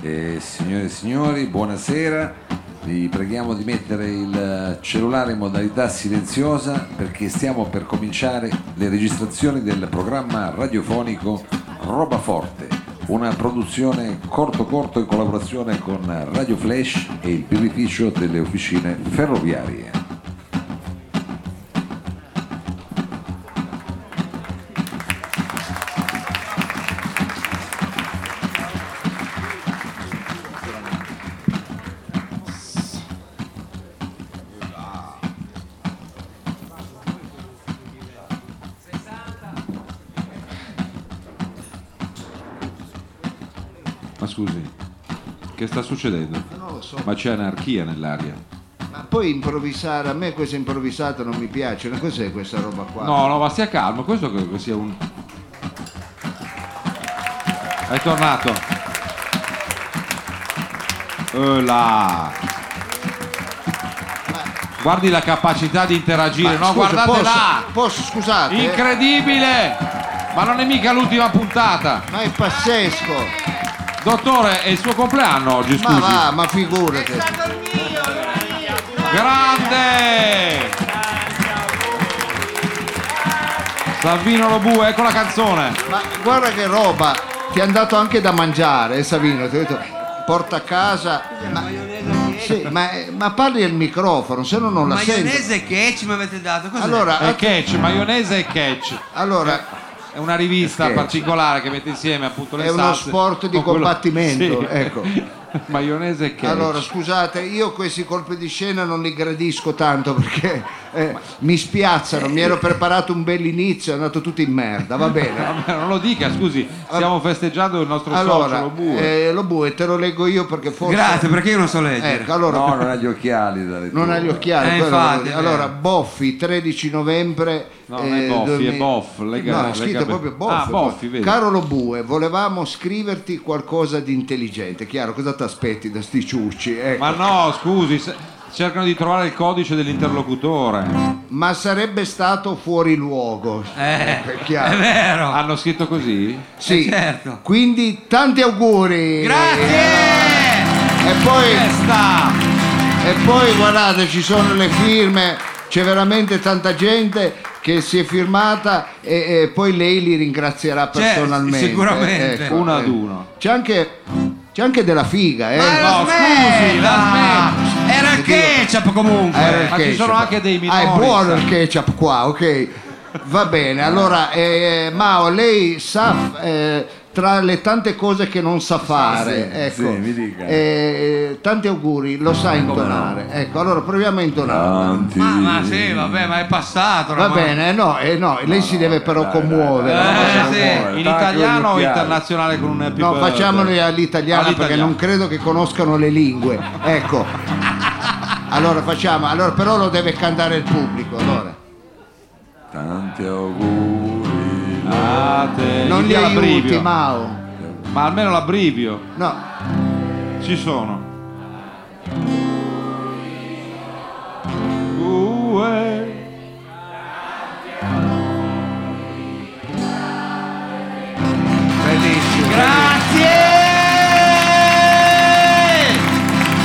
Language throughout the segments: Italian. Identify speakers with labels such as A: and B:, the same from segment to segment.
A: Eh, signore e signori, buonasera. Vi preghiamo di mettere il cellulare in modalità silenziosa perché stiamo per cominciare le registrazioni del programma radiofonico Roba Forte, una produzione corto corto in collaborazione con Radio Flash e il birrificio delle officine ferroviarie.
B: Ma scusi, che sta succedendo?
C: Eh, Non lo so.
B: Ma c'è anarchia nell'aria.
C: Ma poi improvvisare, a me questa improvvisata non mi piace, ma cos'è questa roba qua?
B: No, no, ma stia calmo, questo credo che sia un. È tornato. Eh, là. Guardi la capacità di interagire,
C: Ma
B: no?
C: Ah, scusa,
B: Guardate
C: posso,
B: là!
C: Posso, scusate, eh?
B: Incredibile! Ma non è mica l'ultima puntata!
C: ma è pazzesco!
B: Dottore, è il suo compleanno oggi, scusi.
C: Ma va, ma figurati!
B: Grande! Salvino Lobu, ecco la canzone.
C: Ma guarda che roba! Ti è andato anche da mangiare, eh, Savino, ti ho detto, porta a casa. Ma, sì, ma, ma parli al microfono, se no non la senti.
D: Maionese e ketchup mi avete dato, cos'è?
C: Allora,
B: È catch, maionese e catch.
C: allora,
B: È una rivista
A: Catch.
B: particolare che mette insieme appunto le
C: È uno
B: salse
C: sport di
B: con quello-
C: combattimento, ecco.
B: maionese e catch.
C: Allora, scusate, io questi colpi di scena non li gradisco tanto perché eh, mi spiazzano. Mi ero preparato un bell'inizio, è andato tutto in merda, Ah, va bene.
B: Vabbè, non lo dica, scusi, stiamo festeggiando il nostro socio
C: Allora,
B: Lobu.
C: eh, lo bue, te lo leggo io perché forse.
D: Grazie, perché io non so leggere.
C: Ecco, allora,
A: No, non ha gli occhiali da lettura.
C: non ha gli occhiali.
D: Eh,
C: quello
D: infatti,
C: volevo dire.
D: è vero.
C: allora, Boffi, 13 novembre. eh,
B: No, non è Boffi, è Boff, lega-
C: no, è
B: lega-
C: scritto proprio Boff.
B: Ah, Boffi, vedi.
C: Caro Lobue, volevamo scriverti qualcosa di intelligente. Chiaro, cosa ti aspetti da sti ciucci? Ecco.
B: Ma no, scusi, se- cercano di trovare il codice dell'interlocutore.
C: ma sarebbe stato fuori luogo.
D: Eh,
C: È
D: è
C: chiaro.
D: vero.
B: Hanno scritto così?
C: Sì,
D: eh, certo.
C: Quindi tanti auguri.
D: Grazie!
C: E poi,
B: Festa!
C: e poi guardate, ci sono le firme, c'è veramente tanta gente che si è firmata e, e poi lei li ringrazierà
D: Certo,
C: personalmente.
D: sicuramente.
B: Uno ad
C: eh.
B: uno.
C: C'è anche, c'è anche della figa, eh.
D: Ma
B: no,
D: la
B: scusi, la smetta.
D: smetta! Era il
C: Ti dico-
D: ketchup comunque.
C: Ah, era il
B: Ma ci
C: ketchup.
B: sono anche dei minori,
C: Ah, è buono
B: sai.
C: il ketchup qua, ok. Va bene, allora eh, Mao, lei sa eh, tra le tante cose che non sa fare,
A: Sì, sì,
C: ecco,
A: sì, mi dica.
C: eh, tanti auguri, lo sa intonare. Ecco, allora proviamo a intonare.
A: Tanti.
D: Ma, ma sì, vabbè, ma è passato.
C: Va
D: ormai.
C: bene, eh, no, eh, no, lei si deve però
A: dai,
C: commuovere.
D: dai,
C: no?
D: dai.
C: Facciamo-
D: Eh, sì.
B: Eh, In italiano o internazionale con un happy
C: No,
B: birthday?
C: facciamoli all'italiana perché
B: eh, All'italiana.
C: non credo che conoscano le lingue. Ecco. Allora facciamo, allora però lo deve cantare il pubblico, allora.
A: Tanti auguri.
B: Ah, te,
C: non
B: gli
C: li
B: dia
C: aiuti
B: l'abbrivio.
C: Mao
B: Ma almeno l'abbrivio.
C: no
B: Ci sono. Uè.
C: bellissimo
B: Grazie!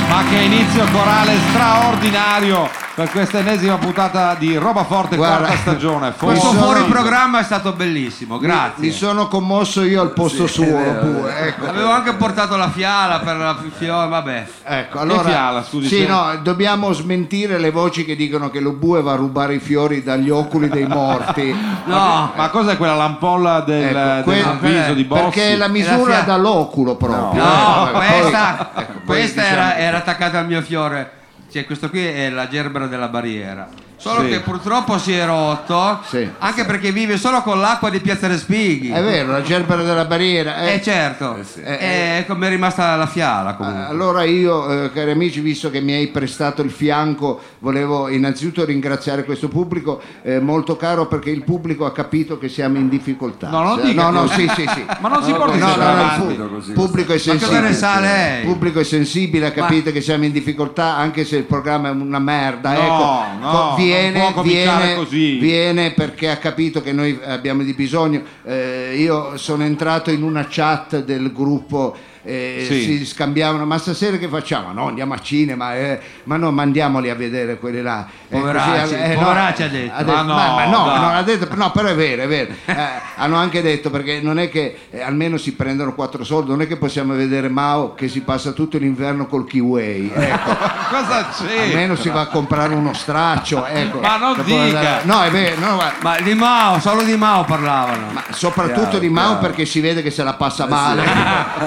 B: Ma che inizio corale straordinario per questa ennesima puntata di Roba Forte,
C: Guarda,
B: quarta stagione.
D: Questo
C: Mi sono-
D: fuori programma è stato bellissimo, grazie.
C: mi sono commosso io al posto
A: Sì,
C: suo
A: è vero,
C: pure,
A: è vero.
C: ecco.
D: Avevo anche portato la fiala per la fi- fiola, vabbè.
C: Ecco, allora,
B: fiala, scusi,
C: sì,
B: se-
C: no, dobbiamo smentire le voci che dicono che lo bue va a rubare i fiori dagli oculi dei morti.
D: No,
B: Ma cos'è quella lampolla del,
C: Ecco,
B: del
C: que-
B: viso di Bossi?
C: Perché la
D: È la
C: misura
D: fia-
C: dall'oculo proprio.
D: no,
C: eh, poi-
D: questa,
C: ecco, poi
D: questa
C: diciamo-
D: era, era attaccata al mio fiore. Cioè, questo qui è la gerbera della barriera. Solo
B: Sì.
D: che purtroppo si è rotto,
C: Sì.
D: anche perché vive solo con l'acqua di Piazza Respighi.
C: È vero, la gerbera della barriera. eh.
D: Eh certo,
A: Eh sì.
D: Eh, eh, come è rimasta la fiala comunque.
C: Allora io, eh, cari amici, visto che mi hai prestato il fianco, volevo innanzitutto ringraziare questo pubblico eh, molto caro perché il pubblico ha capito che siamo in difficoltà.
B: No, non
C: Eh,
B: dica
C: no, no,
B: così.
C: sì, sì, sì.
B: Ma non si
A: No,
B: porti
A: no,
B: sempre
A: no, no,
B: avanti.
A: fu-
C: il pu- pubblico è
D: Ma cosa ne
C: sensibile.
D: sa lei?
C: Il pubblico è sensibile, ha
D: Ma-
C: capito che siamo in difficoltà anche se il programma è una merda.
B: No,
C: ecco,
B: no,
C: Co-
B: non
C: viene,
B: può cominciare
C: viene-
B: così.
C: viene perché ha capito che noi abbiamo di bisogno. Eh, io sono entrato in una chat del gruppo eh,
B: Sì.
C: si scambiavano, ma stasera che facciamo? No, andiamo a cinema, eh, ma no, mandiamoli a vedere quelli là. Eh,
D: Poveracci,
C: eh, no,
D: poveracci ha detto.
C: ha detto,
B: Ma no,
C: ma, ma no,
B: dai.
C: non ha detto, no, però è vero, è vero. Eh, hanno anche detto, perché non è che eh, almeno si prendono quattro soldi, non è che possiamo vedere Mao che si passa tutto l'inverno col Kiwi. Ecco.
B: Cosa c'è?
C: almeno si va a comprare uno straccio ecco.
B: Ma non
C: Che può
B: dica.
C: andare- no è vero no, ma-
D: Ma di Mao, solo di Mao parlavano. Ma,
C: soprattutto
A: Chiaro,
C: di Mao
A: chiaro. Eh
C: perché si vede che se la passa male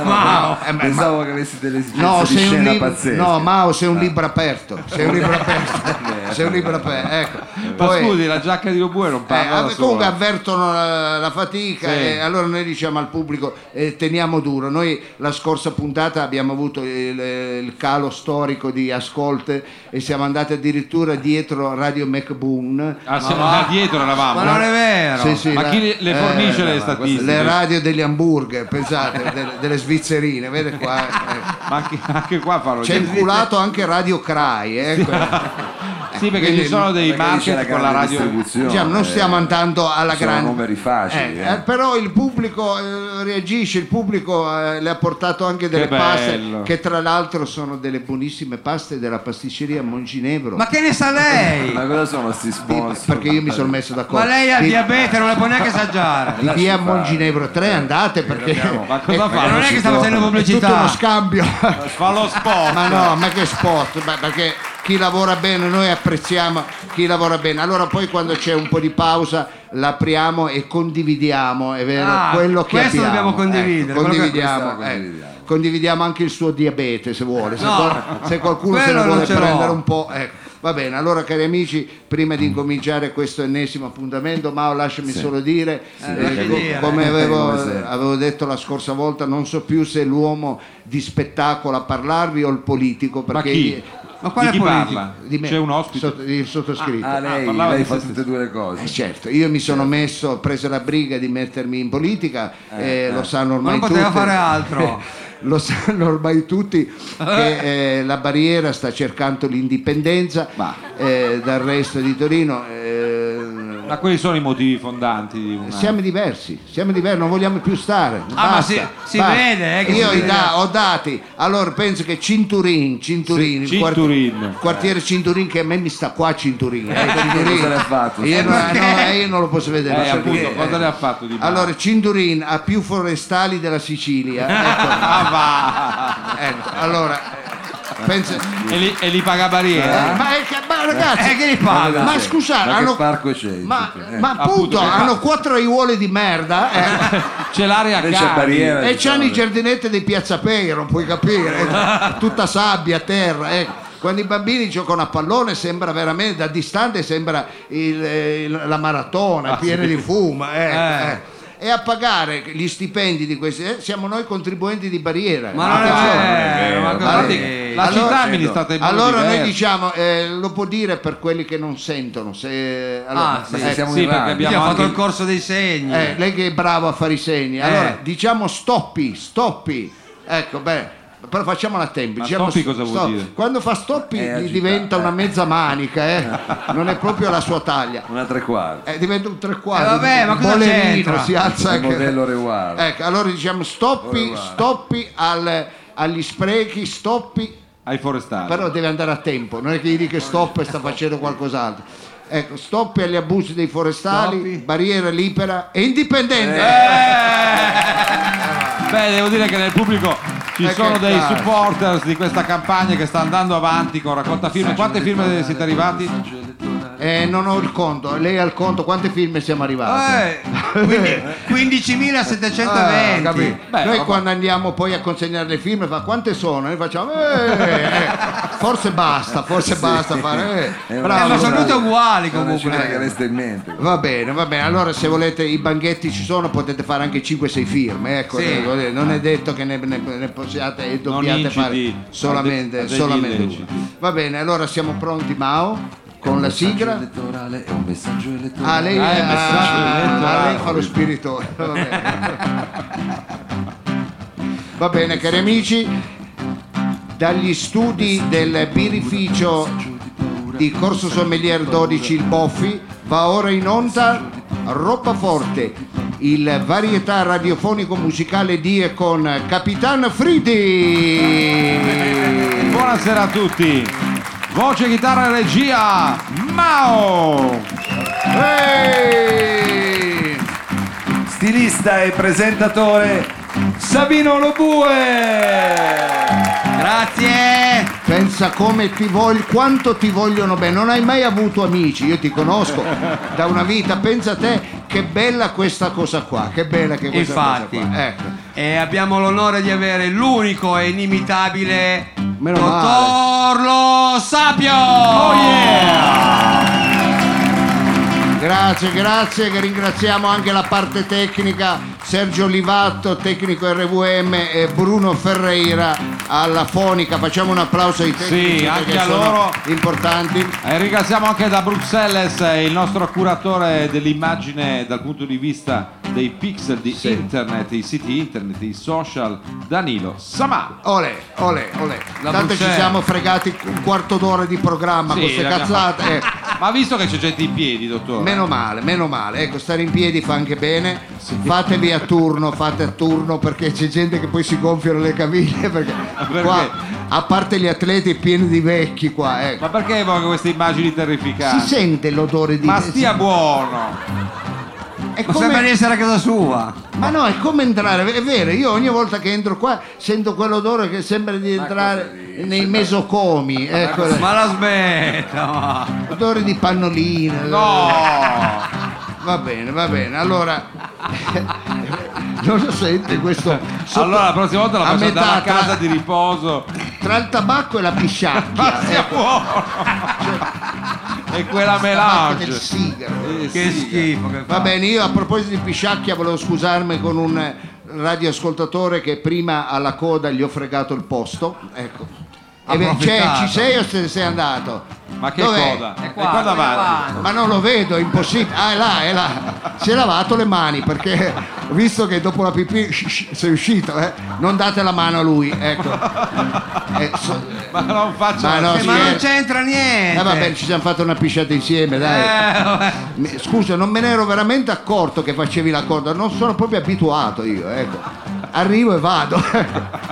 A: Mao,
C: eh, ma-
A: pensavo che avessi delle esigenze
C: No,
A: di
C: sei un
A: scena
C: lib-
A: pazzesca. Eh.
C: no, Mao, sei un libro aperto. Sei un libro aperto. sei un libro aperto. Ecco.
B: Ma
C: Poi-
B: scusi, la giacca di Lobue non
C: eh,
B: parla da
C: vabbè, comunque
B: sola.
C: avvertono la, la fatica
B: Sì.
C: e allora noi diciamo al pubblico eh, teniamo duro. Noi la scorsa puntata abbiamo avuto il, il calo storico di ascolte e siamo andati addirittura dietro Radio MacBoon.
B: Ah, siamo da dietro eravamo. eh?
D: non è vero.
C: Sì, sì,
B: Ma
C: la-
B: chi le, le
C: eh,
B: fornisce le
C: le
B: statistiche?
C: radio degli hamburger, pensate, delle, delle svizzerine, vede qua. eh.
B: Ma anche, anche qua fanno
C: C'è
B: gli-
C: inculato anche Radio Crai, ecco.
B: Sì, perché
C: Quindi-
B: ci sono dei
A: Perché lì c'è
B: market con la
A: grande
B: radio.
A: distribuzione,
C: Diciamo, non stiamo
A: eh,
C: andando alla
A: sono
C: grande
A: numeri facili,
C: Eh,
A: eh.
C: eh, però il pubblico eh, reagisce il pubblico eh, le ha portato anche delle
B: bello.
C: paste che tra l'altro sono delle buonissime paste della pasticceria Monginevro
D: Ma che ne sa lei?
A: Ma cosa sono sti
C: Di-
A: sponsor?
C: perché io mi sono messo
D: Ma
C: d'accordo
D: lei ha il
C: Di-
D: diabete, non la può neanche assaggiare.
C: di via
A: Lasci fare.
C: Monginevro 3 andate perché Eh,
B: Ma cosa
D: Eh, Ma
B: fa?
D: non è che sta facendo
C: è tutto uno
D: pubblicità.
C: scambio
B: Fa lo sport.
C: ma no ma che sport ma perché chi lavora bene noi apprezziamo chi lavora bene allora poi quando c'è un po' di pausa l'apriamo e condividiamo è vero
D: Ah,
C: quello che
D: questo
C: abbiamo.
D: dobbiamo condividere,
C: Ecco,
D: quello che-
C: condividiamo,
A: questa la
C: eh.
A: condividiamo.
C: Condividiamo anche il suo diabete se vuole se,
D: No,
C: qual- se qualcuno se
D: quello
C: ne
D: non
C: vuole
D: ce l'ho.
C: prendere un po' ecco. va bene allora cari amici prima di incominciare questo ennesimo appuntamento Mao lasciami solo dire eh,
D: lasci dire.
C: come
A: Eh,
C: avevo,
A: come sempre.
C: avevo detto la scorsa volta, non so più se è l'uomo di spettacolo a parlarvi o il politico.
B: Ma
C: Perché
B: chi?
D: Ma quale
B: di chi
D: politico?
B: parla?
C: di me-
B: C'è un ospite.
C: sotto- il sottoscritto.
A: Ah, lei,
B: parlava
A: lei
B: di
A: fa
B: se
A: tutte e due le cose.
C: Eh, certo, io mi sono messo, ho preso la briga di mettermi in politica, eh, lo sanno
D: Ma
C: ormai
D: non poteva
C: tutti.
D: fare altro.
C: Lo sanno ormai tutti che eh, la Barriera sta cercando l'indipendenza eh, dal resto di Torino. eh,
B: Ma quelli sono i motivi fondanti di una...
C: siamo diversi, siamo diversi, non vogliamo più stare.
D: Ah,
C: basta,
D: ma si- si vede, eh, che
C: Io
D: si
C: i
D: vede.
C: da- ho dati, allora penso che Cinturin, Cinturin,
B: Sì,
C: il
B: Cinturin. Eh.
C: quartiere, quartiere Cinturin, che a me mi sta qua Cinturin. eh, Cinturin.
A: cosa ne ha fatto?
C: Io, non,
D: Perché?
C: no, eh, io non lo posso vedere.
B: Eh, appunto,
A: perché?
B: cosa le ha fatto di male?
C: Allora, Cinturin ha più forestali della Sicilia.
B: Ah, va!
C: Ecco, ecco, allora, eh, penso...
B: E li, e li paga barriera.
C: Eh, ma, è che- ma ragazzi,
D: Eh, che li paga?
C: Ma scusate,
A: Ma che
C: hanno,
A: parco c'è?
C: ma,
A: Eh.
C: ma
B: Appunto,
C: appunto,
B: che
C: hanno quattro aiuole di merda eh,
B: C'è l'area
A: Invece a
B: cari.
A: barriera
C: e
A: diciamo,
C: c'hanno i giardinetti di Piazza Pei, non puoi capire, eh, tutta sabbia, terra. eh. Quando i bambini giocano a pallone sembra veramente, da distante sembra il- eh, il- la maratona, piena di fumo. eh,
D: Eh.
C: eh. E a pagare gli stipendi di questi eh, siamo noi contribuenti di barriera.
D: Ma non è
C: Attenzione.
D: vero, ma
A: Eh,
D: cosa
A: guardi-
D: dici?
B: La
C: Allora-
B: città è amministrata in modo
C: Allora noi
B: diverso.
C: diciamo, eh, lo può dire per quelli che non sentono. Se, allora,
D: Ah, sì.
A: Ma
C: ecco,
A: se siamo
B: sì,
A: in
B: perché
A: radio.
B: abbiamo-
D: Abbiamo fatto
B: anche-
D: il corso dei segni.
C: eh, lei che è bravo a fare i segni. Allora
D: Eh.
C: diciamo stoppi, stoppi. Ecco, beh. Però facciamola a tempo.
B: Ma
C: diciamo
B: stoppi cosa vuol
C: stop.
B: dire?
C: Quando fa stoppi
A: È
C: gli
A: agitato,
C: diventa
A: eh.
C: una mezza manica, eh. non è proprio la sua taglia.
A: Una tre quarti.
C: Eh, diventa un tre
D: Eh,
C: quarti.
D: vabbè,
C: un
D: ma cosa
C: bolerino,
D: c'entra?
C: Si alza
A: Il
C: anche-
A: modello Reward.
C: Ecco, allora diciamo stoppi,
A: Reward.
C: stoppi al- agli sprechi, stoppi
B: Ai forestali.
C: però deve andare a tempo, non è che gli dica stop e sta facendo qualcos'altro. Ecco, stop agli abusi dei forestali,
D: Stoppi.
C: barriera libera e indipendente.
B: Beh, Eh, devo dire che nel pubblico ci
C: Eh,
B: sono
C: che
B: dei
C: cazzo.
B: supporters di questa campagna che sta andando avanti con raccolta firme. Quante firme siete arrivati?
C: Eh, non ho il conto, lei ha il conto, quanti film siamo arrivati?
D: Eh, quindi 15.720.
C: Ah, capito?
B: Beh,
C: Noi
B: vabbè.
C: quando andiamo poi a consegnare le firme fa quante sono? Noi facciamo eh, eh, forse basta, forse basta fare. eh,
A: Eh,
C: bravo,
D: Eh, ma sono
C: bravo.
D: tutte uguali
A: È una cifra che
D: comunque.
A: resta in mente.
C: Va bene, va bene. Allora, se volete, i banchetti ci sono, potete fare anche 5-6 firme. Ecco,
D: Sì.
C: eh, voglio dire, non è detto che ne, ne- ne possiate e dobbiate
B: inciti
C: fare
B: a de- a
C: solamente,
B: degli
C: solamente
B: illeciti.
C: una. Va bene, allora siamo pronti, Mao, con
A: È
C: la
A: un
C: sigla.
A: messaggio elettorale, è un messaggio elettorale.
C: Ah, lei,
B: Ah, è
C: ah,
B: messaggio elettorale.
C: ah, lei fa lo spiritore. Va bene, Va bene, cari amici, dagli studi del birrificio di Corso Sommelier 12 il Boffi va ora in onda Roba Forte il varietà radiofonico musicale di e con Capitan Fridi.
B: Buonasera a tutti. Voce, chitarra e regia, Mao.
C: Ehi!
A: Stilista e presentatore Sabino Lobue.
D: Grazie!
C: Pensa come ti voglio, quanto ti vogliono bene. Non hai mai avuto amici, io ti conosco da una vita. Pensa a te, che bella questa cosa qua. Che bella che questa
D: Infatti.
C: cosa qua. Ecco.
D: E abbiamo l'onore di avere l'unico e inimitabile
C: Meno
D: Dottor Lo Sapio! Oh
C: Grazie, grazie, che ringraziamo anche la parte tecnica, Sergio Livatto, tecnico RVM e Bruno Ferreira alla fonica. Facciamo un applauso ai tecnici
B: Sì, anche
C: perché
B: a
C: sono
B: loro.
C: importanti.
B: E Eh, ringraziamo anche da Bruxelles eh, il nostro curatore dell'immagine dal punto di vista dei pixel di internet, i siti internet, i social, Danilo Samà.
C: Ole, ole, ole.
D: La
C: Tanto ci
D: Bruxelles.
C: siamo fregati un quarto d'ora di programma
B: Sì,
C: con queste
B: l'abbiamo
C: cazzate. eh.
B: Ma visto che c'è gente in piedi, dottore.
C: Meno male, meno male. Ecco, stare in piedi fa anche bene. Fatevi a turno, fate a turno perché c'è gente che poi si gonfiano le caviglie. Perché,
B: Perché?
C: qua, a parte gli atleti pieni di vecchi qua, ecco.
B: Ma perché evoca queste immagini terrificanti?
C: Si sente l'odore di
B: Ma stia buono.
C: È
D: Ma
C: come-
D: sembra di essere a casa sua.
C: Ma no, è come entrare, è vero, io ogni volta che entro qua sento quell'odore che sembra di entrare nei mesocomi, ecco,
D: Ma la smetta! ma.
C: l'odore di pannolina.
B: No.
C: Va bene, va bene, allora non lo sente questo sotto-
B: allora la prossima volta la
C: a
B: faccio
C: metà
B: andare a
C: tra-
B: casa di riposo.
C: tra il tabacco e la
B: Ma
C: pisciacchia.
B: stia
C: ecco,
B: buono. e quella
C: il tabacco del
B: melange.
C: sigaro.
B: Eh,
D: Che
B: sì.
D: schifo che fa.
C: Va bene, io a proposito di pisciacchia volevo scusarmi con un eh, radioascoltatore che prima alla coda gli ho fregato il posto. Ecco. E beh, c'è,
D: Approfittato.
C: ci sei o se sei andato?
B: Ma che
C: Dov'è?
B: coda?
D: È
B: È
D: qua,
B: qua,
D: qua
B: davanti.
D: davanti.
C: Ma non lo vedo, è impossibile. Ah, è là, è là. Si è lavato le mani perché ho visto che dopo la pipì sh- sh- sei uscito, eh. Non date la mano a lui, ecco. Eh, so-
B: Ma non faccio
C: Ma no,
D: Eh,
C: sì,
D: ma
C: eh.
D: non c'entra niente!
C: eh, vabbè, ci siamo fatti una pisciata insieme,
D: Eh,
C: dai.
D: vabbè.
C: Mi- Scusa, non me ne ero veramente accorto che facevi la corda, non sono proprio abituato io, ecco. Arrivo e vado.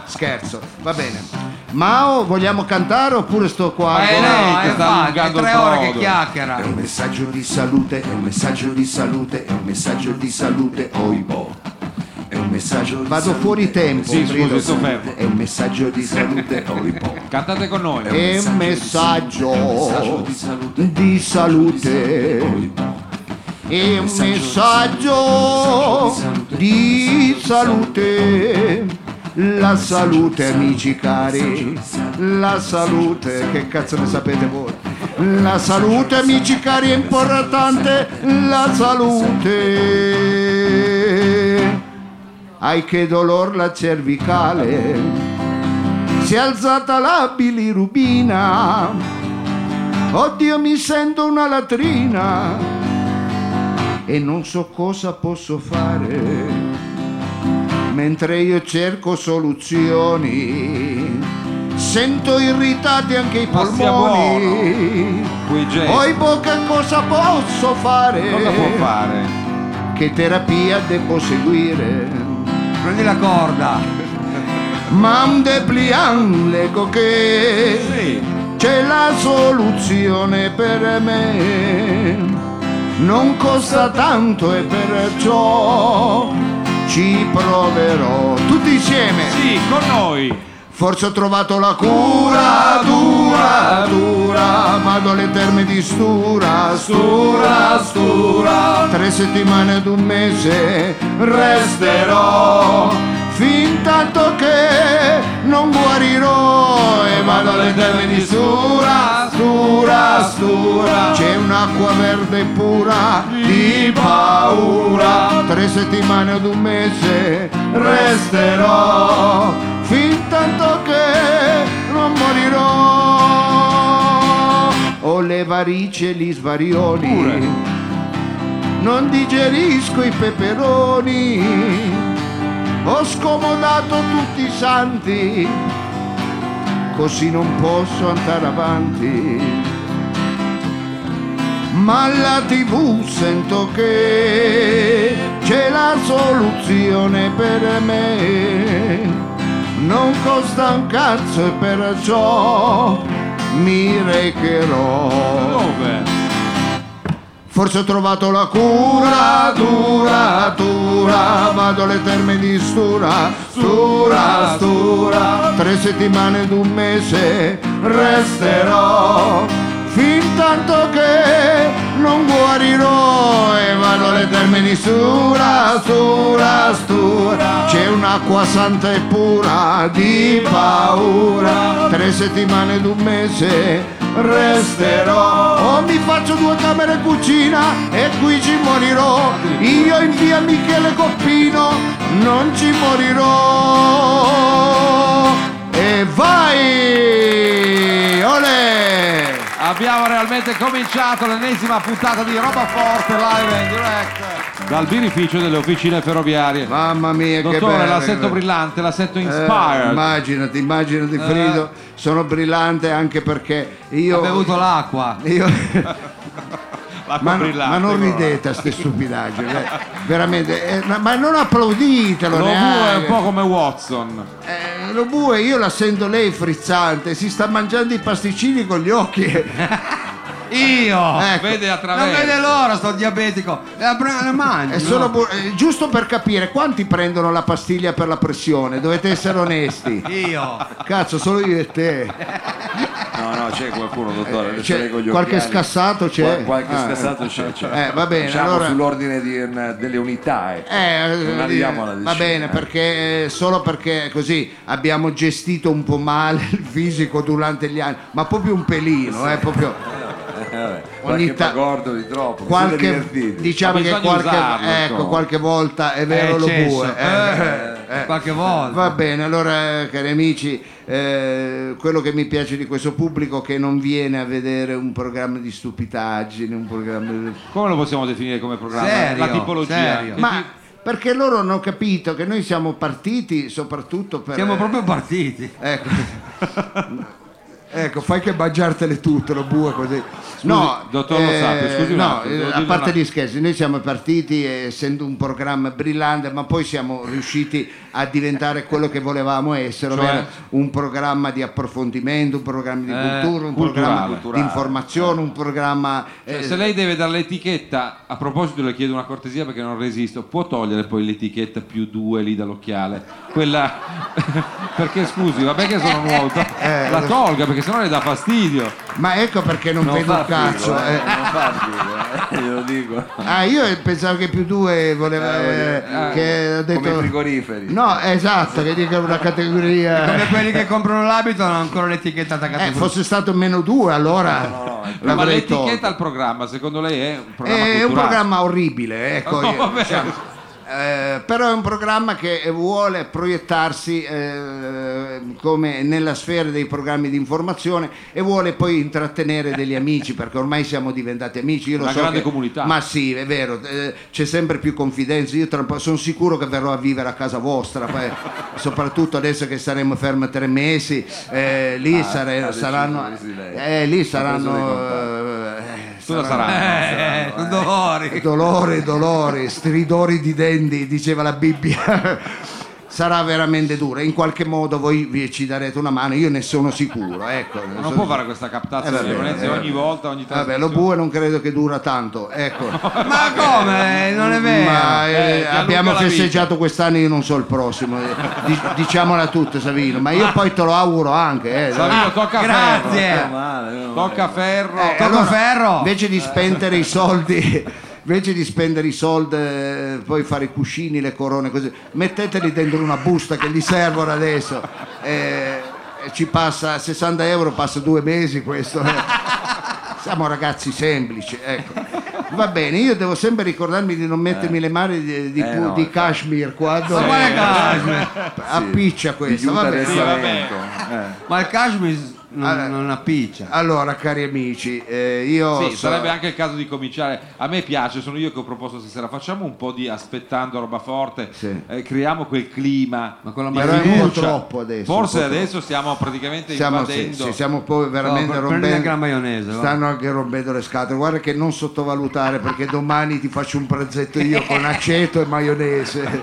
C: Scherzo, va bene. Mao, vogliamo cantare oppure sto qua?
D: Ma è
C: ancora?
B: lei
D: no,
B: che
D: eh,
B: sta
D: infatti, è
B: allungando il
D: tre ore che
B: brodo.
D: chiacchiera.
E: È un messaggio di salute, è un messaggio di salute, è un messaggio di salute, oibo. È un messaggio di
C: Vado
E: salute,
C: fuori
E: è
C: tempo,
E: un
B: Sì, scusi,
E: messaggio
B: sto
E: di salute,
B: fermo.
E: È un messaggio di salute,
C: oh,
E: oibo.
B: Cantate con noi.
E: È
C: E un
E: messaggio
C: messaggio
E: di salute,
C: di
E: è
C: salute. E un messaggio di salute. La salute amici cari, la salute, che cazzo ne sapete voi? La salute amici cari è importante, la salute. Ai che dolor la cervicale, si è alzata la bilirubina, oddio mi sento una latrina e non so cosa posso fare. Mentre io cerco soluzioni, sento irritati anche i
B: Ma sia
C: polmoni.
B: Quei gesti.
C: Poi bocca cosa posso fare?
B: Cosa può fare?
C: Che terapia devo seguire?
D: Prendi la corda.
C: Mam depliant le coche.
B: Sì.
C: C'è la soluzione per me, non costa tanto e perciò ci proverò. Tutti insieme,
B: Sì, con noi.
C: forse ho trovato la cura dura, dura, vado alle terme di stura, stura, stura, tre settimane ed un mese resterò. Fin tanto che non guarirò e vado alle terme di stura, stura, stura. C'è un'acqua verde pura di paura. Tre settimane ad un mese resterò. Fin tanto che non morirò. Ho le varici e gli svarioni. Non digerisco i peperoni. Ho scomodato tutti i santi. Così non posso andare avanti ma alla tv sento che c'è la soluzione per me. Non costa un cazzo e perciò mi recherò.
B: Dove?
C: Forse ho trovato la cura, dura, dura, vado alle terme di stura, stura, stura, tre settimane ed un mese resterò, fin tanto che non guarirò e vado alle terme di stura, stura, stura, c'è un'acqua santa e pura di paura, tre settimane ed un mese resterò o mi faccio due camere e cucina e qui ci morirò io in via Michele Coppino non ci morirò e vai olè
B: Abbiamo realmente cominciato l'ennesima puntata di Roba Forte live and direct dal birrificio delle officine ferroviarie.
C: mamma mia che
B: Dottore,
C: bello
B: la
C: che
B: sento
C: bello.
B: brillante, la sento
C: Eh,
B: inspired. Eh.
C: immaginati immaginati Frido sono brillante anche perché io
D: Ho bevuto l'acqua.
C: io
B: L'acqua
C: Ma,
B: brillante,
C: ma non
B: però.
C: ridete a ste stupidaggini, eh. veramente, eh, ma- ma non applauditelo
B: Lo
C: neanche.
B: bue è un po' come Watson.
C: Eh, lo bue, io la sento lei frizzante, si sta mangiando i pasticcini con gli occhi.
D: Io!
C: Ecco.
B: Vede
D: Non
B: attraverso.
D: vede l'ora, sto diabetico. Eh, La bra- la mangio.
C: È solo
D: no?
C: bu- eh, giusto per capire quanti prendono la pastiglia per la pressione, dovete essere onesti.
D: Io.
C: Cazzo, solo io e te. Eh,
A: No, no, c'è qualcuno, dottore. adesso
C: c'è
A: leggo gli
C: qualche
A: occhiali.
C: scassato c'è?
A: Qual- qualche
C: Ah.
A: scassato c'è. c'è.
C: Eh, va bene,
A: Diciamo
C: allora-
A: sull'ordine di- delle unità. ecco.
C: Eh,
A: non arriviamo alla decina.
C: va bene, perché eh, solo perché così abbiamo gestito un po' male il fisico durante gli anni, ma proprio un pelino, eh, proprio
A: Eh, vabbè,
C: ogni
A: qualche
C: ta-
A: pagordo di troppo. siete
C: qualche,
A: divertiti.
C: diciamo
B: Ma
C: che
B: bisogna
C: qualche,
B: usarlo,
C: ecco,
B: insomma.
C: qualche volta è vero
D: Eh,
C: lo
D: cesso,
C: bue. eh,
D: eh,
C: eh.
D: Qualche volta.
C: Va bene, allora eh, cari amici, eh, quello che mi piace di questo pubblico è che non viene a vedere un programma di stupidaggine, un programma di...
B: Come lo possiamo definire come programma?
D: Serio,
B: la tipologia.
D: serio.
B: Che
C: Ma perché loro hanno capito che noi siamo partiti soprattutto per...
D: Siamo proprio partiti.
C: Ecco. Ecco, fai che mangiartele tutte, lo bue così. No,
B: dottor Lo Sapio, scusi un
C: no,
B: attimo, devo
C: eh, a
B: dirle
C: parte
B: una-
C: gli scherzi, noi siamo partiti eh, essendo un programma brillante, ma poi siamo riusciti a diventare quello che volevamo essere,
B: Cioè?
C: ovvero un programma di approfondimento, un programma di
D: Eh,
C: cultura, un
B: culturale.
C: programma di informazione, un programma...
B: Cioè,
C: eh,
B: se lei deve dare l'etichetta, a proposito le chiedo una cortesia perché non resisto, può togliere poi l'etichetta più due lì dall'occhiale? Quella... perché scusi, vabbè che sono nuovo, to-
C: Eh,
B: la
C: lo-
B: tolga perché sennò le dà fastidio.
C: Ma ecco perché non,
A: Non
C: vedo
A: fa
C: un cazzo.
A: figo, eh,
C: eh.
A: non fa figo, eh, glielo dico.
C: Ah, io pensavo che più due voleva
A: Eh,
C: eh,
A: eh,
C: che ha detto
A: come i frigoriferi.
C: No, esatto, che dica una
D: Come
C: categoria.
D: quelli che comprano l'abito hanno ancora l'etichetta attaccata.
C: Eh,
D: sul-
C: fosse stato meno due, allora
A: no, no, eh.
B: Ma
C: l'avrei
B: l'etichetta
C: tolto.
B: al programma, secondo lei è un programma
C: È un
B: culturale?
C: programma orribile, ecco.
B: No,
C: io-
B: vabbè.
C: eh, però è un programma che vuole proiettarsi eh, come nella sfera dei programmi di informazione e vuole poi intrattenere degli amici perché ormai siamo diventati amici. Io lo
B: Una
C: so
B: grande
C: che-
B: comunità.
C: Ma sì, è vero, eh, c'è sempre più confidenza. Io tra un po' sono sicuro che verrò a vivere a casa vostra, poi, soprattutto adesso che saremo fermi tre mesi, eh, lì,
A: Ah,
C: sare-
A: ha deciso
C: saranno,
A: così lei. Ha
C: eh, lì
A: preso dei
C: saranno... eh,
B: Cosa sarà?
D: Eh, sono dolori.
C: Dolore, dolore, stridori di denti, diceva la Bibbia. Sarà veramente dura, in qualche modo voi vi ci darete una mano, io ne sono sicuro. Ecco, Ne
B: Non
C: sono
B: può
C: sicuro.
B: fare questa
C: Eh,
B: captazione
C: vabbè,
B: di violenza
C: eh,
B: ogni volta, ogni
C: Vabbè, lo
B: trasmissione.
C: bue non credo che dura tanto, ecco.
D: Ma come? Non è vero.
C: Ma eh,
B: Eh, ti allunga
C: abbiamo
B: la
C: festeggiato quest'anno, io non so il prossimo. eh. Dic- diciamola tutta, Savino, ma io poi te lo auguro anche. eh.
B: Savino, tocca a
D: Grazie.
B: Eh,
A: Meno male, meno
B: ferro.
A: male.
B: Tocca a ferro.
C: Eh,
D: Tocco ferro.
C: Invece di spendere i soldi, invece di spendere i soldi, eh, poi fare i cuscini, le corone, così, metteteli dentro una busta che gli servono adesso. Eh, e ci passa 60 euro, passa due mesi questo. eh. Siamo ragazzi semplici, ecco. Va bene, io devo sempre ricordarmi di non mettermi le mani di, di,
A: Eh, no,
C: di
A: infatti.
C: cashmere quando
D: Ma quale cashmere?
C: appiccia
A: Di
C: questo.
A: Giuda
C: Va bene.
A: del
B: vabbè.
A: Salento, eh.
D: Ma il cashmere non,
C: Allora-
D: non appiccia.
C: Allora, cari amici, eh, io
B: Sì,
C: so-
B: sarebbe anche il caso di cominciare. A me piace, sono io che ho proposto stasera. Facciamo un po' di aspettando roba forte,
C: Sì.
B: eh, creiamo quel clima.
D: Ma con la
B: di
D: Però è
B: fiducia.
C: un po' troppo adesso,
B: Forse
C: un po'
B: adesso stiamo praticamente
C: siamo, sì,
B: invadendo.
C: sì, stiamo poi veramente
D: No, pre- prendi anche la
C: rompendo.
D: maionese. va.
C: Stanno anche rompendo le scatole. Guarda che non sottovalutare perché domani ti faccio un pranzetto io con aceto e maionese.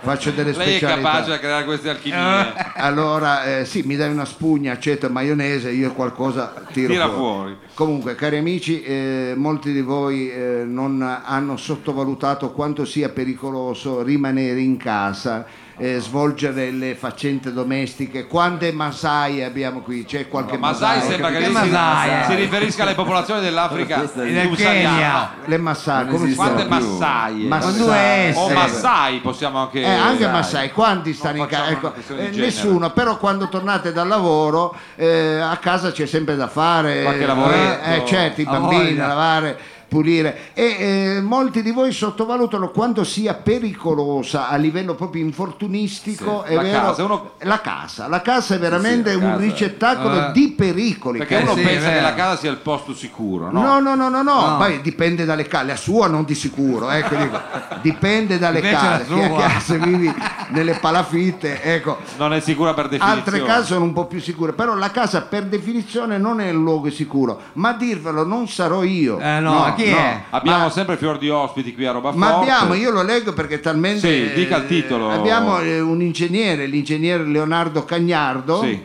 C: faccio delle
B: Lei è
C: specialità.
B: capace di creare queste alchimie.
C: Allora, eh, sì, mi dai una spugna, aceto e maionese, io qualcosa tiro
B: Tira fuori.
C: Comunque, cari amici, eh, molti di voi eh, non hanno sottovalutato quanto sia pericoloso rimanere in casa, eh, svolgere le faccende domestiche. Quante masai abbiamo qui? C'è qualche
B: Masai
C: masai? eh.
B: sembra che
D: Che
B: lei
D: Masai?
B: si, si riferisca alle popolazioni dell'Africa
E: Questa è-
B: subsahariana.
D: Del Kenya.
C: Le masai, come si
B: Quante
C: chiama?
E: più.
B: massaie?
C: Mas-
D: Con due S.
B: o
C: eh.
B: Massai possiamo anche,
C: Eh, anche
E: Dai.
C: Massai, quanti stanno
B: Oh, Non
C: in casa?
B: facciamo
C: Ecco,
B: una questione di
C: eh,
B: genere.
C: nessuno, però quando tornate dal lavoro eh, a casa c'è sempre da fare,
B: Qualche
C: eh,
B: lavoretto.
C: eh, certo, i
D: Ha
C: bambini,
D: voglia.
C: lavare, pulire e eh, molti di voi sottovalutano quanto sia pericolosa a livello proprio infortunistico è
B: la
C: vero,
B: casa, uno-
C: la casa, la casa è veramente
E: la
C: un
E: casa.
C: ricettacolo
D: Eh.
C: di pericoli.
B: perché
C: che
B: uno
D: sì, è
B: pensa che
D: vero.
B: la casa sia il posto sicuro, no?
C: eh. No, no, no, no, no,
D: No.
C: poi dipende dalle case, la sua non di sicuro, ecco, dico, dipende dalle
D: Invece la
C: case, Chi-
D: sua.
C: chi- se vivi nelle palafitte, ecco,
B: Non è sicura per definizione.
C: altre case sono un po' più sicure, però la casa per definizione non è il luogo sicuro, ma a dirvelo non sarò io.
D: Eh, no, ma chi è?
B: Abbiamo sempre fior di ospiti qui a Roba
C: Ma
B: Forte.
C: abbiamo, io lo leggo perché talmente...
B: Sì, dica il
C: eh,
B: titolo.
C: Abbiamo eh, un ingegnere, l'ingegnere Leonardo Cagnardo,
B: Sì,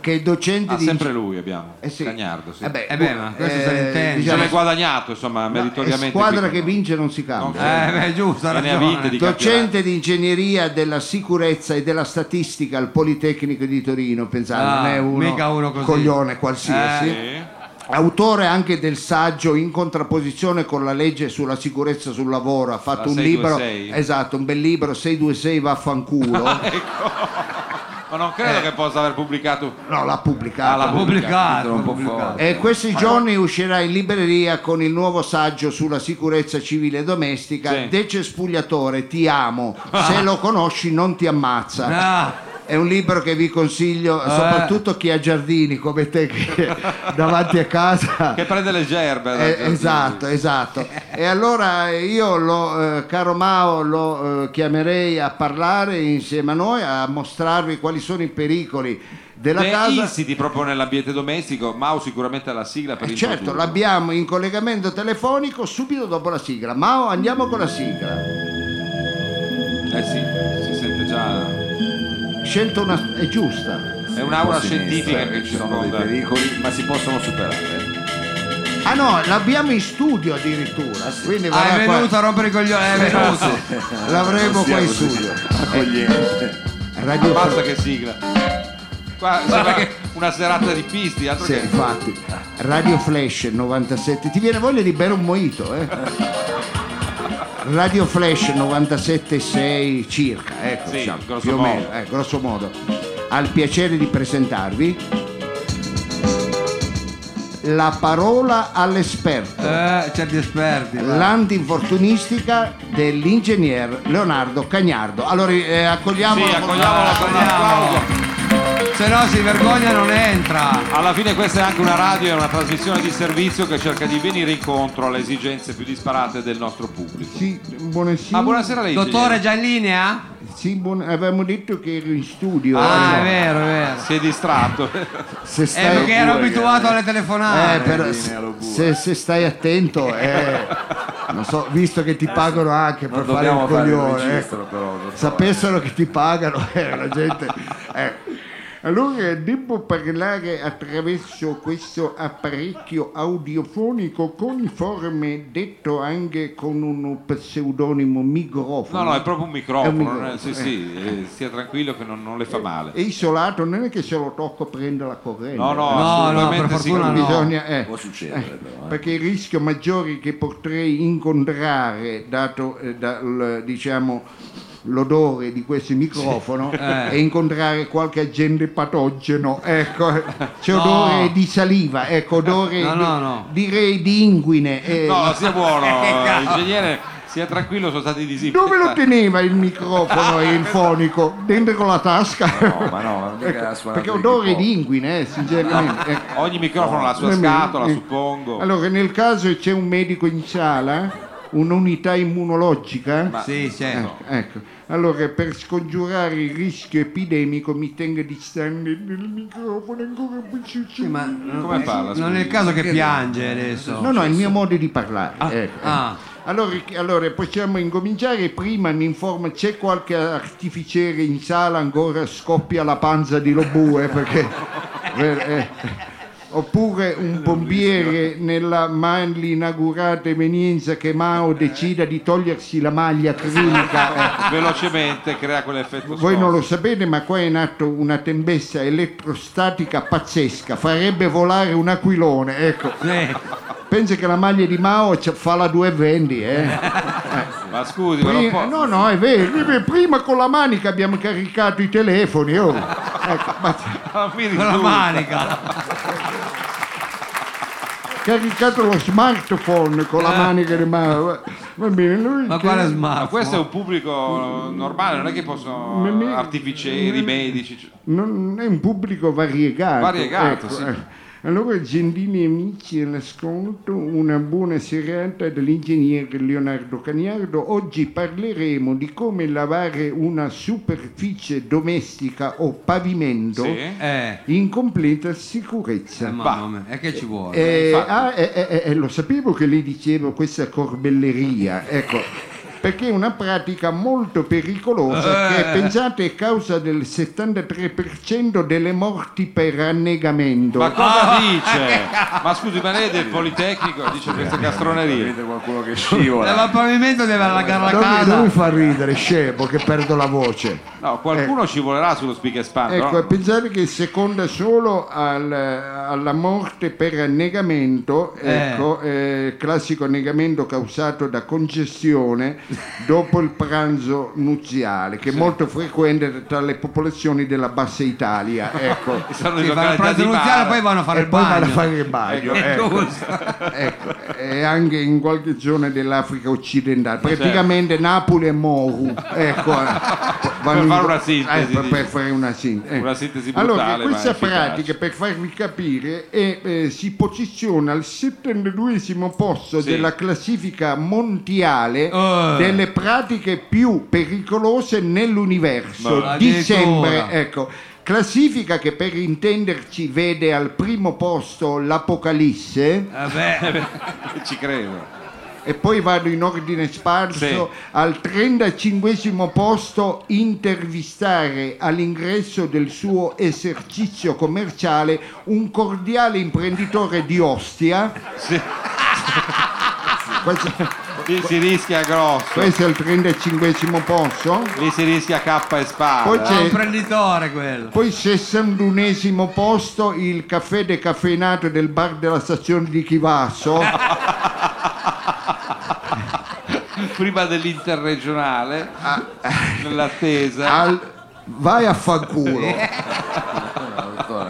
C: che è docente
B: ah,
C: di...
B: sempre lui abbiamo.
C: Eh sì.
B: Cagnardo, sì.
C: Eh beh,
D: Eh beh, ma questo se ne intende.
B: Ce l'hai
C: diciamo,
B: guadagnato, insomma, meritoriamente.
C: squadra
B: qui,
C: che
B: no?
C: vince non si cambia.
B: Non
D: Eh, beh, giusto, ha
B: Ne ha vinte
D: ragione.
B: di
C: Docente di ingegneria della sicurezza e della statistica al Politecnico di Torino, pensate,
D: Ah,
C: non è uno,
D: mica uno così. Eh.
C: coglione qualsiasi.
B: campionati. Sì.
C: Autore anche del saggio in contrapposizione con la legge sulla sicurezza sul lavoro, ha fatto
B: La
C: un
B: 626.
C: libro, esatto, un bel libro 626 vaffanculo.
B: Ah, ecco. Ma non credo che possa aver pubblicato
C: Eh. no, l'ha pubblicato.
B: Ah, l'ha
D: Pubblicato,
E: Titolo un po'
D: pubblicato.
E: forte.
C: E questi giorni uscirà in libreria con il nuovo saggio sulla sicurezza civile e domestica
B: Sì.
C: De Cespugliatore, ti amo, se lo conosci non ti ammazza.
D: Ah,
C: È un libro che vi consiglio,
D: Eh.
C: soprattutto chi ha giardini come te che davanti a casa.
B: che prende le gerbe. dal
C: Eh,
B: giardino.
C: esatto, esatto. E allora io, lo, eh, caro Mao, lo eh, chiamerei a parlare insieme a noi, a mostrarvi quali sono i pericoli della
B: Beh,
C: casa.
B: Insiti proprio nell'ambiente domestico, Mau sicuramente ha la sigla per
C: Eh,
B: il
C: certo,
B: futuro.
C: l'abbiamo in collegamento telefonico subito dopo la sigla. Mao, andiamo con la sigla.
B: Eh sì, si sente già.
C: Eh, Scelto una... è giusta.
B: È un'aura
E: Un po'
B: scientifica
E: sinistra,
B: che ci
E: ci sono dei
B: sconda.
E: pericoli, ma si possono superare.
C: Ah no, l'abbiamo in studio addirittura. Quindi
D: ah,
C: verrà
D: è
C: qua- Eh,
D: venuto a rompere i coglioni, è
B: Eh,
D: venuto.
C: L'avremo qua in studio. Eh,
E: Accogliente.
C: Radio
B: Eh, Basta che sigla. Qua sembra
D: che-
B: una serata di pisti, altro
C: Sì,
B: che
C: infatti. Radio Flash 97. Ti viene voglia di bere un moito, eh? Radio Flash 97,6 circa, ecco,
B: Sì,
C: diciamo,
B: grosso
C: più o
B: modo.
C: meno, eh, grosso modo. Ha il piacere di presentarvi la parola all'esperto,
D: Eh, certi esperti. va.
C: l'antinfortunistica dell'ingegner Leonardo Cagnardo. Allora, eh, accogliamo...
B: Sì, accogliamolo con un
D: Accogliamolo.
B: applauso.
D: Se no si vergogna non entra.
B: Alla fine questa è anche una radio, è una trasmissione di servizio che cerca di venire incontro alle esigenze più disparate del nostro pubblico.
C: Sì, buonasera.
B: Ah, buonasera lei.
D: Dottore è
B: signore.
D: già in linea?
C: Sì, buon- avevamo detto che ero in studio. eh.
D: Ah,
C: allora.
D: è vero, è vero.
B: Si è distratto. Eh,
C: Se
D: È
C: stai,
D: perché ero
E: pure,
D: abituato
E: ragazzi.
D: alle
C: Eh,
D: telefonate.
C: però
E: linea
C: se-
E: lo bue.
C: se, se stai attento, eh, non so, visto che ti pagano anche per
E: Non
C: fare il
E: Eh, dobbiamo fare il
C: coglione, eh,
E: registro però. dottor.
C: sapessero che ti pagano, eh, la gente. eh. Allora devo parlare attraverso questo apparecchio audiofonico coniforme, detto anche con uno pseudonimo microfono.
B: No, no, è proprio un microfono.
C: È un
B: eh, Sì,
C: microfono,
B: sì, eh, stia tranquillo che non, non le fa
C: È
B: male.
C: isolato, non è che se lo tocco prende la corrente.
B: No, no,
D: no,
B: assolutamente
D: per fortuna
B: sicuro.
D: no.
C: Bisogna, eh.
E: Può succedere però. eh.
C: Perché il rischio maggiore che potrei incontrare, dato eh, dal, diciamo, l'odore di questo microfono, è incontrare qualche agente patogeno. Ecco, eh, c'è
D: No.
C: odore di saliva, ecco, odore
D: No,
C: di-
D: no, no.
C: direi di inguine. eh,
B: No, sia buono, eh, ingegnere. Sia tranquillo, sono stati Eh,
C: Dove lo
B: disinfettati.
C: teneva il microfono e il fonico? Dentro con la tasca?
A: No, ma no, ma mica
C: Ecco,
A: ha suonato
C: perché
A: il
C: odore
A: hip hop.
C: di inguine, eh, sinceramente. Ecco.
B: Ogni microfono ha la sua
C: Eh,
B: scatola,
C: eh.
B: suppongo.
C: Allora, nel caso c'è un medico in sala, un'unità immunologica,
D: Sì, certo.
C: ecco. Allora, per scongiurare il rischio epidemico, mi tenga distante dal microfono ancora un po' più su-
D: Ma
B: Come parla,
D: Eh, Non è il caso che piange adesso.
C: No, no, è il mio modo di parlare. ecco.
D: Ah,
C: Allora, allora, possiamo incominciare. Prima mi informa, c'è qualche artificiere in sala ancora scoppia la panza di Lobue perché... eh, eh. Oppure un pompiere nella mal inaugurata evenienza che Mao decida di togliersi la maglia crinica. eh.
B: Velocemente crea quell'effetto.
C: Voi
B: scosso.
C: non lo sapete, ma qua è in atto una tempesta elettrostatica pazzesca, farebbe volare un aquilone. Ecco.
D: sì.
C: Pensa che la maglia di Mao ci- fa la 2,20, eh.
B: Ma scusi, ma non
C: Prima-
B: può-
C: no, no, è vero, è vero, Prima con la manica abbiamo caricato i telefoni. oh. Ecco, ma
B: Ah, quindi
D: Con la
B: tu-
D: manica.
C: caricato lo smartphone con la manica di mano. Va bene, lui.
D: Eh. Ma
C: che-
D: quale
B: Ma
D: smartphone?
B: questo è un pubblico normale, non è che
C: Mm, mm,
B: possono artificieri, medici. cioè-
C: non è un pubblico variegato.
B: Variegato, sì.
C: eh. Allora, gentili amici all'ascolto, una buona serata dall'ingegnere Leonardo Cagnardo. Oggi parleremo di come lavare una superficie domestica o pavimento
B: Sì.
D: Eh,
C: in completa sicurezza.
D: eh, mamma mia, e che ci vuole?
C: Eh,
B: infatti.
C: ah, eh, eh, eh, lo sapevo che le dicevo questa corbelleria, ecco, perché è una pratica molto pericolosa
B: Eh.
C: che pensate è causa del 73% delle morti per annegamento.
B: Ma
C: Ah!
B: cosa dice? Ma scusi, ma lei è del Politecnico, dice queste castronerie.
A: Vedete qualcuno che scivola.
D: Dal pavimento
C: Eh,
D: deve allargare la
C: Lui-
D: casa.
C: lui fa ridere, scemo, che perdo la voce.
B: No, qualcuno ci volerà sullo speak and span,
C: eh. Ecco,
B: però-
C: e pensate che seconda solo al- alla morte per annegamento,
D: Eh.
C: ecco, eh, classico annegamento causato da congestione dopo il pranzo nuziale, che è molto frequente tra le popolazioni della bassa Italia. Ecco.
B: Sono i
D: Sì, fanno il
B: località
D: pranzo
B: di
D: nuziale,
B: mare.
D: poi vanno a fare
C: e
D: il
C: poi vado a
D: bagno.
C: fare il bagno, ecco. Ecco, e anche in qualche zona dell'Africa occidentale,
B: certo.
C: praticamente Napoli e Moru. Ecco, eh, vanno in-
B: fare una sintesi,
C: eh, per- per
B: dici.
C: fare una sintesi.
B: Una sintesi
C: allora, eh,
B: brutale, ma
C: questa
B: efficace.
C: pratica, per farvi capire, è, eh, si posiziona al 72esimo posto
B: Sì.
C: della classifica mondiale
D: Eh.
C: delle pratiche più pericolose nell'universo.
D: Ma
C: di
D: addirittura.
C: sempre, ecco. Classifica che per intenderci vede al primo posto l'Apocalisse,
D: Vabbè,
B: Ci credo.
C: e poi vado in ordine sparso
B: Sì.
C: al 35 posto intervistare all'ingresso del suo esercizio commerciale un cordiale imprenditore di Ostia.
B: Sì.
C: Questo,
B: Lì si rischia grosso,
C: questo è il 35 posto.
B: lì si rischia K e
C: Poi
B: spada.
C: c'è-
D: è un prenditore quello.
C: Poi 61 posto il caffè decaffeinato del bar della stazione di Chivasso.
B: Prima dell'interregionale, nell'attesa.
C: Ah. al- Vai a fanculo.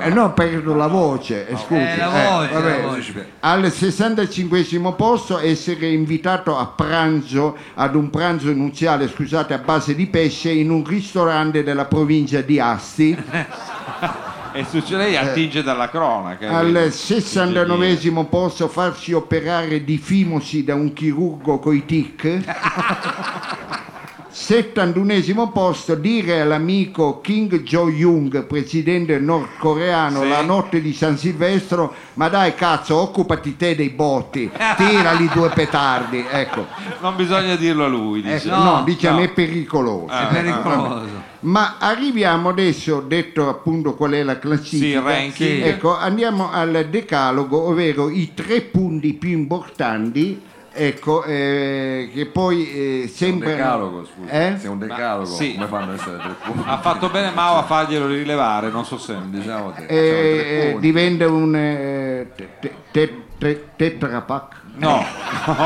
C: Eh no, perdo la voce, eh, scusi.
D: Eh, la
C: eh,
D: voce, la
C: vabbè.
D: voce.
C: Al 65 posto essere invitato a pranzo, ad un pranzo nuziale, scusate, a base di pesce in un ristorante della provincia di Asti.
B: E succede, lei attinge dalla cronaca.
C: Eh. Al
B: quindi.
C: 69 posto farsi operare di fimosi da un chirurgo coi tic. 71 posto dire all'amico King Jo-Jung, presidente nordcoreano,
B: Sì.
C: la notte di San Silvestro, ma dai cazzo, occupati te dei botti, tirali due petardi, ecco.
B: Non bisogna dirlo a lui, dice.
C: Ecco,
D: No,
C: no, diciamo
B: no. Ah,
C: è pericoloso.
D: È pericoloso.
C: Ma arriviamo adesso, detto appunto qual è la classifica,
B: Sì, il ranking.
C: ecco, andiamo al decalogo, ovvero i tre punti più importanti, ecco, eh, che poi eh,
A: È un
C: sembrano...
A: decalogo, scusa.
C: Eh?
A: Se è un decalogo,
B: Ma- sì.
A: come fanno ad essere tre punti?
B: Ha fatto bene Mao a farglielo rilevare, non so se.
A: Diciamo te,
C: Eh,
A: diciamo tre
C: eh,
A: punti.
C: diventa un eh, te- te- te- te- tetrapack,
B: No,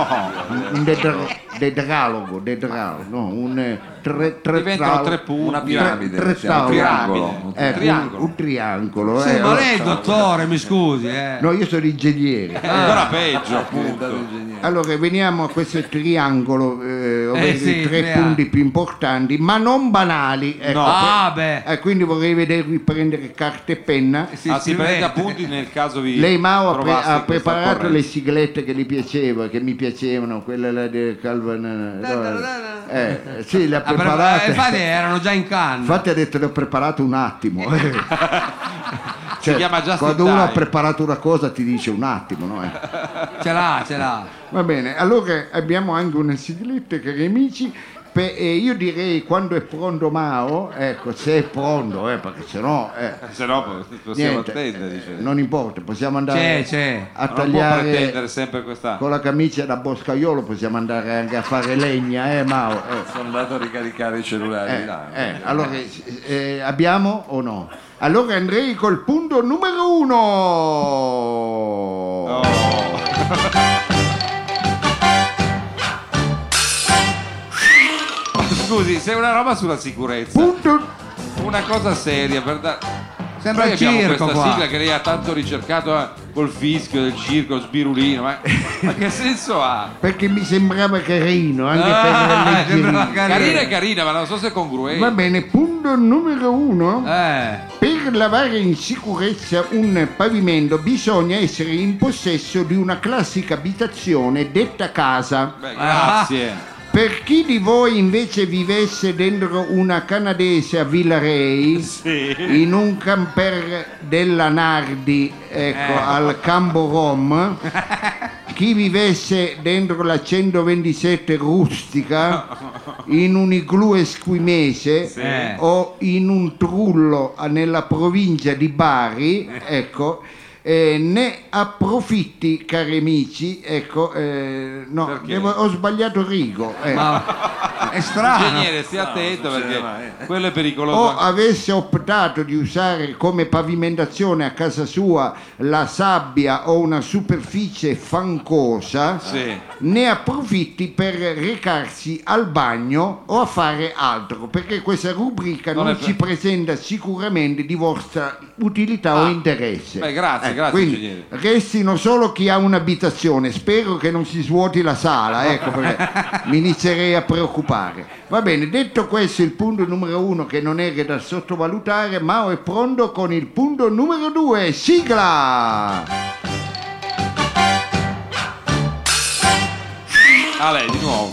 C: un tetra- dedralogo, dedralogo, no, un eh, tre, tre,
B: Diventano
C: tralo-
B: tre punti.
A: Una piramide,
C: tre, tre
A: diciamo, un
C: traolo.
A: triangolo.
C: Ecco, un-
B: Triangolo.
C: un triangolo.
D: Sì,
C: eh,
D: ma
C: allora-
D: lei, dottore, mi scusi, eh. ah,
C: No, io sono ingegnere.
B: Eh, Ancora peggio,
A: diventato
B: appunto.
A: ingegnere.
C: Allora veniamo a questo triangolo, eh, ovvero
D: sì,
C: i tre
D: tre A.
C: punti più importanti, ma non banali. ecco.
D: Ah, beh. Eh,
C: Eh, quindi vorrei vedervi prendere carta e penna.
D: Sì,
B: ah,
D: si
B: si prende
D: vede.
B: appunti nel caso vi
C: Lei Mao ha, pre-
B: trovaste
C: ha
B: in questa
C: preparato le
B: occorrenza.
C: siglette che le piaceva, che mi piacevano, quella là del Calvin. Eh, sì, le ha
D: Ah, però, eh, infatti
C: preparate.
D: erano già in canna. Eh.
C: Infatti ha detto le ho preparato un attimo. Cioè,
B: chiama Just in
C: quando uno ha
B: Time.
C: preparato una cosa ti dice un attimo, no? Eh.
D: Ce l'ha, ce l'ha.
C: Va bene, allora abbiamo anche una sigletta, cari amici. per- eh, io direi quando è pronto Mao, ecco, se è pronto, eh, perché sennò. Eh,
B: Se no po- possiamo
C: niente,
B: attendere.
C: eh,
B: dice. Ma
C: non importa, possiamo andare
D: C'è, c'è.
C: a
B: non può
C: tagliare
B: pretendere sempre questa.
C: con la camicia da boscaiolo, possiamo andare anche a fare legna, eh Mao. eh.
A: Sono andato a ricaricare i cellulari
C: Eh,
A: là.
C: eh, allora, eh, abbiamo o no? Allora andrei col punto numero uno.
B: Oh. Ma Scusi, se è una roba sulla sicurezza,
C: Punto
B: una cosa seria per dare.
D: Sembra
B: Noi
D: il
B: abbiamo
D: circo
B: questa
D: qua.
B: sigla che lei ha tanto ricercato eh, col fischio del circo, sbirulino, ma, ma che senso ha?
C: perché mi sembrava carino anche
D: Ah, sembrava
C: per leggerino.
D: Carina.
B: Carina è carina, ma non so se è congruente.
C: va bene punto numero uno
D: Eh.
C: per lavare in sicurezza un pavimento bisogna essere in possesso di una classica abitazione detta casa Ah.
B: Beh, grazie.
C: per chi di voi invece vivesse dentro una canadese a Villarei in un camper della Nardi ecco,
D: Eh.
C: al Cambo Rom chi vivesse dentro la 127 rustica in un igloo esquimese
D: Sì.
C: o in un trullo nella provincia di Bari ecco eh, ne approfitti cari amici ecco eh, no
B: Perché?
C: devo- ho sbagliato rigo eh.
D: Ma è strano.
B: Ingegnere, stia attento
A: succede
B: perché
A: mai, eh.
B: quello è pericoloso.
C: o avesse optato di usare come pavimentazione a casa sua la sabbia o una superficie fancosa,
B: Sì.
C: ne approfitti per recarsi al bagno o a fare altro, perché questa rubrica
B: Non
C: non,
B: è per-
C: ci presenta sicuramente di vostra utilità o interesse.
B: Ah.
C: Eh,
B: Beh, grazie, grazie,
C: quindi
B: ingegnere.
C: restino solo chi ha un'abitazione, spero che non si svuoti la sala, ecco perché mi inizierei a preoccupare. Va bene, detto questo il punto numero uno che non è che da sottovalutare, Mao è pronto con il punto numero due, sigla!
B: Ah, lei di nuovo.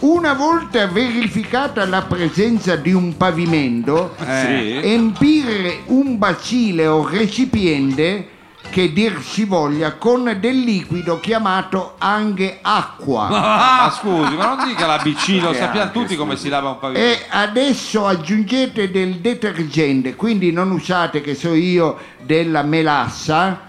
C: Una volta verificata la presenza di un pavimento,
B: Eh. Sì.
C: empire un bacile o recipiente che dir si voglia con del liquido chiamato anche acqua. Eh,
B: Ah, ma scusi, ma non dica la BC, lo
A: Perché
B: sappiamo
A: anche,
B: tutti come si lava un
C: E
B: pavimento.
C: adesso aggiungete del detergente, quindi non usate che so io della melassa,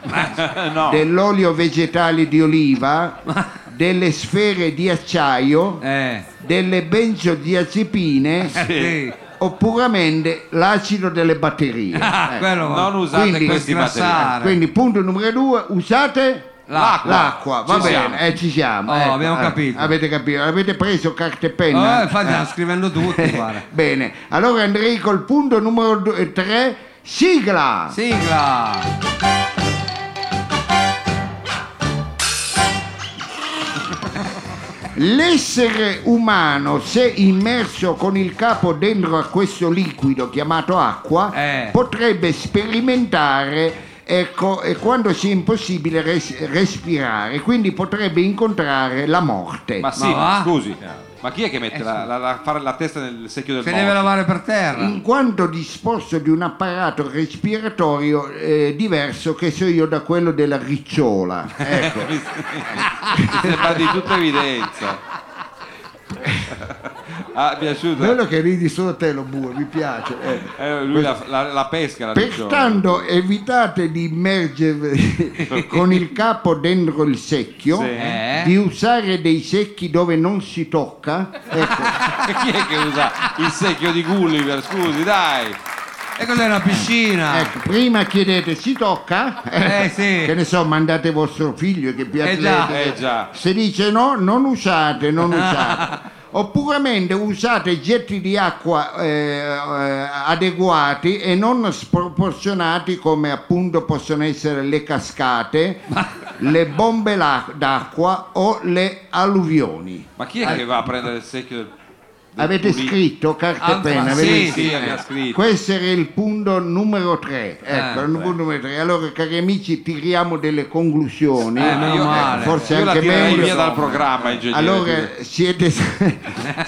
B: no.
C: dell'olio vegetale di oliva, delle sfere di acciaio,
D: Eh.
C: delle benzodiazepine
D: Sì.
C: o puramente l'acido delle batterie.
D: Ah,
C: Ecco.
D: quello.
B: Non usate
C: Quindi-
B: questi materiali.
D: Sgrassare.
C: Quindi punto numero due, usate
D: L'acqua.
C: l'acqua, va
B: Ci
C: bene,
B: siamo.
C: eh, ci siamo.
D: Oh,
C: ecco,
D: abbiamo
C: eh,
D: capito.
C: Avete capito, avete preso carta e penna? Eh.
D: Oh, infatti stanno scrivendo tutti, guarda.
C: Bene, allora andrei col punto numero 3, sigla!
D: Sigla.
C: L'essere umano, se immerso con il capo dentro a questo liquido chiamato acqua,
D: Eh.
C: potrebbe sperimentare ecco, e quando sia impossibile res- respirare, quindi potrebbe incontrare la morte.
B: Ma sì,
D: Eh, Ma
B: ma
D: va?
B: scusi, ma chi è che mette
D: Eh,
B: la,
D: sì.
B: la- la- fare la testa nel secchio del
D: Se deve
B: morto?
D: lavare per terra.
C: in quanto disposto di un apparato respiratorio eh, diverso che so io da quello della ricciola. Ecco.
B: Mi Sembra di tutta evidenza. ah, piaciuto?
C: Quello che ridi solo te lo bue, mi piace. eh.
B: Eh, lui la, la- la pesca, la dicevo.
C: Pertanto evitate di immergervi con il capo dentro il secchio,
B: Sì.
D: Eh.
C: di usare dei secchi dove non si tocca. Ecco.
B: Chi è che usa il secchio di Gulliver? Scusi, dai.
D: E cos'è una piscina?
C: Ecco, prima chiedete si tocca,
D: Eh, sì.
C: che ne so, mandate vostro figlio che più
D: Eh, già,
C: atletico.
B: eh, già.
C: Se dice no, non usate, non usate. Oppuramente usate getti di acqua eh, eh, adeguati e non sproporzionati come appunto possono essere le cascate, le bombe la- d'acqua o le alluvioni.
B: Ma chi è che va a prendere il secchio del... del
C: Avete
B: pulito?
C: scritto carta e
D: Ah,
C: penna,
D: ma
C: avete
B: Sì,
D: Sì,
B: sì,
D: eh.
B: abbiamo scritto.
C: questo era il punto numero 3. Ecco,
D: Eh,
C: il punto numero 3. Allora, cari amici, tiriamo delle conclusioni.
B: Eh, ma io-
D: male.
C: forse
B: io la
C: anche
B: tirerei
C: meglio.
B: via dal programma, ingegnere.
C: Allora, siete,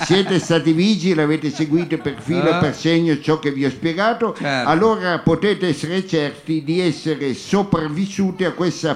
C: siete stati vigili, avete seguito per filo e
D: Eh.
C: per segno ciò che vi ho spiegato,
D: Certo.
C: allora potete essere certi di essere sopravvissuti a questa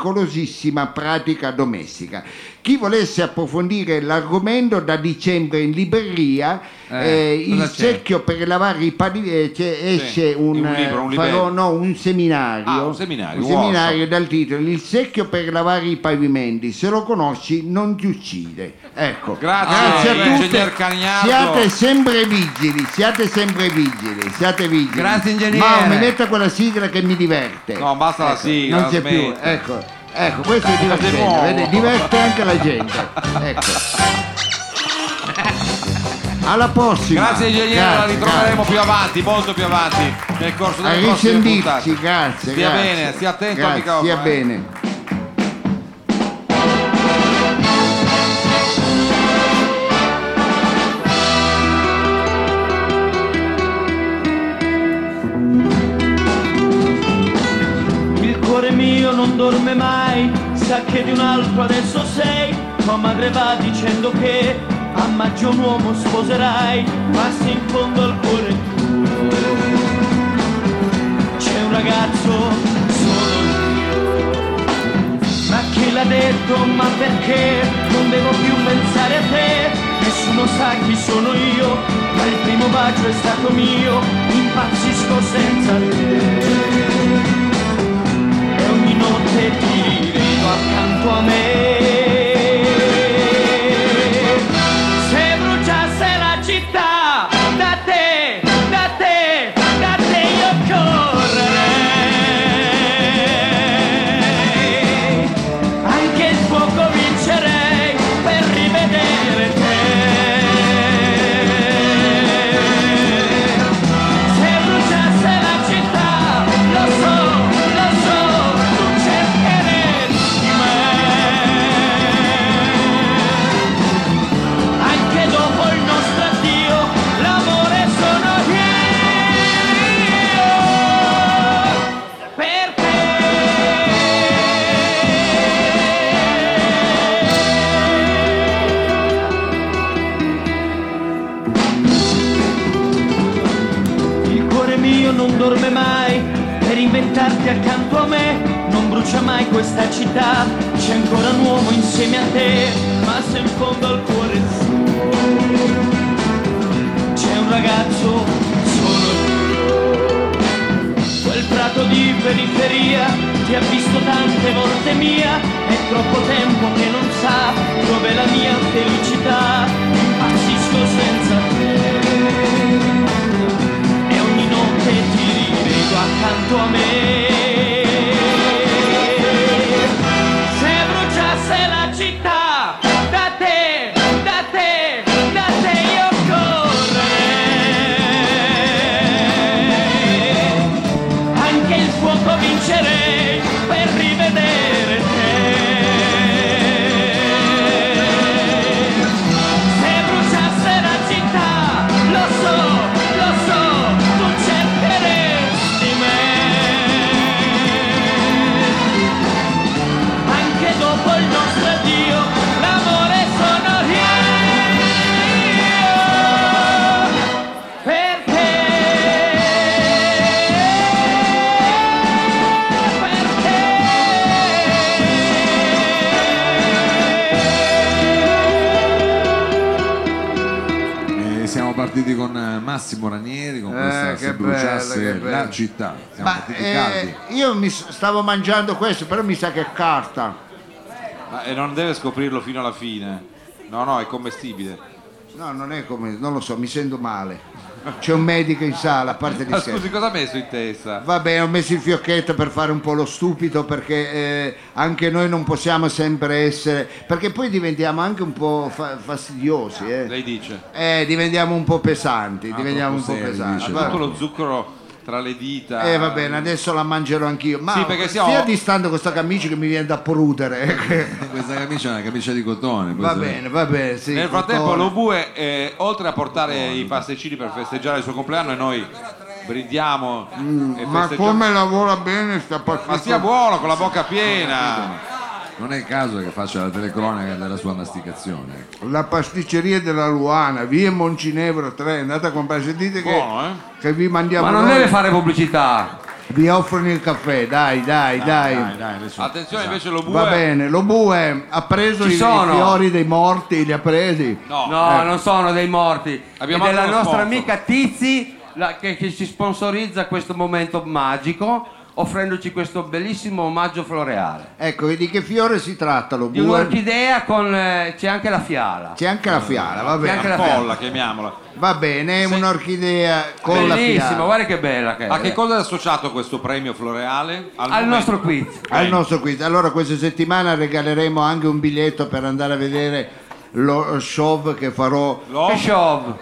C: pericolosissima pratica domestica. Chi volesse approfondire l'argomento da dicembre in libreria,
D: Eh,
C: eh, il
D: cosa c'è?
C: secchio per lavare i padiglioni, esce un,
B: un libro, un
C: farò-
B: libello.
C: no, un seminario,
B: Ah, un seminario,
C: un
B: un
C: seminario dal titolo Il secchio per lavare i pavimenti, se lo conosci non ti uccide. Ecco.
B: Grazie,
C: a tutti.
B: ingegner Cagnardo.
C: Siate sempre vigili, siate sempre vigili, siate vigili.
D: Grazie, ingegnere.
C: Ma mi metta quella sigla che mi diverte.
B: No, basta la
C: Ecco,
B: sigla,
C: Non c'è più,
B: smetta.
C: ecco. Ecco, questo
B: Eh,
C: è divertente,
B: nuovo.
C: vede, diverte anche la gente. Ecco. Alla prossima.
B: Grazie ingegnere, la
C: Grazie,
B: ritroveremo più avanti, molto più avanti nel corso
C: a
B: delle prossime
C: risentirci,
B: puntate.
C: grazie.
B: Stia
C: grazie.
B: bene, stia attento al
C: grazie,
B: microfono,
C: Stia
B: eh.
C: bene.
F: Il cuore mio non dorme mai, sa che di un altro adesso sei, tua madre va dicendo che a maggio un uomo sposerai, passi in fondo al cuore tuo. C'è un ragazzo, solo io. Ma chi l'ha detto, ma perché? Non devo più pensare a te, nessuno sa chi sono io, ma il primo bacio è stato mio, impazzisco senza te e ogni notte ti vedo accanto a me. Se bruciasse la città, da te, da te, da te io correrei. Anche il fuoco vincerei per rivedere te. Se bruciasse la città, lo so, lo so, tu cercheresti me. Anche dopo il nostro addio, l'amore sono io. Per te. Il cuore mio non dorme mai per inventarti accanto a me. Non brucia mai questa città, c'è ancora un uomo insieme a te, ma se in fondo al cuore suo c'è un ragazzo, sono io. Quel prato di periferia ti ha visto tante volte mia, è troppo tempo che non sa dove la mia felicità, impazzisco senza te e ogni notte ti rivedo accanto a me. Se bruciasse la città, da te, da te, da te io correrei. Anche il fuoco vincerei per rivedere te. Se bruciasse la città, lo so, lo so, tu cercheresti me. Anche dopo il nostro addio, l'amore sono io. Per te. Per te.
A: E siamo partiti con eh, Massimo Ranieri con
C: Eh,
A: questa se
C: che bello, che
A: bruciasse
C: bello.
A: la città. Siamo
C: Ma
A: partiti
C: eh,
A: caldi.
C: io mi s- stavo mangiando questo, però mi sa che è carta.
B: Ma- e non deve scoprirlo fino alla fine. No, no, è commestibile.
C: No, non è come, non lo so, mi sento male. C'è un medico in sala, a parte di
B: Ma
C: scherzi.
B: scusi, cosa ha messo in testa?
C: Va bene, ho messo il fiocchetto per fare un po' lo stupido perché eh, anche noi non possiamo sempre essere. perché poi diventiamo anche un po' fa- fastidiosi, eh.
B: Lei dice.
C: Eh, diventiamo un po' pesanti, diventiamo un po'
A: troppo seri,
C: pesanti.
A: dice.
C: Va-
B: Ah, Tutto lo zucchero tra le dita.
C: eh, va bene, adesso la mangerò anch'io. Ma
B: Sì, perché siamo-
C: stia distando con sta camicia che mi viene da prudere.
A: Questa camicia è una camicia di cotone.
C: va
A: questa-
C: bene, va bene, sì.
B: Nel frattempo
C: cotone.
B: l'Obue, eh, oltre a portare i pasticcini per festeggiare il suo compleanno, e noi brindiamo e
C: Mm, Ma
B: festeggiamo.
C: come lavora bene sta
B: Ma stia
C: pasticcia?
B: buono, con la bocca piena.
C: Ah.
A: Non è il caso che faccia la telecronaca della sua masticazione. ecco.
C: La pasticceria della Luana, via Moncinevro 3, andate a comprare, sentite che,
B: Buono, eh?
C: che vi mandiamo
D: Ma non
C: noi.
D: deve fare pubblicità.
C: Vi offrono il caffè, dai, dai, dai.
B: Attenzione invece l'Obue.
C: Va bene, lo bue ha
D: Esatto.
C: preso
D: Ci
C: i, i
D: sono.
C: fiori dei morti, li ha presi.
B: No.
D: No, non sono dei morti.
B: Abbiamo
D: è della
B: anche uno
D: nostra
B: sponsor.
D: amica Tizi la- che, che ci sponsorizza questo momento magico offrendoci questo bellissimo omaggio floreale.
C: Ecco, e di che fiore si tratta lo
D: Di
C: bue?
D: un'orchidea con eh, c'è anche la fiala.
C: C'è anche la fiala, va
D: C'è anche
C: bene.
D: la-
B: Folla, chiamiamola.
C: Va bene, è un'orchidea con la
D: Bellissima,
C: fiala.
D: guarda che bella che è.
B: A che cosa è associato questo premio floreale?
D: Al
B: momento-
D: nostro quiz.
C: Al nostro quiz. Allora questa settimana regaleremo anche un biglietto per andare a vedere lo show che farò.
B: Lo-
D: Che show.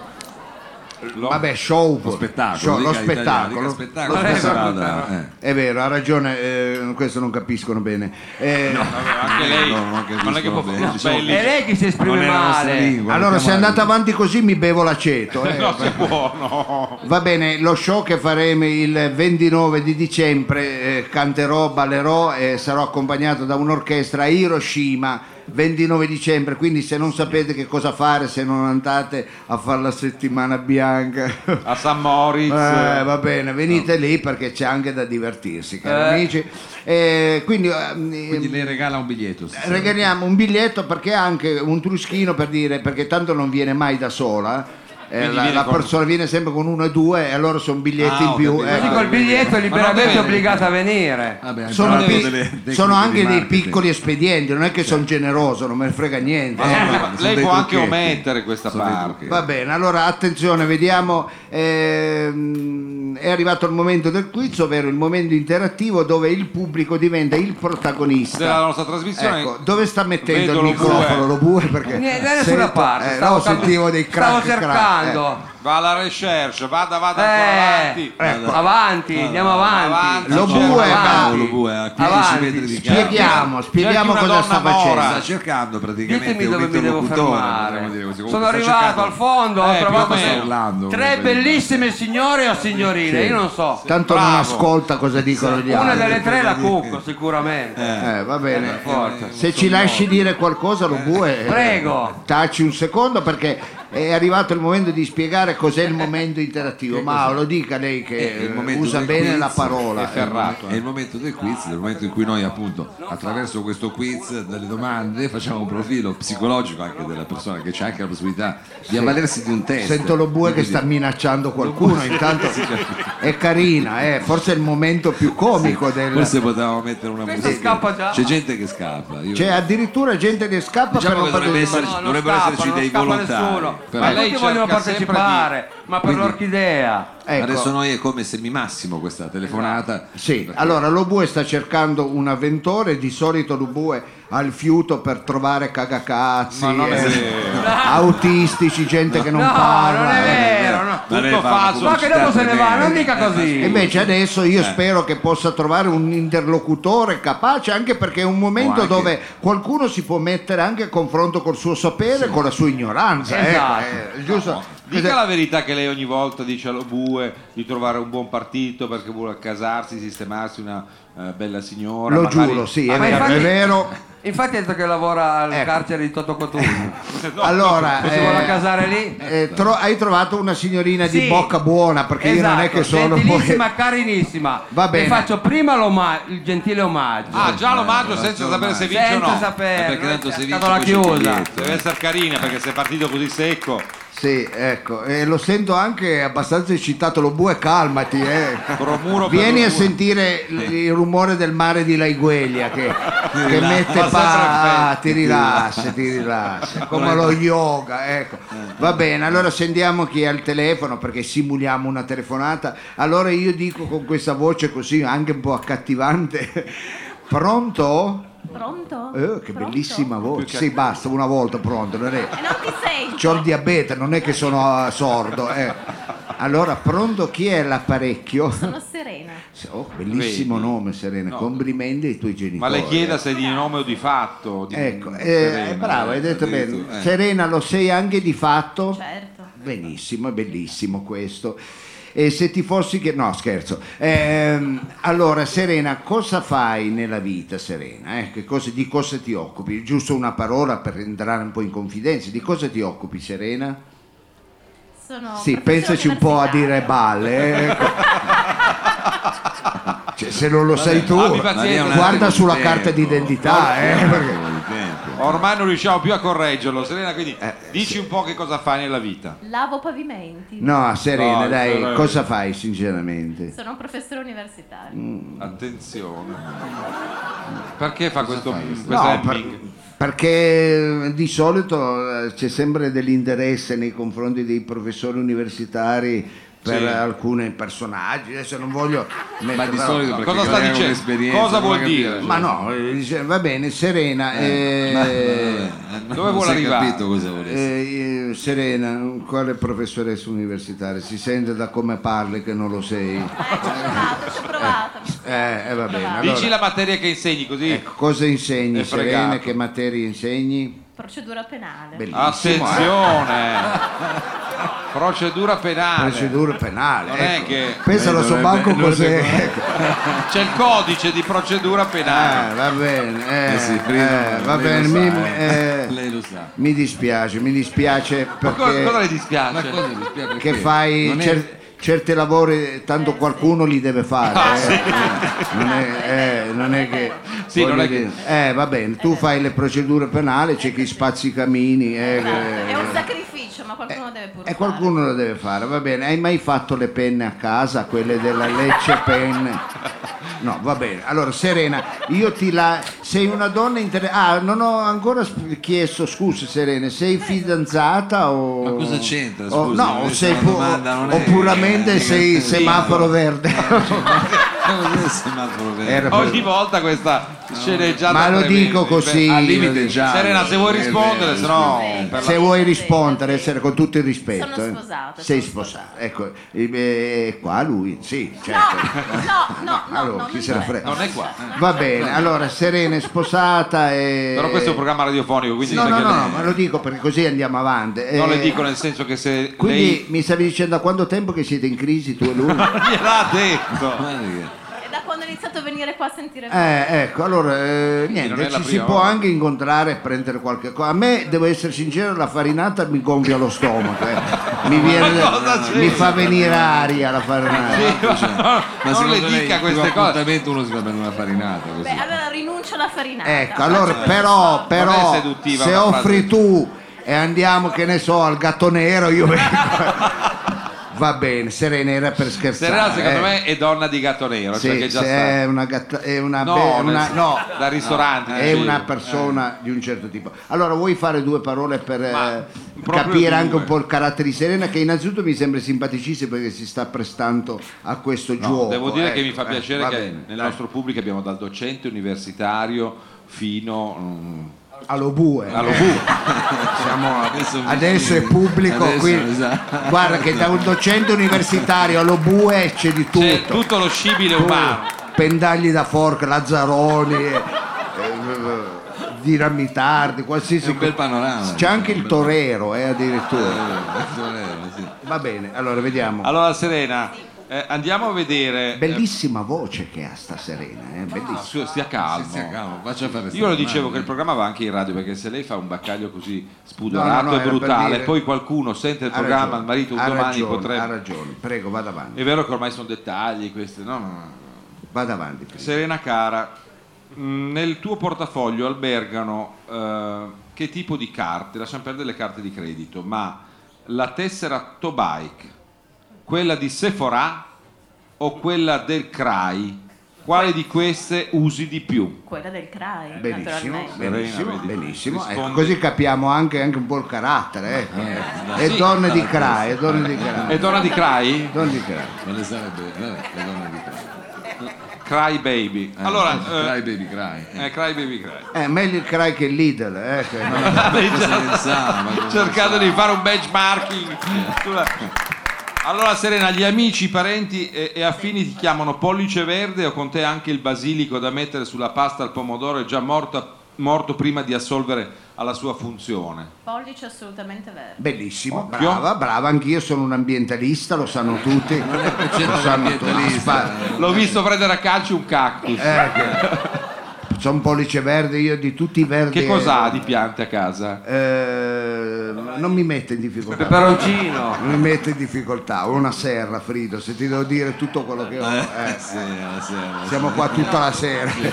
B: lo-
C: Vabbè, show.
A: Lo spettacolo.
C: Show,
A: dica
C: lo
A: italiano,
C: spettacolo.
A: dica spettacolo.
D: Lo
A: questa
D: spettacolo.
A: strada, eh.
C: È vero, ha ragione, eh, questo non capiscono bene. Eh,
B: Vabbè, anche lei
A: No, non
B: non è che può
A: capiscono bene,
B: fare Cioè,
A: diciamo-
D: È
B: belli.
D: lei che si
A: Non
D: esprime
A: è la nostra
D: male.
A: lingua,
C: Allora, se
A: mettiamola
C: andate avanti così mi bevo l'aceto. eh.
B: No, se può, no.
C: Va bene, lo show che faremo il 29 di dicembre, eh, canterò, ballerò e sarò accompagnato da un'orchestra a Hiroshima, 29 dicembre, quindi se non sapete che cosa fare, se non andate a fare la settimana bianca,
B: A San Moritz.
C: eh, va bene, venite lì perché c'è anche da divertirsi, cari
D: Eh.
C: amici. Eh, quindi, eh,
A: Quindi le regala un biglietto. sì.
C: regaliamo un biglietto perché anche un truschino per dire perché tanto non viene mai da sola eh,
B: Quindi
C: la,
B: viene
C: la
B: con-
C: persona viene sempre con uno e due e allora sono biglietti
A: Ah,
C: in
A: ho
C: più
A: capito.
C: ecco.
D: Così col biglietto è liberamente
B: deve-
D: obbligato a venire.
A: Vabbè, hai
C: sono,
A: parlato
C: pi-
A: delle tecniche
C: sono
A: di
C: anche dei
A: marketing. Certo.
C: piccoli espedienti non è che sono generoso non me ne frega niente
A: Eh,
B: Scusi,
A: ma
B: ma
A: sono
B: lei
A: dei
B: può anche
A: trucchetti.
B: omettere questa
A: Sono dei
B: parte.
A: trucchetti.
C: va bene allora attenzione vediamo ehm, è arrivato il momento del quiz ovvero il momento interattivo dove il pubblico diventa il protagonista
B: Della nostra trasmissione.
C: Ecco, dove sta
B: Vedo
C: mettendo il
B: lo bue.
C: microfono lo bue? Perché
D: Ne- da nessuna Eh, parte,
C: eh,
D: stavo
C: no,
D: cap-
C: sentivo dei crack.
D: Stavo
C: crack, eh.
D: cercando.
B: Va alla recherche, vada, vada
D: Eh,
B: ancora avanti.
D: ecco. Avanti, andiamo
B: Avanti,
D: avanti.
C: Lo
B: cerca,
C: bue,
A: Ah,
B: avanti.
A: lo vuoi, a 15
D: Avanti,
A: metri di
C: eh.
A: casa.
C: Spieghiamo, spieghiamo
B: una
C: cosa
B: donna
C: sta
B: mora.
A: Sta
C: facendo.
A: cercando praticamente
D: Ditemi
A: un
D: dove mi devo
A: interlocutore,
D: fermare.
A: potremmo dire così.
D: Sono
A: Comunque sta
D: arrivato
A: cercando-
D: al fondo, ho
B: Eh,
D: trovato
B: più o meno.
A: Orlando,
D: tre
A: comunque,
D: bellissime signore o signorine, io non so.
C: Tanto non
B: Bravo.
C: ascolta cosa dicono gli
D: Una
C: altri.
D: delle tre è la cucco sicuramente.
C: Eh, va bene.
D: forza.
C: Se ci lasci dire qualcosa, lo bue. eh,
D: Prego.
C: Taci un secondo perché è arrivato il momento di spiegare cos'è il momento interattivo. Ma lo dica lei
A: È
C: che
A: Eh, il momento
C: usa
A: del
C: bene
A: quiz
C: la parola.
A: e
C: eh.
B: ferrato, eh.
A: È il momento del quiz, è il momento in cui noi appunto attraverso questo quiz, delle domande, facciamo un profilo psicologico anche della persona che c'è anche la possibilità di avvalersi di un test.
C: Sento lo bue che
A: Quindi- certo.
C: sta minacciando qualcuno, intanto è carina, eh, forse è il momento più comico del...
A: Forse potevamo mettere una
D: Questo
A: musica.
D: scappa già.
A: C'è gente che scappa. Io...
C: C'è Cioè, addirittura gente che scappa
A: Diciamo
C: per
A: che
C: non
A: dovrebbe
C: partecipare.
A: essere- dovrebbero
D: scappa,
A: esserci
D: non
A: dei
D: scappa
A: volontari,
D: nessuno.
A: però.
D: Ma
A: Ma
B: lei
D: tutti vogliono
B: cerca sempre
D: partecipare, ma per
A: Quindi-
D: l'orchidea.
C: Ecco.
A: Adesso noi è come se mi massimo questa telefonata.
C: Sì,
A: Perché-
C: allora lo bue sta cercando un avventore, di solito lo bue ha il fiuto per trovare cagacazzi,
B: Ma non è
C: eh,
B: vero.
C: autistici, gente che non
D: no,
C: parla.
D: non è
C: eh.
D: vero. no.
A: Ma lei
B: Tutto
A: fa una
B: falso.
D: Ma che dopo se ne va, non dica
C: E
D: così.
C: invece adesso io spero che possa trovare un interlocutore capace, anche perché è un momento
A: O anche-
C: dove qualcuno si può mettere anche a confronto col suo sapere, con la sua ignoranza. ecco,
D: Esatto.
C: eh, giusto?
B: Dica la verità che lei ogni volta dice allo bue di trovare un buon partito perché vuole casarsi, sistemarsi una eh, bella signora.
C: Lo
B: magari-
C: giuro, sì,
D: Ah,
C: è
D: ma
C: vero, è
D: infatti-
C: vero.
D: Infatti ha detto che lavora al
C: Ecco.
D: carcere di Toto Cotugno.
B: No,
C: allora,
D: Se si
C: eh,
D: vuole casare lì.
C: Eh, tro- hai trovato una signorina di
D: Sì.
C: bocca buona perché io non è che
D: Esatto,
C: sono
D: gentilissima,
C: poi...
D: carinissima.
C: Va bene.
D: Le faccio prima l'oma- il gentile omaggio.
B: Ah, già l'omaggio
D: Eh,
C: Eh,
B: senza sapere se vince o
D: senza
B: no. Eh,
D: sapere.
A: perché tanto se vince
D: la
A: poi c'è il
D: chiusa.
A: biglietto.
B: Deve essere carina perché se è partito così secco
C: Sì, ecco, e lo sento anche abbastanza eccitato, lo bue calmati, eh.
B: Cromuro per
C: Vieni a
B: lo-
C: sentire l- il rumore del mare di Laigueglia che, che mette
B: passa
C: pa,
B: tranquillo.
C: ti rilassi, ti rilassi, come lo yoga, ecco.
B: Eh.
C: Va bene, allora sentiamo chi è al telefono perché simuliamo una telefonata. Allora io dico con questa voce così anche un po' accattivante. Pronto?
G: Pronto?
C: Eh, che
G: Pronto?
C: bellissima voce. Sì, basta, una volta pronto, non è.
G: Eh, Non ti sento.
C: C'ho il diabete, non è che sono eh, sordo. eh. Allora, pronto chi è l'apparecchio?
G: Sono serena.
C: Oh, bellissimo
B: Vedi?
C: nome Serena,
B: No.
C: complimenti ai tuoi genitori.
B: Ma le chieda se è di nome o di fatto. Di
C: Ecco, eh,
B: Serena,
C: eh, bravo, hai detto
B: eh,
C: bene.
B: eh.
C: Serena lo sei anche di fatto?
G: Certo.
C: Benissimo, è bellissimo questo. E se ti fossi che... No, scherzo. Ehm, allora, Serena, cosa fai nella vita, Serena? eh? Che cosa- di cosa ti occupi? Giusto una parola per entrare un po' in confidenza. Di cosa ti occupi, Serena?
G: Sono
C: Sì,
G: professore
C: pensaci un po' a dire
G: universitario.
C: balle. ecco. Cioè, se non lo sai tu,
B: abbi pazienza.
C: guarda sulla
A: Tempo.
C: carta d'identità. eh, perché-
B: Ormai non riusciamo più a correggerlo. Serena, quindi
C: Eh,
B: dici un po' che cosa fai nella vita.
G: Lavo pavimenti.
C: No, eh, Serena,
B: No,
C: dai,
B: Serena.
C: cosa fai sinceramente?
G: Sono un professore universitario.
B: Attenzione. Perché fa questo, questo
C: No, per-
B: hemming?
C: perché eh, di solito eh, c'è sempre dell'interesse nei confronti dei professori universitari per
B: Sì.
C: alcuni personaggi. Adesso non voglio...
A: Ma
C: mettere-
A: di solito
B: Ma
A: perché
B: cosa sta
A: creare
B: dicendo?
A: un'esperienza,
B: Cosa
A: non
B: vuol
A: la capire,
B: dire?
A: cioè.
C: Ma no, eh, dice- va bene, Serena. eh,
A: Eh,
B: Dove
A: non
B: vuole
A: si è
B: arrivare?
A: capito cosa volesse.
C: Eh, eh, Serena, quale professoressa universitaria? Si sente da come parli che non lo sei.
G: Eh, ci ho provato, ci ho provato. mi spiace,
C: Eh,
G: ci ho
C: eh, va bene,
G: provato.
C: allora-
B: Dici la materia che insegni così.
C: Ecco, cosa insegni
B: È fregato.
C: Serena? Che materie insegni?
G: Procedura penale.
C: Bellissimo. eh.
B: Attenzione. Procedura penale.
C: Procedura penale.
B: Non è
C: ecco.
B: che-
C: Pensa lo so
A: Dovrebbe-
C: banco
A: dovrebbe-
C: cos'è.
B: C'è il codice di procedura penale.
C: Eh, va bene, eh,
A: Eh sì, prima-
C: eh, va
A: lei
C: bene.
A: lo
C: Mi,
A: sa, eh.
C: eh,
A: Lei lo sa.
C: mi dispiace, mi dispiace
B: Ma co-
C: perché
B: cosa le
A: Ma
B: dispiace?
A: cosa mi spiega
C: che
A: perché?
C: fai
A: Non è-
C: cer- certi lavori, tanto qualcuno li deve fare.
G: Ah,
C: eh.
G: sì, esatto,
C: Non
G: esatto,
C: è, eh,
G: vero,
C: non è che.
G: vero.
B: Sì, non
C: voglio
B: è che-
C: dire- eh, va bene, tu fai le procedure penali, c'è chi spazzi i camini. eh,
G: Esatto,
C: che-
G: È un sacrificio, ma qualcuno deve pure
C: E qualcuno lo deve fare, va bene. Hai mai fatto le penne a casa, quelle della Lecce Penne? No, va bene. Allora, Serena, io ti la. Sei una donna interessata. Ah, non ho ancora sp- chiesto scusa, Serena. Sei fidanzata o.
A: Ma cosa c'entra,
C: o-
A: scusa,
C: no, o
A: questa
C: sei
A: è una
C: pu-
A: domanda, non è-
C: o puramente
A: eh,
C: sei
A: eh,
C: semaforo verde.
A: Cosa sei un altro vero?
C: Era per-
B: Ogni volta questa sceneggiata.
C: Ma lo
B: tremenda.
C: dico così.
A: Al limite già.
B: Serena, se vuoi rispondere, se no. per la-
C: Se vuoi rispondere, essere con tutto il rispetto.
G: Sono
C: eh.
G: sposata,
C: Sei
G: sono
C: sposata. Ecco, eh, eh, qua lui, sì, certo.
G: No, no, no, no,
C: allora,
G: no,
C: chi
G: non
C: se la
G: c'è.
C: frega?
B: Non è qua.
C: Va bene, allora Serena è sposata e...
B: Però questo è un programma radiofonico, quindi
C: No,
B: sai
C: no,
B: che
C: no,
B: lei-
C: no, ma lo dico perché così andiamo avanti. Eh,
B: non le dico nel senso che se
C: Quindi
B: lei
C: mi stavi dicendo da quanto tempo che siete in crisi tu e lui?
B: gliel'ha detto.
A: Guarda che-
G: È da quando ho iniziato a venire qua a sentire voi.
C: Eh, ecco, allora eh,
B: non è
C: niente,
B: la
C: ci si
B: prima
C: può
B: volta.
C: anche incontrare e prendere qualche cosa. A me, devo essere sincero, la farinata mi gonfia lo stomaco, eh. mi, viene-
B: Ma cosa c'è?
C: mi fa venire aria la farinata.
A: Ma
B: non le
A: secondo lei,
B: dica
A: tipo
B: queste cose.
A: appuntamento uno si va a prendere una farinata così.
G: Beh, allora rinuncio alla farinata.
C: Ecco, allora
G: Faccio
C: però,
G: questo.
C: però,
B: Non è seduttiva
C: se
B: una frase.
C: offri tu e andiamo, che ne so, al gatto nero, io vengo. Va bene, Serena era per scherzare.
B: Serena, secondo
C: eh.
B: me, è donna di gatto nero.
C: Sì,
B: perché è già
C: se
B: sta.
C: è una gatta- è una
B: No,
C: be-
B: nel-
C: una- no,
B: da ristorante. eh,
C: è
B: dicevo.
C: una persona di un certo tipo. Allora, vuoi fare due parole per
B: Ma
C: eh,
B: proprio
C: capire
B: due.
C: anche un po' il carattere di Serena, che innanzitutto mi sembra simpaticissimo perché si sta prestando a questo gioco.
B: Devo dire che
C: ecco,
B: mi fa
C: eh,
B: piacere
C: va
B: che
C: bene,
B: nel
C: dai.
B: nostro pubblico abbiamo dal docente universitario fino mm,
C: Allo bue.
B: allo
C: eh.
B: bu.
C: Siamo-
A: Adesso
C: adesso,
A: mi-
C: è pubblico
A: adesso,
C: qui.
A: esatto.
C: Guarda che da un docente universitario allo bue c'è di tutto.
B: C'è tutto lo scibile umano.
C: Pendagli da forca, Lazzaroni, eh, eh, dinamitardi,
A: È
C: qualsiasi
A: un bel
C: co-
A: panorama.
C: C'è anche il torero, eh, addirittura.
A: torero, eh, sì.
C: Va
B: eh.
C: bene, allora vediamo.
B: Allora, Serena, eh, andiamo a vedere.
C: Bellissima voce che ha sta Serena, eh, bellissima.
B: Eh, su- stia calmo.
A: Ah, Sì, sì, cavolo, faccia fare
B: Io lo
A: sta
B: dicevo
A: domanda.
B: che il programma va anche in radio perché se lei fa un baccaglio così spudorato
C: No, no, no,
B: e
C: era per
B: brutale,
C: dire-
B: poi qualcuno sente il
C: Ha
B: programma,
C: ragione,
B: il marito un
C: ha
B: domani
C: ragione, Ha
B: potrebbe.
C: ragione, prego, vada avanti.
B: È vero che ormai sono dettagli questi, no? no, no.
C: Vada avanti. prego.
B: Serena cara, mh, nel tuo portafoglio albergano eh, che tipo di carte? Lasciamo perdere le carte di credito, ma eh, la tessera Tobike, quella di Sephora o quella del CRAI? Quale di queste usi di più?
G: Quella del CRAI,
C: Benissimo,
G: naturalmente.
C: benissimo,
B: Serena, vedi.
C: benissimo. Ecco,
B: Rispondi.
C: così capiamo anche, anche un po' il carattere. ecco. E donne di Cra, e donne di Cra.
B: eh, E donna di CRAI?
C: Donne di Cra.
A: Ma le sarebbe eh, le donne di te.
B: CRAI Baby.
A: Eh,
B: Allora,
A: cry
B: eh,
A: baby cry.
B: eh, CRAI Baby CRAI.
C: Eh, meglio il Cra che il Lidl. eh, che non-
A: Cosa ne sa? Ma cosa
B: cercate
A: ne
B: di
A: sa?
B: fare un benchmarking. Sulla- Allora Serena, gli amici, i parenti e, e affini ti chiamano pollice verde o con te anche il basilico da mettere sulla pasta al pomodoro è già morta- morto prima di assolvere alla sua funzione.
G: Pollice assolutamente vero.
C: Bellissimo,
B: Occhio.
C: brava, brava, anch'io sono un ambientalista, lo sanno tutti. lo sanno tutti. Aspa-
B: L'ho visto prendere a calci un cactus.
C: Ah, eh, che- Sono un pollice verde, io di tutti i verdi.
B: Che cos'ha di piante a casa?
C: Eh, non mi mette in difficoltà.
D: Peperoncino.
C: Non mi mette in difficoltà, ho una serra, Frido, se ti devo dire tutto quello che ho. eh.
A: Eh, sì, eh, sì, eh, sì.
C: Siamo qua tutta la sera. Eh.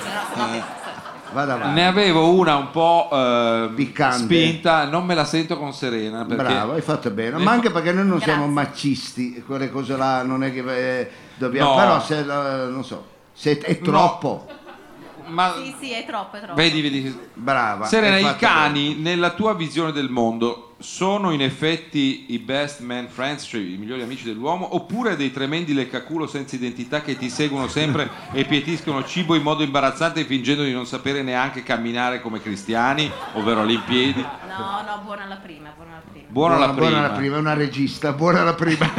C: Vada avanti.
B: Ne avevo una un po' eh,
C: Piccante.
B: spinta, non me la sento con Serena perché Eh,
C: Bravo, hai fatto bene, ma anche perché noi non siamo macisti, quelle cose là non è che eh, dobbiamo,
B: No.
C: però se, eh, non so, se è troppo,
B: ma
G: Sì, sì, è troppo, è troppo.
B: vedi, vedi
C: brava.
B: Serena,
C: hai
B: i
C: fatto
B: cani, nella tua visione del mondo, sono in effetti i best man friends, cioè i migliori amici dell'uomo, oppure dei tremendi leccaculo senza identità che ti seguono sempre e pietiscono cibo in modo imbarazzante fingendo di non sapere neanche camminare come cristiani, ovvero all'impiedi?
G: No, no, buona la prima, buona la prima.
B: Buona, la prima.
C: buona la prima, è una regista, buona la prima.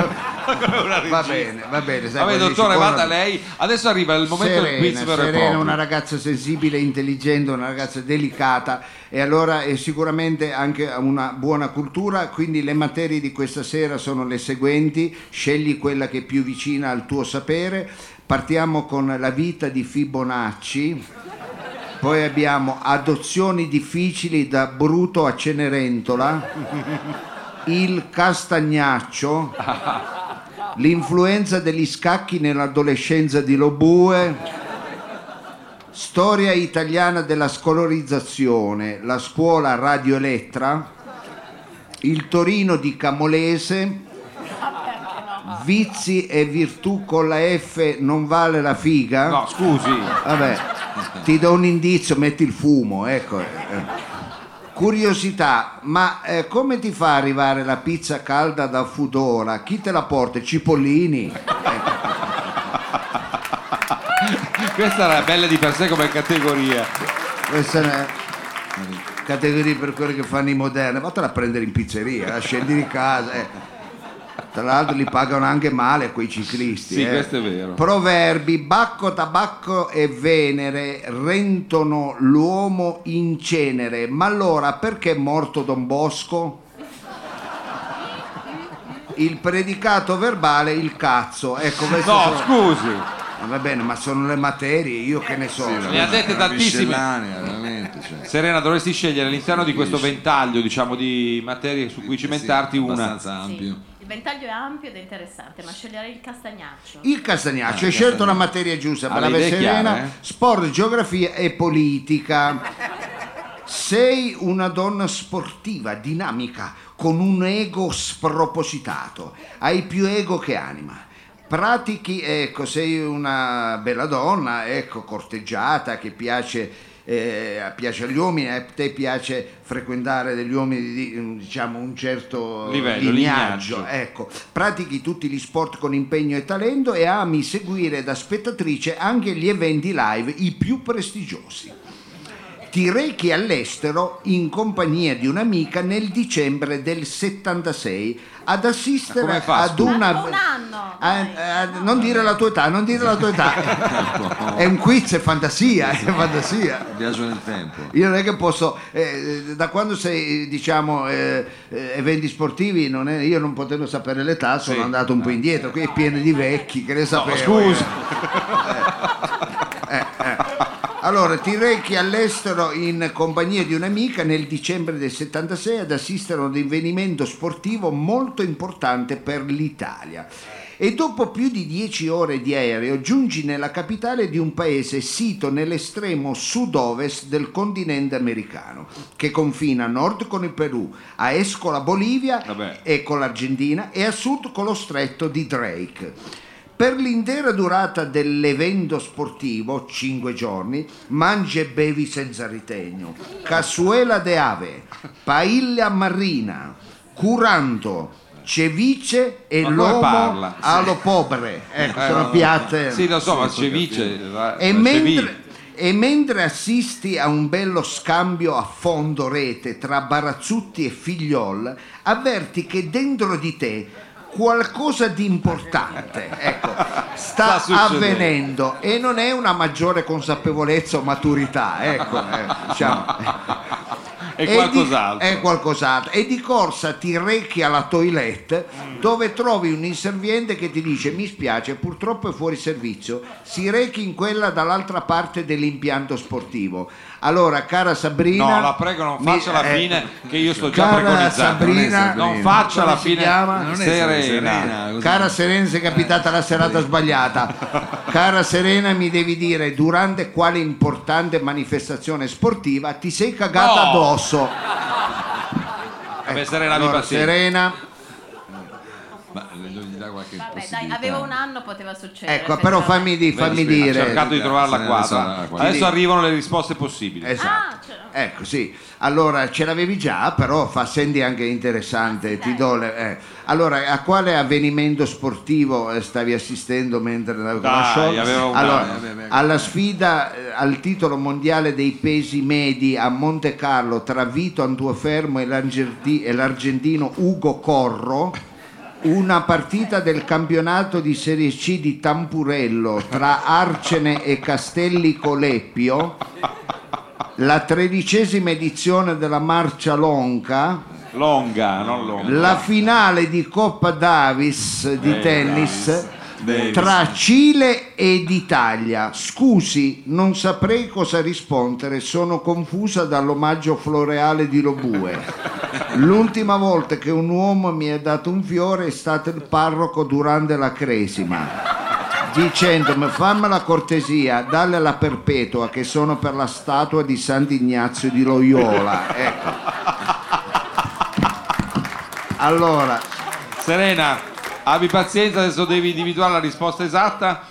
C: va bene, va bene.
B: Vabbè,
C: sai, quando dici
B: dottore,
C: buona
B: vada
C: la-
B: lei. Adesso arriva il momento del quiz
C: Serena,
B: vero e
C: Serena è
B: proprio.
C: una ragazza sensibile, intelligente, una ragazza delicata e allora è sicuramente anche una buona cultura, quindi le materie di questa sera sono le seguenti, scegli quella che è più vicina al tuo sapere, partiamo con la vita di Fibonacci, poi abbiamo adozioni difficili da Bruto a Cenerentola, il castagnaccio, l'influenza degli scacchi nell'adolescenza di Lobue, storia italiana della scolorizzazione, la scuola Radio Elettra, il Torino di Camolese, vizi e virtù con la F non vale la figa.
B: No, scusi.
C: Vabbè, ti do un indizio, metti il fumo, ecco. Eh. Curiosità, ma eh, come ti fa arrivare la pizza calda da Fudora? Chi te la porta? Cipollini?
B: Questa era bella di per sé come categoria.
C: Questa è categoria per quelli che fanno i moderni, vatela a prendere in pizzeria, la scendi di casa. eh. Tra l'altro li pagano anche male quei ciclisti.
B: Sì,
C: eh.
B: questo è vero.
C: Proverbi, Bacco, Tabacco e Venere rentono l'uomo in cenere. Ma allora perché è morto Don Bosco? Il predicato verbale, il cazzo. Ecco, questo
B: No,
C: sono- Ah,
B: scusi.
C: Va bene, ma sono le materie, io che ne so.
B: Ne ha dette
A: Una
B: tantissime.
A: miscellanea, veramente,
C: eh.
A: cioè.
B: Serena, dovresti scegliere all'interno di questo ventaglio, diciamo, di materie su cui cimentarti
A: Sì,
B: una.
A: Abbastanza
G: Sì.
A: ampio.
G: Il ventaglio è ampio ed è interessante, ma sceglierei il castagnaccio.
C: Il Castagnaccio hai scelto la materia giusta,
B: Ah, le
C: brava
B: idee
C: Serena,
B: chiare, eh?
C: sport, geografia e politica. Sei una donna sportiva, dinamica, con un ego spropositato. Hai più ego che anima. Pratichi, ecco, sei una bella donna, ecco, corteggiata, che piace, eh, piace agli uomini, a te piace frequentare degli uomini di diciamo, un certo
B: Livello,
C: lignaggio.
B: lignaggio.
C: Ecco, pratichi tutti gli sport con impegno e talento e ami seguire da spettatrice anche gli eventi live i più prestigiosi. Ti rechi all'estero in compagnia di un'amica nel dicembre del 76 ad
B: Ma come
C: assistere
B: fa,
C: ad
B: scusa?
C: una...
G: Manca un anno,
C: a-
G: dai.
C: a- Ah, eh, non dire la tua età, non dire la tua età. è un quiz, è fantasia, è fantasia.
A: Viaggio nel tempo.
C: Io non è che posso, eh, eh, da quando sei, diciamo, eh, eh, eventi sportivi, non è- io non potendo sapere l'età sono
B: Sì. Eh.
C: andato un po' indietro, qui è pieno di vecchi, che ne sapevo.
B: scusa.
C: io. Eh, eh. Allora, ti rechi all'estero in compagnia di un'amica nel dicembre del 76 ad assistere a un avvenimento sportivo molto importante per l'Italia. e dopo più di 10 ore di aereo giungi nella capitale di un paese sito nell'estremo sud-ovest del continente americano, che confina a nord con il Perù, a est con la Bolivia
B: Vabbè.
C: e con l'Argentina e a sud con lo stretto di Drake. Per l'intera durata dell'evento sportivo, 5 giorni, mangi e bevi senza ritegno. Casuela de ave, paella marrina, curanto, cevice e
B: Ma come
C: l'uomo
B: parla?
C: allo pobre. Ecco,
B: Eh,
C: sono
B: no,
C: piatte.
B: Sì, lo so, ma cevice. la-
C: E
B: la
C: mentre,
B: ceviche.
C: e mentre assisti a un bello scambio a fondo rete tra Barazzutti e Figliol, avverti che dentro di te qualcosa di importante ecco,
B: Sta
C: sta,
B: succedendo.
C: avvenendo e non è una maggiore consapevolezza o maturità. Ecco, eh, diciamo.
B: E
C: di-
B: qualcos'altro.
C: è qualcos'altro. E di corsa ti rechi alla toilette
B: Mm.
C: dove trovi un inserviente che ti dice mi spiace, purtroppo è fuori servizio, si rechi in quella dall'altra parte dell'impianto sportivo. Allora, cara Sabrina...
B: No, la prego, non faccia la
C: mi- eh,
B: fine, che io sto già
C: cara
B: preconizzando.
C: Sabrina-
B: non faccia
C: Come
B: la
C: si
B: fine.
C: chiama?
B: Non è
A: Serena.
B: Serena.
A: così.
C: Cara Serena, sei capitata la serata sbagliata. Cara Serena, mi devi dire durante quale importante manifestazione sportiva ti sei cagata
B: No.
C: addosso.
B: Vabbè,
C: Ecco,
B: Serena, mi
C: allora,
B: pazienza.
C: Serena,
A: Ma gli dà qualche
G: Vabbè, dai,
A: possibilità.
G: avevo un anno, poteva succedere.
C: ecco, però fammi, di-
B: Beh,
C: fammi
B: sì, Ha
C: dire.
B: cercato di trovare la
A: Serena,
B: quadra.
A: Serena, quadra.
B: Adesso arrivano le risposte possibili.
C: Esatto.
G: Ah, cioè,
C: Ecco, sì. Allora, ce l'avevi già, però fa senti anche interessante. Ti do le- eh. Allora, a quale avvenimento sportivo eh, stavi assistendo mentre la
B: Dai,
C: conoscevo?
B: aveva un-
C: Allora,
B: dai,
C: alla sfida eh, al titolo mondiale dei pesi medi a Monte Carlo tra Vito Antuofermo e, l'Argenti- e l'argentino Ugo Corro. Una partita del campionato di Serie C di Tampurello tra Arcene e Castelli Coleppio la tredicesima edizione della Marcia Lonca,
B: Longa, non longa.
C: la finale di Coppa Davis di
B: Eh,
C: tennis tra Cile ed Italia. Scusi, non saprei cosa rispondere, sono confusa dall'omaggio floreale di Lobue. L'ultima volta che un uomo mi ha dato un fiore è stato il parroco durante la cresima. Dicendomi fammi la cortesia, dalle la perpetua che sono per la statua di Sant'Ignazio di Loyola. Ecco. Allora,
B: Serena, abbi pazienza, adesso devi individuare la risposta esatta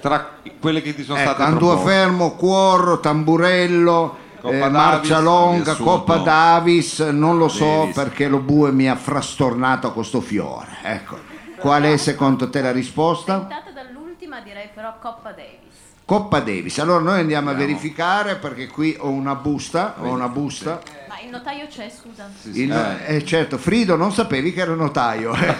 B: tra quelle che ti sono
C: Ecco,
B: state proposte.
C: Anduafermo, Cuorro, Tamburello,
B: Coppa
C: eh,
B: Davis,
C: Marcia Longa,
A: riassunto.
C: Coppa Davis, non lo so
A: Davis.
C: perché lo bue mi ha frastornato questo fiore. Ecco. Qual è secondo te la risposta?
G: data dall'ultima direi però Coppa Davis.
C: Coppa Davis. Allora noi andiamo a verificare perché qui ho una busta, ho una busta.
G: Ma il notaio c'è, scusa.
C: Il- eh, certo, Frido non sapevi che era notaio. eh.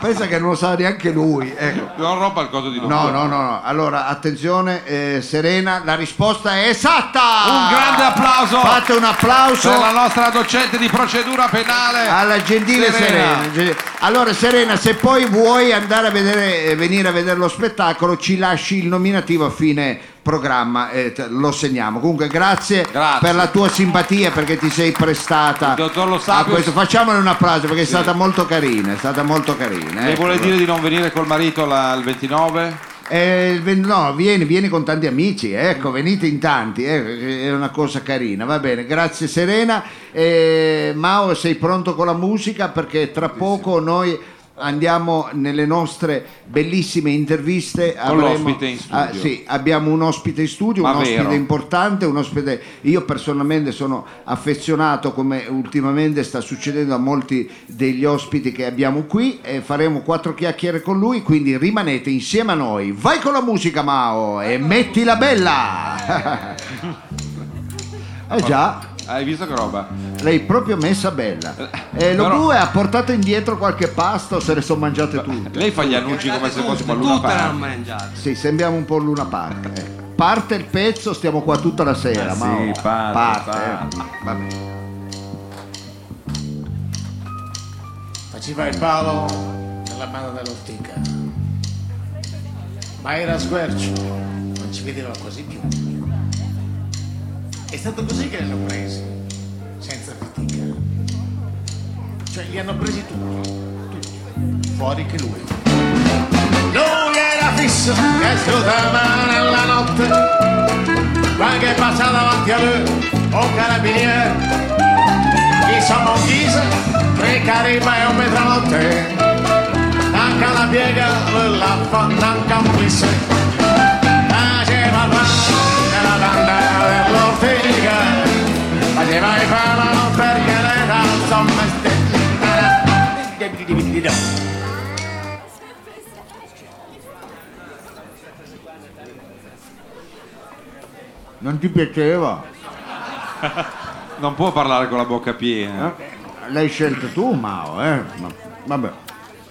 C: Pensa che non lo sa neanche lui. Ecco.
B: Non roba il coso di lui.
C: No, no, no, no. Allora, attenzione, eh, Serena, la risposta è esatta!
B: Un grande applauso
C: Fate un applauso
B: per la nostra docente di procedura penale.
C: alla gentile Serena.
B: Serena.
C: Gentile- Allora, Serena, se poi vuoi andare a vedere, eh, venire a vedere lo spettacolo, ci lasci il nominativo a fine programma, eh, te- lo segniamo. Comunque, grazie,
B: Grazie.
C: per la tua simpatia, perché ti sei prestata
B: Il dottor Lo
C: a
B: Sapio-
C: questo. Facciamole un applauso perché è stata molto carina, è stata molto carina.
B: Le
C: ecco.
B: vuole dire di non venire col marito la- il 29?
C: Eh, il ven- no, vieni, vieni con tanti amici, ecco, venite in tanti, eh, è una cosa carina, va bene, grazie Serena. Eh, Mao, sei pronto con la musica perché tra poco noi andiamo nelle nostre bellissime interviste.
B: Con l'ospite in studio.
C: Ah, sì, abbiamo un ospite in studio,
B: Ma
C: un ospite
B: vero?
C: importante, un ospite... Io personalmente sono affezionato, come ultimamente sta succedendo a molti degli ospiti che abbiamo qui, e faremo quattro chiacchiere con lui, quindi rimanete insieme a noi. Vai con la musica Mao e mettila bella! eh già,
B: Hai visto che roba?
C: l'hai proprio messa bella. E lo
B: Però-
C: blu ha portato indietro qualche pasta o se le sono mangiate tutte?
B: Lei fa gli annunci come se fossimo a Luna
D: Tutte l'hanno
B: Park.
D: mangiato.
C: Sì, sembriamo un po' Luna Park. eh. Parte il pezzo, stiamo qua tutta la sera.
A: Eh
C: ma
A: sì,
C: oh,
A: parte,
C: eh. Vabbè.
H: faceva il palo nella mano dell'ortica. Ma era sguercio, non ci vedeva quasi più. È stato così che li hanno presi, senza fatica. Cioè li hanno presi tutti, tutti, fuori che lui. ragazzo che scrutava nella notte ma che passa davanti a lui un carabiniere Oh, chi sono un ghisa tre cariba e un metralotte anche la piega lui la fa anche un glisse faceva il fan della banda dell'ortiga faceva il fan non perché le danza un mestiere
C: Non ti piaceva?
B: Non può parlare con la bocca piena.
C: Eh? L'hai scelto tu, Mao, eh? Ma- vabbè.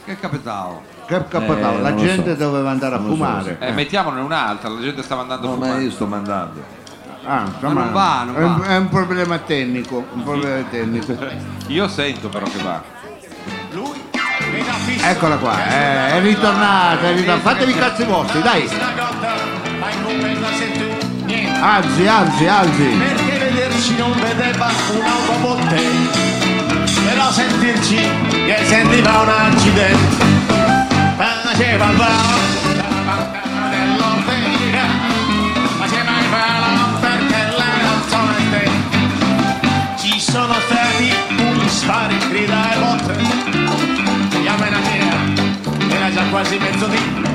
D: Che capitavo?
C: Che capitava?
A: Eh,
C: la
A: non lo
C: gente
A: so.
C: doveva andare a
A: Non lo so,
C: fumare.
B: Eh, mettiamone un'altra, la gente stava andando
A: No,
B: a
A: ma
B: fumare.
A: io sto mandando.
C: Ah, insomma,
D: non va, non
C: è, un-
D: va.
C: è un problema tecnico, un problema tecnico. eh,
B: Io sento però che va.
H: lui mi dà fisso
C: Eccola qua, eh, è ritornata, è ritornata. Fatevi i cazzi vostri, dai.
H: La cotta, ma in compensa se tu niente.
C: Alzi, alzi, alzi.
H: Perché vederci non vedeva un'autobotte, però sentirci che sentiva un accidente. Faceva il vano dalla banca dell'Ortega, faceva il vano perché la canzone è te. Ci sono stati pugni spari, grida e botte. Chiama la mia, era già quasi mezzodì.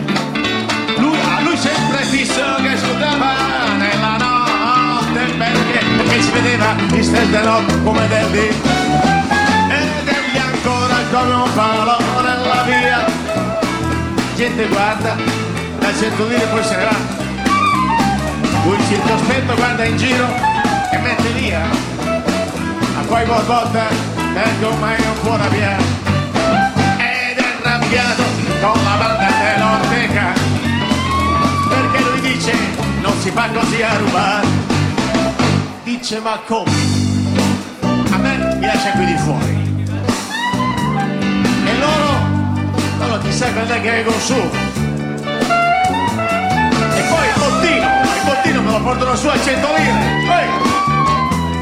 H: Lui, a lui sempre fisso che scudava nella notte perché, perché si vedeva in stessa notte come del dì ed egli ancora come un palo nella via gente guarda la sento dire poi se ne va lui si introspetta guarda in giro e mette via a poi borbotta perché ormai non può arrabbiare ed è arrabbiato con la banda dell'Orteca perché lui dice non si fa così a rubare dice ma come a me mi lascia qui di fuori e loro loro chissà cos'è che vengono su e poi il bottino il bottino me lo portano su a 100 lire Ehi!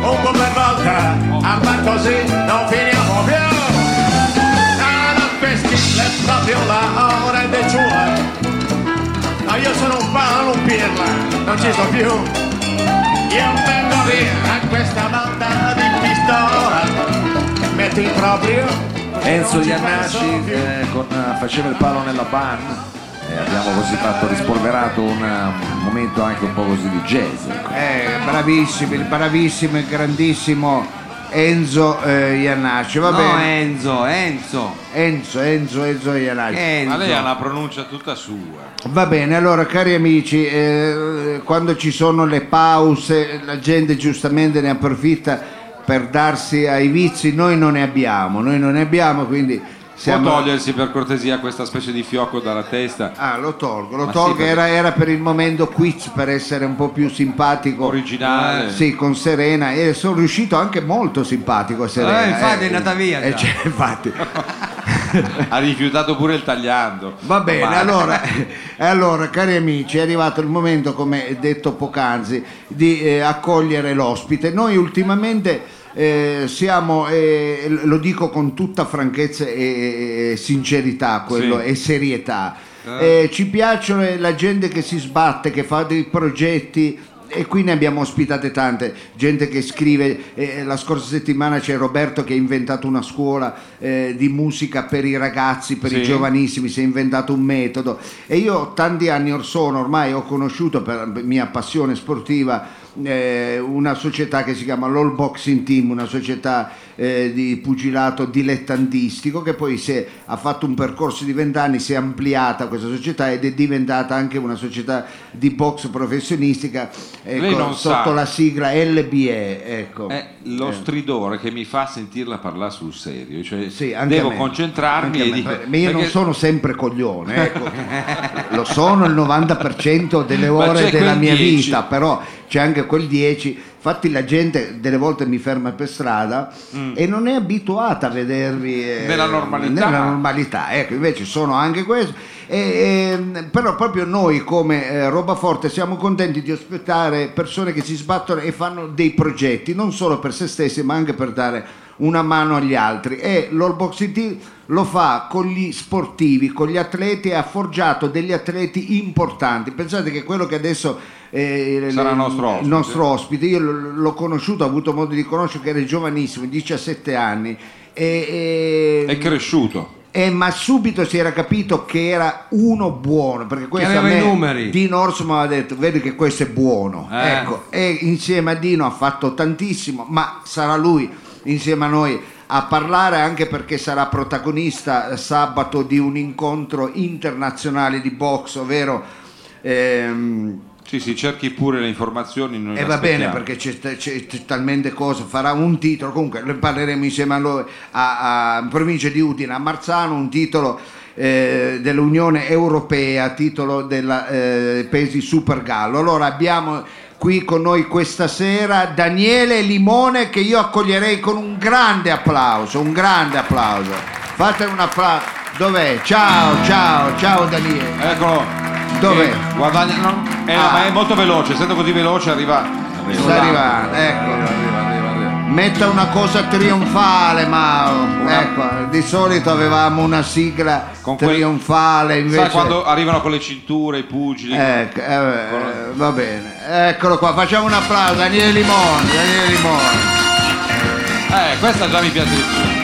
H: un po' per volta a far così non finiamo più Sarà questi le proprio la ora del giorno ma io sono un palo pirla, non ci sto più. Io vengo via a questa banda di pistola, metto il proprio.
A: Enzo
H: non ci
A: Iannacci
H: penso più.
A: eh, con, eh, faceva il palo nella pan e abbiamo così fatto rispolverato una- un eh, momento anche un po' così di jazz. ecco.
C: Eh, bravissimo, il bravissimo e grandissimo Enzo eh, Iannacci, va
D: no,
C: bene?
D: Enzo, Enzo.
C: Enzo, Enzo, Enzo Iannacci.
D: Enzo.
B: Ma lei ha una pronuncia tutta sua.
C: Va bene, allora cari amici, eh, quando ci sono le pause la gente giustamente ne approfitta per darsi ai vizi, noi non ne abbiamo, noi non ne abbiamo, quindi siamo...
B: Può togliersi per cortesia questa specie di fiocco dalla testa
C: Ah, lo tolgo, lo
B: Ma sì,
C: tolgo,
B: perché-
C: era, era per il momento quiz per essere un po' più simpatico.
B: Originale.
C: Eh, Sì, con Serena e sono riuscito anche molto simpatico a Serena.
D: Eh, infatti, è andata via
C: eh,
D: già.
C: cioè, infatti.
B: ha rifiutato pure il tagliando
C: Va bene,
B: Ma-
C: allora, e allora, cari amici, è arrivato il momento, come detto poc'anzi, di eh, accogliere l'ospite. Noi ultimamente eh, siamo, eh, lo dico con tutta franchezza e, e sincerità quello,
B: Sì.
C: e serietà, Eh, ci piacciono la gente che si sbatte, che fa dei progetti. E qui ne abbiamo ospitate tante, gente che scrive, eh, la scorsa settimana c'è Roberto che ha inventato una scuola eh, di musica per i ragazzi, per i
B: Sì.
C: giovani giovanissimi, si è inventato un metodo e io tanti anni or sono ormai ho conosciuto per mia passione sportiva eh, una società che si chiama l'All Boxing Team, una società eh, di pugilato dilettantistico che poi si è- ha fatto un percorso di vent'anni, si è ampliata questa società ed è diventata anche una società di box professionistica eh,
B: Lei
C: con-
B: non sa.
C: sotto la sigla LBE. Ecco.
B: È Eh, lo stridore che mi fa sentirla parlare sul serio, cioè
C: Sì, anche a
B: devo
C: me.
B: concentrarmi
C: Anche a
B: e
C: me,
B: dico-
C: perché io non
B: perché-
C: sono sempre coglione, ecco. lo sono il 90% delle
B: Ma
C: ore
B: c'è
C: della
B: quel
C: mia
B: 10.
C: vita, però c'è anche quel 10. Infatti la gente delle volte mi ferma per strada e non è abituata a vedervi eh,
B: Nella normalità.
C: nella normalità. Ecco, invece sono anche questo. E, ehm, però proprio noi come eh, Robaforte siamo contenti di ospitare persone che si sbattono e fanno dei progetti, non solo per se stessi ma anche per dare una mano agli altri e l'Olboxity lo fa con gli sportivi, con gli atleti e ha forgiato degli atleti importanti. Pensate che quello che adesso eh,
B: Sarà
C: il
B: nostro ospite.
C: nostro ospite, io l- l'ho conosciuto, ho avuto modo di conoscere che era giovanissimo, 17 anni. E, e-
B: È cresciuto.
C: eh, ma subito si era capito che era uno buono perché questo
D: aveva
C: a me
D: i numeri.
C: Dino Orso mi aveva detto vedi che questo è buono
B: Eh.
C: ecco e insieme a Dino ha fatto tantissimo ma sarà lui insieme a noi a parlare anche perché sarà protagonista sabato di un incontro internazionale di box ovvero ehm,
B: Sì, sì, cerchi pure le informazioni. noi
C: e
B: le
C: va bene
B: aspettiamo.
C: perché c'è, c'è- c'è talmente cosa, farà un titolo, comunque ne parleremo insieme a lui a, a- in provincia di Udine, a Marzano, un titolo eh, dell'Unione Europea, titolo della, eh, dei Paesi Super Gallo. Allora abbiamo qui con noi questa sera Daniele Limone che io accoglierei con un grande applauso, un grande applauso. Fate un applauso. Dov'è? Ciao, ciao, ciao Daniele.
B: Eccolo.
C: Dov'è?
B: Eh, guadagna- no, eh,
C: Ah.
B: ma è molto veloce, essendo così veloce arriva. arriva.
C: Sta arrivando, ecco.
A: Arriva, arriva, arriva.
C: Metta una cosa trionfale, Mao. Ecco, di solito avevamo una sigla
B: Con quel-
C: trionfale invece.
B: Sai quando arrivano con le cinture, i pugili.
C: Ecco, eh, ecco. eh, va bene. Eccolo qua, facciamo un applauso, Daniele Limone, Daniele Limone.
B: Eh, questa già mi piace di più.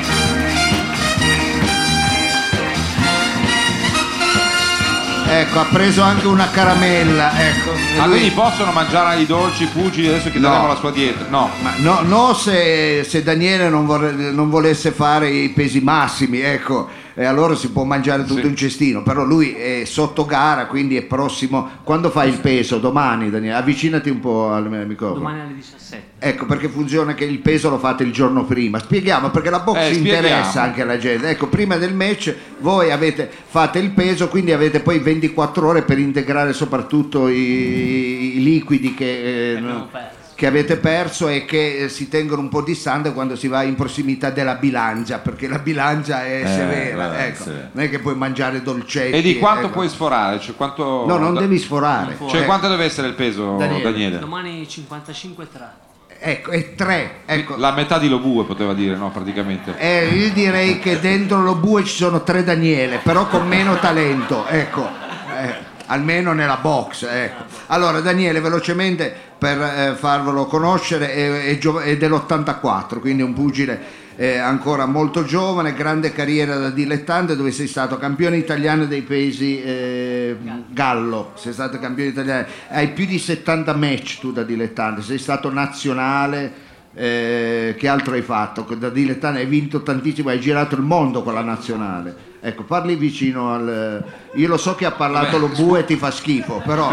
C: Ecco, ha preso anche una caramella, ecco.
B: Ah,
C: Lui-
B: quindi possono mangiare i dolci, i pugili, adesso chiederemo
C: No.
B: la sua dieta. No.
C: Ma no, no se, se Daniele non, vorre- non volesse fare i pesi massimi, ecco, e allora si può mangiare tutto
B: Sì.
C: un cestino, però lui è sotto gara, quindi è prossimo. Quando fai il peso? Domani, Daniele, avvicinati un po' al microfono.
I: Domani alle 17.
C: Ecco perché funziona che il peso lo fate il giorno prima. Spieghiamo perché la box
B: Eh, spieghiamo.
C: interessa anche alla gente. Ecco, prima del match voi avete, fate il peso, quindi avete poi 24 ore per integrare soprattutto i, i liquidi che, eh,
I: abbiamo
C: no-
I: perso.
C: che avete perso e che eh, si tengono un po' distante quando si va in prossimità della bilancia, perché la bilancia è
A: Eh,
C: severa.
A: vabbè,
C: ecco.
A: severa.
C: Non è che puoi mangiare dolcetti.
B: E di quanto
C: ecco.
B: puoi sforare? Cioè, quanto...
C: No, non
B: da-
C: devi sforare.
I: Non
B: Cioè,
C: Ecco.
B: quanto deve essere il peso, Daniele?
C: Daniele.
I: Domani 55 tra.
C: Ecco, e tre. Ecco.
B: La metà di Lobue poteva dire, no, praticamente.
C: Eh, io direi che dentro lo bue ci sono tre Daniele, però con meno talento, ecco, Eh, almeno nella box. ecco. Allora Daniele, velocemente per eh, farvelo conoscere, è, è gio- è dell'84, quindi un pugile eh, ancora molto giovane, grande carriera da dilettante dove sei stato campione italiano dei paesi eh, Gallo, sei stato campione italiano, hai più di 70 match tu da dilettante, sei stato nazionale. Eh, che altro hai fatto? Da dilettante hai vinto tantissimo, hai girato il mondo con la nazionale. Ecco, parli vicino al. Io lo so che ha parlato lo bue e ti fa schifo, però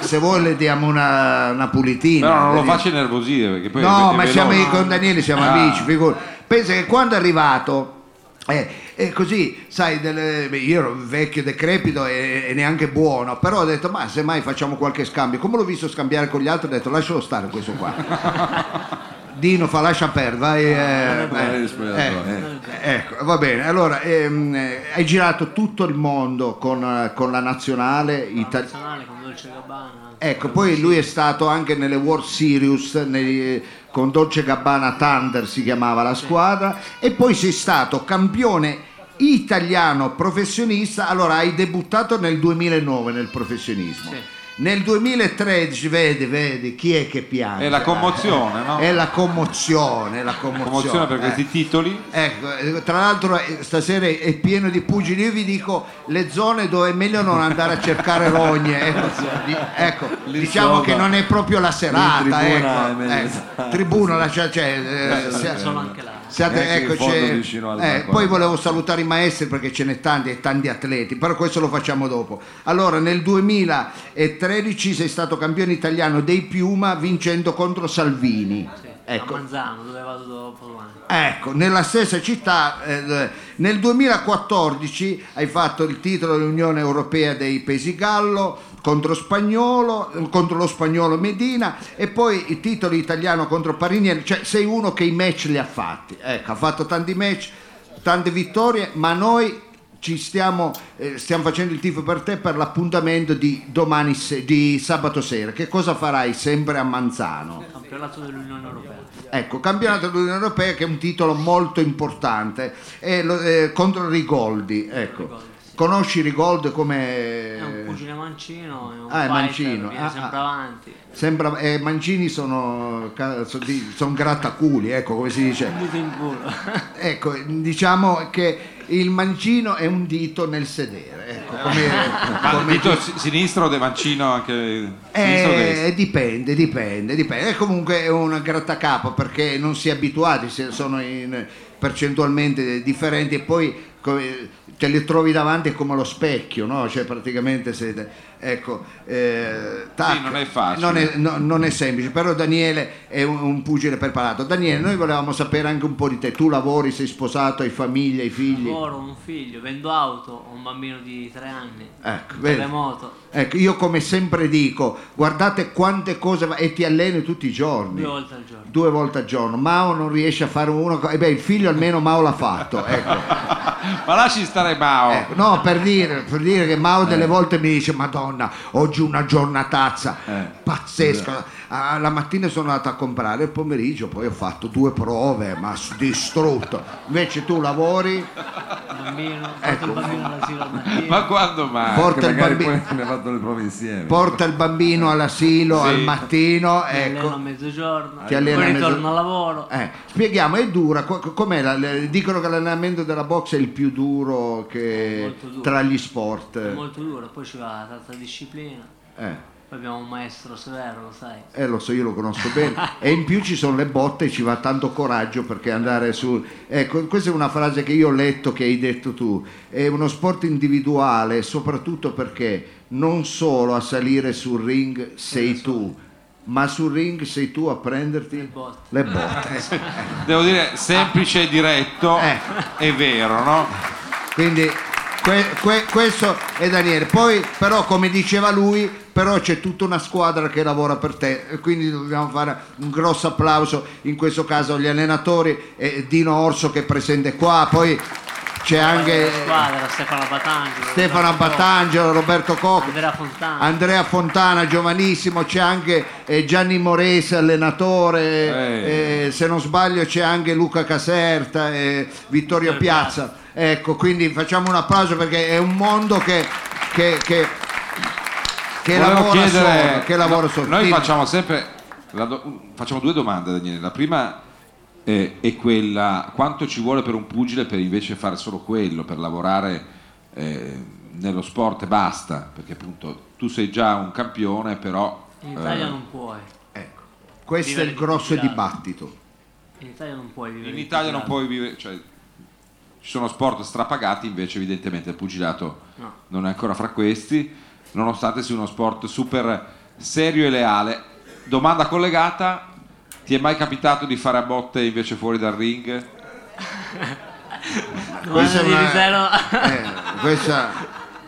C: se vuoi le diamo una, una pulitina.
B: Però non lo
C: vedi-
B: faccio nervosire perché poi...
C: No,
B: è
C: ma
B: veloce.
C: siamo io con Daniele, siamo
B: Ah.
C: amici, figurati. Pensa che quando è arrivato, eh, è così, sai, delle- beh, io ero vecchio, decrepito e, e neanche buono, però ho detto, ma semmai facciamo qualche scambio. Come l'ho visto scambiare con gli altri, ho detto, lascialo stare questo qua. Dino fa lascia perdere, vai. eh,
A: Eh,
C: eh, eh, ecco, va bene. Allora, ehm, eh, hai girato tutto il mondo con, eh, con la nazionale italiana.
I: Nazionale con Dolce Gabbana.
C: Ecco, poi lui è stato anche nelle World Series nei- con Dolce Gabbana Thunder si chiamava la squadra e poi sei stato campione italiano professionista, allora hai debuttato nel 2009 nel professionismo.
I: Sì.
C: Nel 2013, vedi, vedi, chi è che piange?
B: È la commozione, no?
C: È la commozione, la commozione.
B: commozione per questi
C: eh.
B: titoli.
C: Ecco, eh, tra l'altro eh, stasera è pieno di pugili, io vi dico le zone dove è meglio non andare a cercare rogne, ecco, di- ecco,
E: Lì
C: diciamo
E: sopra.
C: che non è proprio la serata,
E: In tribuna è
C: ecco,
E: meglio
B: eh.
C: ecco.
E: stare.
C: tribuna, la- cioè, cioè, eh,
I: Sì,
C: sia-
I: sono anche là.
C: siate-
E: Neanche
C: ecco,
E: in fondo
C: c'è-
E: vicino al
C: eh,
E: balcone.
C: poi volevo salutare i maestri perché ce n'è tanti e tanti atleti, però questo lo facciamo dopo. Allora, nel 2013 sei stato campione italiano dei Piuma vincendo contro Salvini.
I: Sì, A
C: Ecco,
I: Manzano, dove vado dopo domani.
C: Ecco, nella stessa città, eh, nel 2014 hai fatto il titolo dell'Unione Europea dei Paesi Gallo contro, spagnolo, eh, contro lo spagnolo Medina e poi il titolo italiano contro Parinieri, cioè sei uno che i match li ha fatti, ecco, ha fatto tanti match, tante vittorie, ma noi ci stiamo, eh, stiamo facendo il tifo per te per l'appuntamento di, domani se- di sabato sera. Che cosa farai sempre a Manzano?
I: campionato dell'Unione Europea.
C: Ecco, campionato dell'Unione Europea che è un titolo molto importante è lo- eh, contro Rigoldi. Ecco.
I: Rigoldi,
C: Conosci Rigoldi
I: È un
C: come...
I: cugine mancino, è un
C: Ah, è
I: fighter,
C: mancino,
I: viene
C: ah,
I: sempre
C: ah.
I: avanti.
C: Sembra, eh, Mancini sono, ca- so- di- sono grattaculi, ecco come si dice.
I: Punto in culo.
C: Ecco, diciamo che il mancino è un dito nel sedere. Ecco, come-
B: Ma
C: come-
B: dito si- sinistro De Mancino anche sinistro o destro?
C: Eh, dipende, dipende, dipende. E comunque è un grattacapo perché non si è abituati, se- sono in percentualmente differenti e poi come- te li trovi davanti come lo specchio, no? Cioè praticamente siete, ecco, eh, tac.
B: Sì, non è facile.
C: Non è, no- non è semplice, però Daniele è un, un pugile preparato. Daniele, noi volevamo sapere anche un po' di te. Tu lavori, sei sposato, hai famiglia, hai figli?
I: Lavoro, un figlio, vendo auto, ho un bambino di tre anni,
C: Ecco,
I: un
C: vedi.
I: terremoto,
C: Ecco, io come sempre dico, guardate quante cose va- e ti alleni tutti i giorni.
I: due volte al giorno.
C: due volte al giorno. Mao non riesce a fare uno, e beh, il figlio almeno Mao l'ha fatto. Ecco.
B: ma lasci stare Eh, Mao
C: Ecco, No, per dire, per dire che Mao delle volte mi dice: Madonna, oggi una giornatazza
B: Eh.
C: pazzesca. Ah, la mattina sono andato a comprare, il pomeriggio poi ho fatto due prove, ma s- distrutto. Invece tu lavori,
I: Un bambino, porto
C: Ecco.
I: il bambino all'asilo al
B: ma
I: mattino.
B: quando mai
A: Perché
C: porta il,
A: magari
C: bambi-
A: poi ne fatto le prove insieme.
C: porta il bambino all'asilo
B: Sì.
C: al mattino.
I: Mi alleno a
C: Ecco.
I: mezzogiorno,
C: Ti alleno a
I: poi
C: mezzo-
I: ritorno al lavoro.
C: Eh, spieghiamo, è dura, co- co- com'è la- le- dicono che l'allenamento della box è il più duro, che-
I: È molto duro.
C: tra gli sport.
I: È molto duro, poi ci va tanta disciplina.
C: Eh,
I: Poi abbiamo un maestro severo, lo sai.
C: eh, lo so, io lo conosco bene. e in più ci sono le botte, ci va tanto coraggio perché andare su... Ecco, questa è una frase che io ho letto, che hai detto tu. È uno sport individuale, soprattutto perché non solo a salire sul ring sei tu, ma sul ring sei tu a prenderti
I: Eh, Le botte.
C: Le botte.
B: devo dire semplice e diretto
C: Eh.
B: è vero no?
C: Quindi que- que- questo è Daniele. Poi però come diceva lui, però c'è tutta una squadra che lavora per te, e quindi dobbiamo fare un grosso applauso in questo caso agli allenatori e Dino Orso che è presente qua, poi c'è anche
I: La squadra, Stefano Batangelo.
C: Stefano
I: Roberto
C: Battangelo, Roberto Cocco.
I: Andrea Fontana.
C: Andrea Fontana, giovanissimo, c'è anche eh, Gianni Morese, allenatore, eh, se non sbaglio c'è anche Luca Caserta, eh, Vittorio
I: Vittorio
C: Piazza. Ecco, quindi facciamo un applauso perché è un mondo che, che- che- che
B: Volevo
C: lavora
B: chiedere-
C: solo. Che lavora
B: no,
C: solo.
B: Noi
C: Quindi-
B: facciamo sempre la do- facciamo due domande, Daniele. La prima eh, è quella: quanto ci vuole per un pugile per invece fare solo quello, per lavorare eh, nello sport e basta? Perché appunto tu sei già un campione, però
I: In
B: eh,
I: Italia non puoi.
C: Ecco, questo è il
I: Livelli
C: grosso
I: culturali.
C: dibattito.
I: In Italia non puoi vivere.
B: in Italia non
I: pugilato.
B: puoi vivere. Cioè, ci sono sport strapagati, invece, evidentemente il pugilato
I: No.
B: non è ancora fra questi, nonostante sia uno sport super serio e leale. Domanda collegata: ti è mai capitato di fare a botte invece fuori dal ring?
I: Domanda di
C: una-
I: Lisero.
C: eh, questa-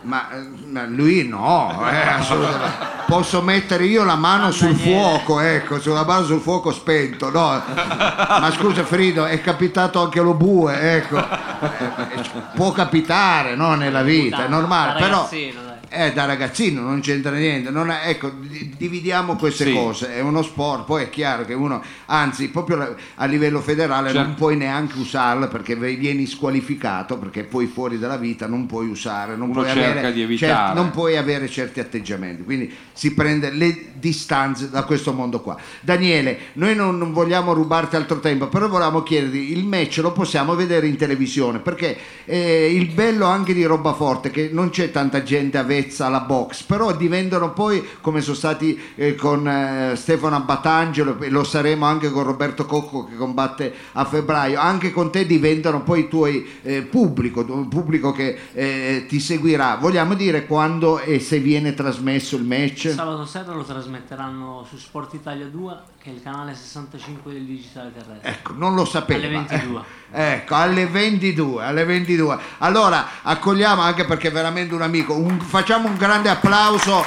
C: ma, eh, ma lui no, eh, assolutamente. Posso mettere io la mano sul
I: Daniele.
C: fuoco, ecco, sulla mano sul fuoco spento, no? Ma scusa Frido, è capitato anche lo bue, ecco. Eh, eh, Può capitare, no, nella vita, è normale,
I: Da
C: però
I: ragazzino, dai.
C: eh, da ragazzino non c'entra niente, non è- ecco, di- dividiamo queste
B: Sì.
C: cose, è uno sport, poi è chiaro che uno, anzi proprio la- a livello federale
B: Certo.
C: non puoi neanche usarla perché ve- vieni squalificato, perché poi fuori dalla vita non puoi usare, non,
B: Uno
C: puoi
B: cerca
C: avere,
B: di evitare.
C: certi- non puoi avere certi atteggiamenti, quindi si prende le distanze da questo mondo qua. Daniele, noi non, non vogliamo rubarti altro tempo, però volevamo chiederti, il match lo possiamo vedere in televisione, perché eh, il bello anche di roba forte, che non c'è tanta gente avvezza alla box, però diventano poi, come sono stati eh, con eh, Stefano Abbatangelo, e lo saremo anche con Roberto Cocco che combatte a febbraio, anche con te diventano poi i tuoi eh, pubblico, un pubblico che eh, ti seguirà. Vogliamo dire quando e se viene trasmesso il match?
I: Sabato sera lo trasmetteranno su Sport Italia 2, che è il canale 65 del digitale terrestre.
C: Ecco, non lo sapevo.
I: Alle 22.
C: ecco, alle 22, alle 22. Allora, accogliamo anche perché è veramente un amico. un- facciamo un grande applauso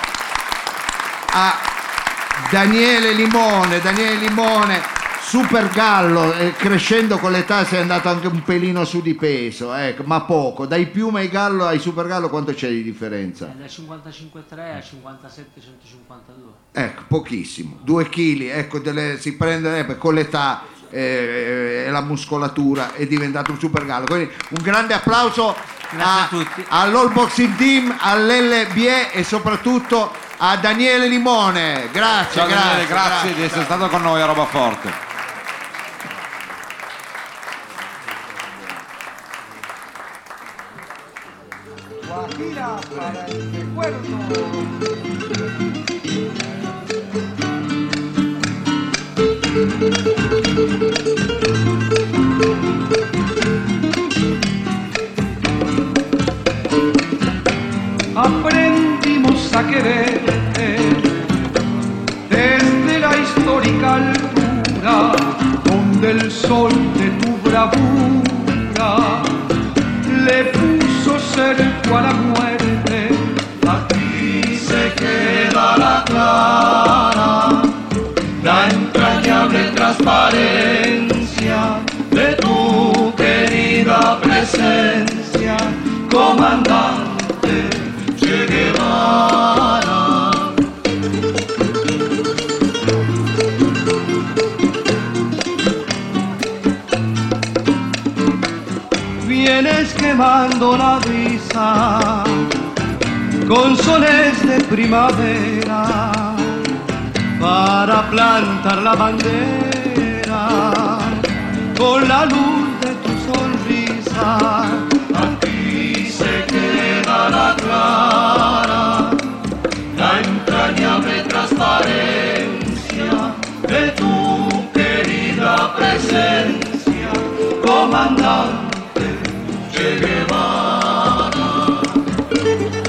C: a Daniele Limone, Daniele Limone Super Gallo, eh, crescendo con l'età sei andato anche un pelino su di peso, ecco, ma poco. Dai piume ai Gallo ai Super Gallo quanto c'è di differenza?
I: Eh, da 55,3 a 57,152.
C: Ecco, pochissimo, 2 kg, ecco, delle- si prende eh, beh, con l'età eh, e la muscolatura è diventato un super gallo. Quindi un grande applauso a, all'All Boxing Team, all'LBE e soprattutto a Daniele Limone. Grazie,
B: Ciao
C: grazie,
B: Daniele, grazie, di essere stato con noi a Roba Forte.
J: aprendimos a querer desde la histórica altura donde el sol de tu bravura le puso cerco a la muerte aquí se queda la clara la entrañable transparencia de tu querida presencia comandante Che Guevara.
F: Vienes quemando la brisa con soles de primavera para plantar la bandera con la luz de tu sonrisa. Aquí se queda la clara, la entrañable transparencia de tu querida presencia, comandante Che Guevara.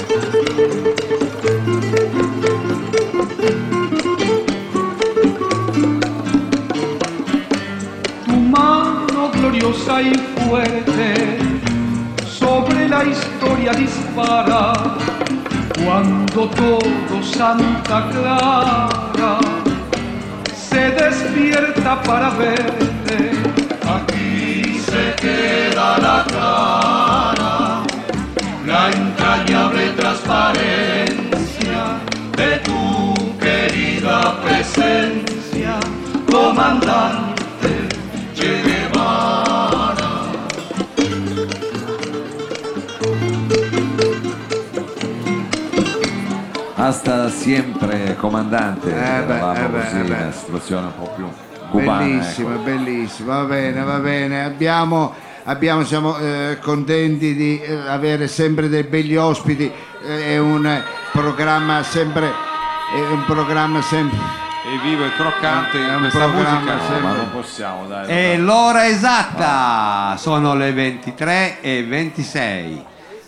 J: tu mano gloriosa y fuerte sobre la historia dispara cuando todo Santa Clara se despierta para verte. Aquí se
F: queda la clara, la entrañable transparencia de tu querida presencia, comandante Che Guevara.
A: Hasta sempre comandante,
C: beh,
A: eravamo
C: eh beh,
A: così,
C: eh beh.
A: una situazione un po' più
D: ecco.
A: cubana. ecco.
C: Bellissimo, bellissimo, va bene, va bene. Abbiamo, abbiamo- siamo eh, contenti di eh, avere sempre dei belli ospiti, eh, è un eh, programma sempre... È un programma sempre...
B: È vivo e croccante in questa
C: programma
B: musica.
C: sempre-
B: ma non possiamo, dai.
D: E Eh, l'ora esatta sono le 23 e 26.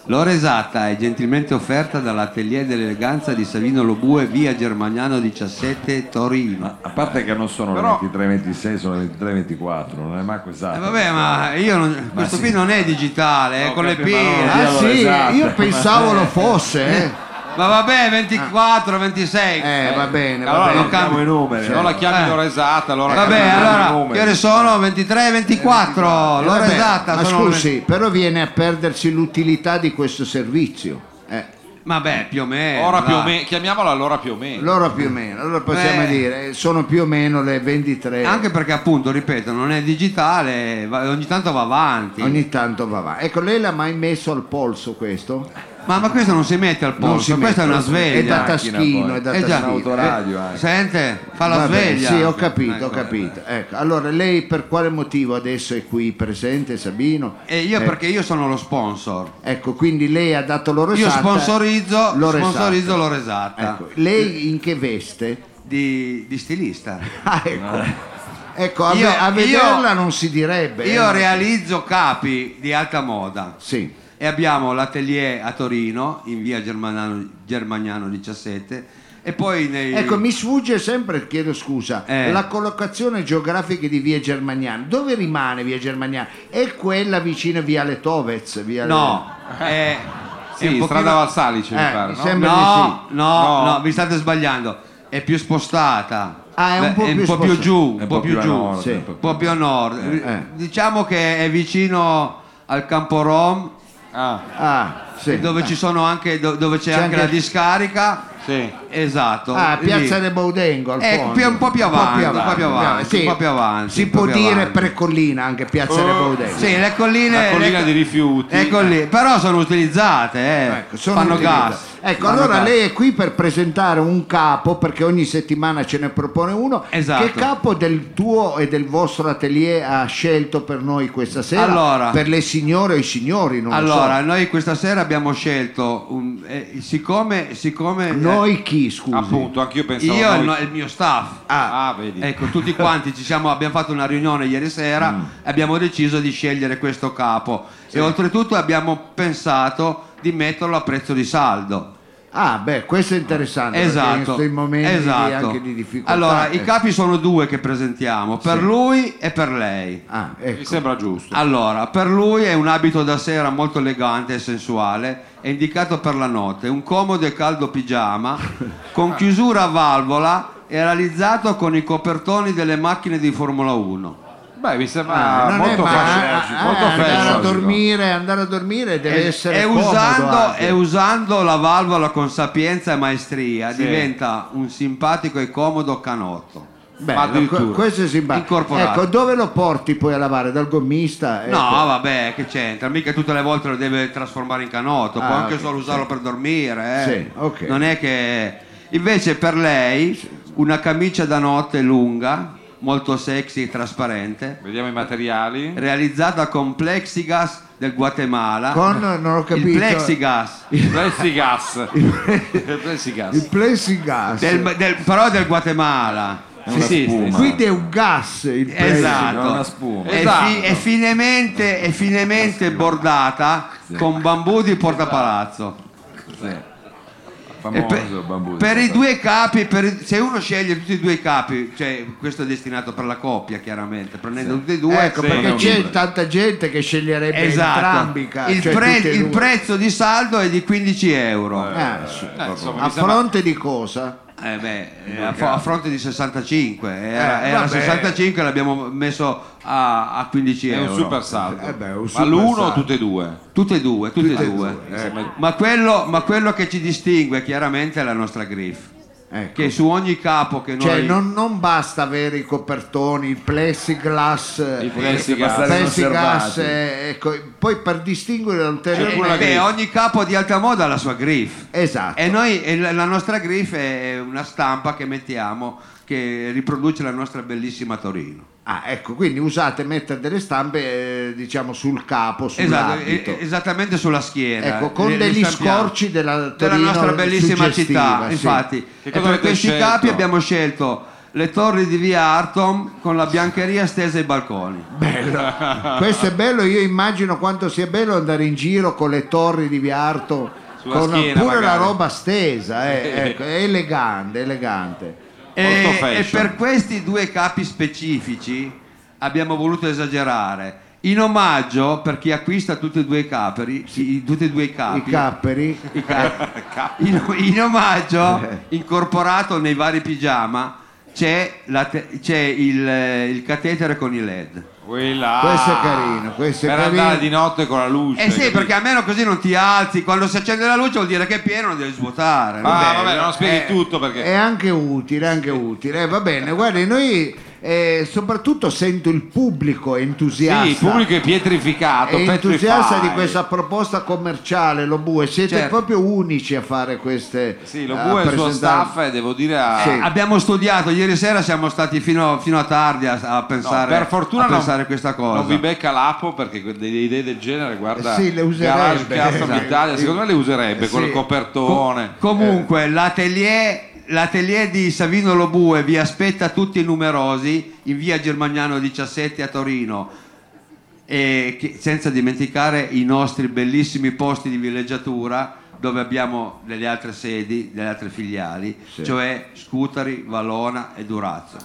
D: L'ora esatta è gentilmente offerta dall'Atelier dell'Eleganza di Savino Lobue, via Germagnano 17, Torino.
A: A parte che non sono
D: Però-
A: le 23-26, sono le 23-24, non è manco esatto.
D: Eh, vabbè, ma io non-
A: Ma
D: questo
A: sì.
D: qui non è digitale, è
A: Ho
D: con le
A: capito, ma
D: pile.
A: non
C: Ah
A: Allora,
C: sì,
A: esatto.
C: io pensavo lo fosse. eh.
D: Ma vabbè, 24, 26.
C: Eh, va bene, va
B: Allora
C: bene.
B: non cambiamo i numeri.
C: Sì.
B: No, la chiami
C: Eh.
B: l'ora esatta, allora
D: Vabbè,
B: cambiamo i
D: allora,
B: numeri.
D: che ore sono? 23 e 24,
C: Eh,
D: l'ora
C: vabbè,
D: esatta
C: Ma
D: sono le-
C: scusi, però viene a perdersi l'utilità di questo servizio. Eh.
D: Vabbè, più o meno.
B: Ora
D: dai.
B: più o meno, chiamiamola l'ora più o meno.
C: Allora più o meno, allora possiamo
D: Beh.
C: dire, eh, sono più o meno le 23.
D: Anche perché appunto, ripeto, non è digitale, va- ogni tanto va avanti.
C: Ogni tanto va avanti. Ecco, lei l'ha mai messo al polso questo?
D: Ah, Ma, ma questo non si mette al
C: Non si
D: polso, questa è
C: mette
D: una
C: al polso.
D: sveglia.
C: È da taschino, è da
D: Eh già. eh.
C: taschino.
A: Autoradio anche.
D: Sente, fa la
C: Va bene,
D: sveglia.
C: Sì, ho capito, ho
D: Ecco.
C: capito. Ecco, allora lei per quale motivo adesso è qui presente, Sabino?
D: E io
C: Eh,
D: perché io sono lo sponsor.
C: Ecco, quindi lei ha dato l'oro
D: Io
C: esatta.
D: sponsorizzo l'ora
C: L'ora esatta.
D: sponsorizzo l'ora esatta.
C: Ecco, lei in che veste?
D: Di, di stilista. Eh.
C: Ah, ecco. Ecco, a,
D: Io-
C: ve- a
D: io-
C: vederla non si direbbe.
D: Io
C: eh.
D: realizzo capi di alta moda.
C: Sì.
D: E abbiamo l'atelier a Torino, in via Germanano- Germagnano 17. E poi nei...
C: Ecco, mi sfugge sempre, chiedo scusa,
D: Eh.
C: la collocazione geografica di via Germagnano. Dove rimane via Germagnano? È quella vicino Viale Tovez? Viale...
D: No, è,
B: Sì,
D: è un
B: strada
D: pochino-
B: Valsalice, mi
C: Eh,
B: pare.
C: mi
B: no?
C: sembra-
D: No, no,
B: No.
D: no, vi state sbagliando. È più spostata.
C: Ah, è
D: Beh,
C: un po' più Eh, spostato.
D: giù,
C: È
D: un po' più
C: a
D: giù,
C: nord,
D: sì.
C: è
D: un
C: un po'
D: po' più a nord. Diciamo che è vicino al campo Rom.
C: sì.
D: Dove
C: Ah.
D: ci sono anche do- dove c'è,
C: C'è
D: anche,
C: anche-
D: la discarica. Esatto.
C: Ah, Piazza
D: Lì.
C: del Baudengo al
D: Eh,
C: fondo.
D: più- un po' più avanti, un po' più avanti,
C: sì.
D: un po' più avanti,
C: Si
D: un po'
C: può
D: più
C: dire
D: avanti.
C: precollina anche Piazza del Baudengo.
D: Oh, Sì, le colline,
B: La collina
D: le-
B: di rifiuti. eh.
D: ecco lì, però sono utilizzate, eh.
C: Sono
D: fanno
C: utilizzate.
D: gas.
C: Ecco,
D: Fanno
C: allora
D: gas.
C: lei è qui per presentare un capo, perché ogni settimana ce ne propone uno.
D: Esatto.
C: Che capo del tuo e del vostro atelier ha scelto per noi questa sera?
D: Allora.
C: per le signore o i signori, non
D: Ecco, Allora,
C: lo
D: noi questa sera abbiamo scelto, un- eh, siccome, siccome eh,
C: so. Noi chi, scusi?
B: Appunto, anche io pensavo.
D: Io e il
B: noi-
D: no- il mio staff.
B: Ah, vedi.
D: Ecco, tutti quanti ci siamo, abbiamo fatto una riunione ieri sera
C: Mm.
D: e abbiamo deciso di scegliere questo capo. E oltretutto abbiamo pensato di metterlo a prezzo di saldo.
C: Ah, beh, questo è interessante. perché
D: esatto.
C: In questi momenti
D: esatto.
C: di- anche di difficoltà.
D: Allora, i
C: eh.
D: capi sono due che presentiamo, per lui e per lei.
C: Ah, ecco.
B: Mi sembra giusto.
D: Allora, per lui è un abito da sera molto elegante e sensuale, è indicato per la notte, un comodo e caldo pigiama con chiusura a valvola e realizzato con i copertoni delle macchine di Formula 1.
B: Beh, mi
C: Ah,
B: sembra
C: non
B: molto
C: è male.
B: facile.
C: Ah,
B: Molto
C: ah, andare a
B: facile.
C: dormire, andare a dormire deve
D: E-
C: essere
D: e
C: comodo
D: usando,
C: anche.
D: e usando la valvola con sapienza e maestria
B: Sì.
D: diventa un simpatico e comodo canotto.
C: Beh,
D: Ma addirittura.
C: que- questo è simpatico.
D: Incorporato.
C: Ecco, dove lo porti poi a lavare? Dal gommista?
D: No,
C: Ecco.
D: vabbè, che c'entra? Mica tutte le volte lo deve trasformare in canotto,
C: Ah,
D: può anche
C: ok,
D: solo usarlo per dormire. eh.
C: Sì, ok.
D: Non è che. Invece per lei una camicia da notte lunga, molto sexy e trasparente,
B: Vediamo i materiali.
D: realizzata con plexigas del Guatemala.
C: Con, non ho capito.
D: Il plexigas.
B: Plessigas. Il Plessigas.
C: Il plessigas.
D: Del- del- però del Guatemala.
B: una spuma.
C: Quindi è un gas il plessi-
D: Esatto.
A: è una spuma.
D: È, fi- è finemente, è finemente bordata con bambù di portapalazzo.
A: Sì.
D: E
A: Famoso
D: per,
A: bambù.
D: per i due capi, per i- se uno sceglie tutti e due i capi, cioè questo è destinato per la coppia chiaramente, prendendo tutti e due,
C: Ecco,
B: Sì,
C: perché
B: no,
C: c'è
B: libro.
C: tanta gente che sceglierebbe
D: esatto.
C: entrambi. ca-
D: il,
C: cioè
D: pre-
C: tutti e
D: il
C: due.
D: prezzo di saldo è di 15 euro,
C: Ah, sì.
B: Eh, insomma,
C: a
B: mi sembra-
C: fronte di cosa?
D: Eh, beh, eh, a, fo- a fronte di 65, era,
C: Eh,
D: era
C: vabbè.
D: 65 l'abbiamo messo a, a 15
B: È
D: euro.
B: un super saldo.
C: Eh beh, è un
B: Ma
C: super
B: l'uno
C: saldo.
B: o tutte e due?
D: Tutte e due, tutte e due.
C: Eh,
B: due,
D: Ma, quello, ma quello che ci distingue chiaramente è la nostra griff,
C: Ecco.
D: che su ogni capo che noi...
C: Cioè, non, non basta avere i copertoni, il plexiglass, il
B: plexiglass.
A: Inosservati.
C: ecco, poi per distinguere
D: Eh,
C: ulteriormente
D: beh, ogni capo di alta moda ha la sua griff.
C: Esatto.
D: E noi, e la la nostra griff è una stampa che mettiamo che riproduce la nostra bellissima Torino.
C: Ah, ecco, quindi usate mettere delle stampe, eh, diciamo, sul capo,
D: Esatto,
C: sull'abito.
D: e- esattamente sulla schiena.
C: Ecco, con
D: Le- le
C: degli
D: stampiamo.
C: scorci della,
D: della
C: Torino
D: nostra bellissima
C: suggestiva,
D: città.
C: sì.
D: Infatti,
B: Che
D: e
B: cosa
D: per
B: avete
D: questi
B: scelto?
D: capi abbiamo scelto le torri di via Artom con la biancheria stesa ai balconi.
C: Questo è bello, io immagino quanto sia bello andare in giro con le torri di Viarto,
B: Sulla
C: con
B: schiena,
C: pure la
B: magari.
C: roba stesa, eh, ecco, è elegante, elegante.
D: E,
B: Molto
D: e
B: fashion.
D: per questi due capi specifici abbiamo voluto esagerare. In omaggio per chi acquista tutti e due i caperi, i- tutti e due i
C: I
D: capi,
C: capperi,
D: Ah, i capi. in, in omaggio incorporato nei vari pigiama c'è, la te- c'è il, eh, il catetere con i led.
B: Quella.
C: Questo è carino, questo è
B: per
C: carino.
B: andare di notte con la luce.
D: Eh sì,
B: capito?
D: perché almeno così non ti alzi, quando si accende la luce vuol dire che è pieno, non devi
C: Eh,
D: svuotare. non
B: Ah,
D: devi-
B: vabbè, non spieghi
D: eh.
B: tutto perché.
C: è anche utile, è anche utile. Eh, va bene, guardi, noi eh, soprattutto sento il pubblico
B: Sì,
C: entusiasta.
B: il pubblico è pietrificato,
C: è entusiasta
B: petrified.
C: di questa proposta commerciale, lo Bue. Siete
D: Certo.
C: proprio unici a fare queste.
B: Sì, lo
C: a
B: bue il suo
C: presentare-
B: staff e devo dire a-
C: Ah, Sì.
D: Ah, Abbiamo studiato, ieri sera siamo stati fino, fino a tardi a, a
B: No,
D: pensare,
B: per fortuna
D: a
B: non,
D: pensare questa cosa.
B: non vi becca l'apo perché que- delle idee del genere, guarda,
C: Eh Sì, le userebbe.
B: Garage Custom
C: Esatto. Eh
B: Italia, secondo me le userebbe con il copertone.
D: Com- comunque,
B: Eh.
D: l'atelier, l'atelier di Savino Lobue vi aspetta tutti numerosi in via Germagnano 17 a Torino. E che- senza dimenticare i nostri bellissimi posti di villeggiatura dove abbiamo delle altre sedi, delle altre filiali, cioè Scutari, Valona e Durazzo.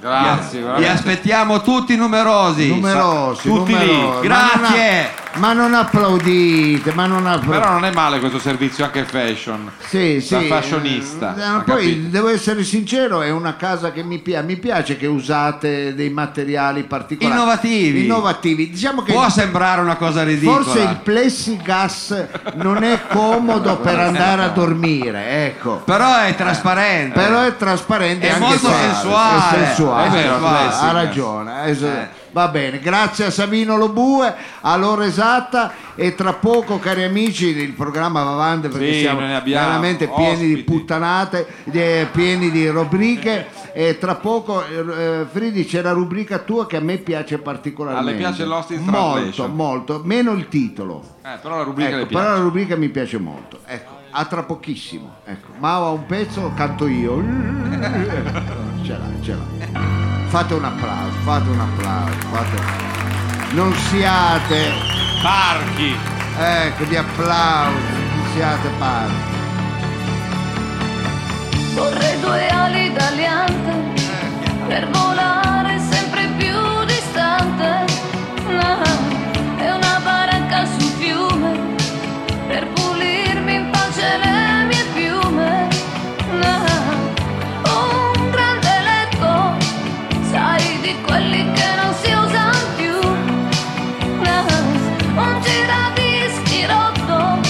B: Grazie,
D: Vi- Vi
B: veramente.
D: aspettiamo tutti numerosi.
C: Numerosi,
D: tutti
C: numerosi.
D: lì.
C: Ma non a-
D: Grazie.
C: Ma non applaudite, ma non applaudite.
B: Però non è male questo servizio anche fashion.
C: Sì, sì.
B: Da fashionista.
C: Eh,
B: ha
C: poi
B: capito?
C: devo essere sincero, è una casa che mi piace, mi piace che usate dei materiali particolari.
D: Innovativi.
C: Innovativi. Diciamo che
D: Può sembrare una cosa ridicola.
C: forse il plessigas non è comodo per andare a dormire, ecco.
D: Però è trasparente.
C: Però è trasparente
D: È
C: anche
D: molto
C: qua.
D: sensuale.
C: È sensuale.
D: È vero, Eh.
C: è sensuale.
D: plessigas.
C: ha ragione. es- Va bene, grazie a Savino Lobue, all'ora esatta e tra poco cari amici il programma va avanti perché
B: Sì,
C: siamo
B: noi ne abbiamo
C: veramente pieni di puttanate, eh, pieni di rubriche e tra poco eh, eh, Fridi c'è la rubrica tua che a me piace particolarmente.
B: Ah, le piace Lost in
C: Molto,
B: Translation?
C: molto, meno il titolo.
B: Eh, però la rubrica
C: Ecco,
B: le piace.
C: però la rubrica mi piace molto. Ecco, a tra pochissimo. Ecco, Mao ha un pezzo, canto io. Ce l'ha, ce l'ha. Fate un applauso, fate un applauso, fate- Non siate
B: Parchi.
C: ecco di applausi, non siate pari.
K: Vorrei due ali d'aliante
D: Eh,
K: per volare sempre più distante. Ah, E una baracca sul fiume per pulirmi in pace le mie piume. Ah, Un grande letto, sai di quelli che non si usano più. Ah, Un giradischi rotto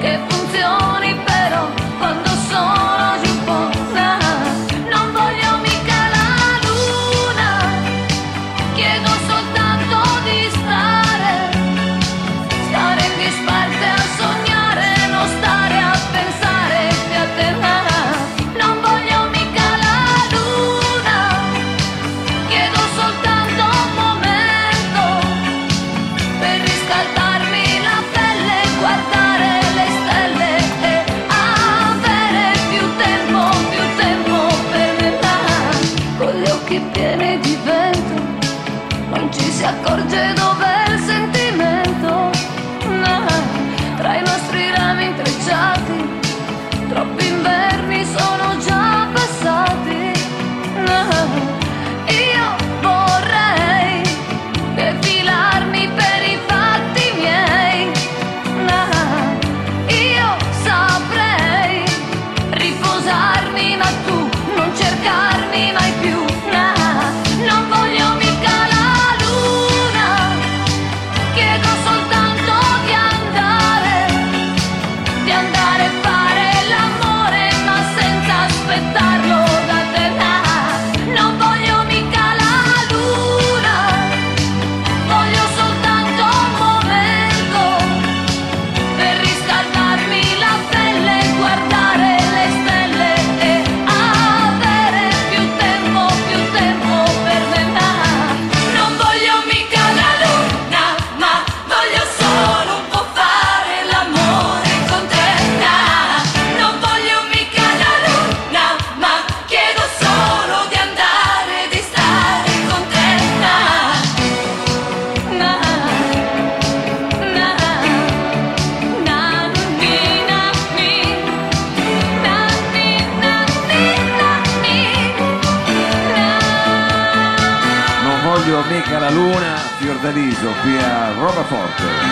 K: che funzioni però quando sono giù un po' na. non voglio mica la luna chiedo soltanto di stare stare in disparte a sognare non stare a pensare più a te na. non voglio mica la luna chiedo soltanto un momento per riscaldarmi la pelle, guardare le stelle e avere più tempo, più tempo per me. Con gli occhi pieni di vento, non ci si accorge dov'è il sentimento. No, Tra i nostri rami intrecciati, troppi inverni sono già passati. No, Io vorrei e filarmi per i fatti miei. Ah, io saprei riposarmi, ma tu non cercarmi mai più. Ah, non voglio mica la luna, chiedo soltanto di andare, di andare a fare l'amore, ma senza aspettarlo da te. Ah, non voglio mica la luna. Voglio soltanto un momento per riscaldarmi la pelle, guardare le stelle e avere più tempo, più tempo per me. Non voglio mica la luna, ma voglio solo un po' fare l'amore con te. Non voglio mica la luna, ma chiedo solo di andare, di stare con te. Na na na ni na ni na ni na ni na
A: Non voglio mica la luna, Fiordaliso, qui a Robaforte.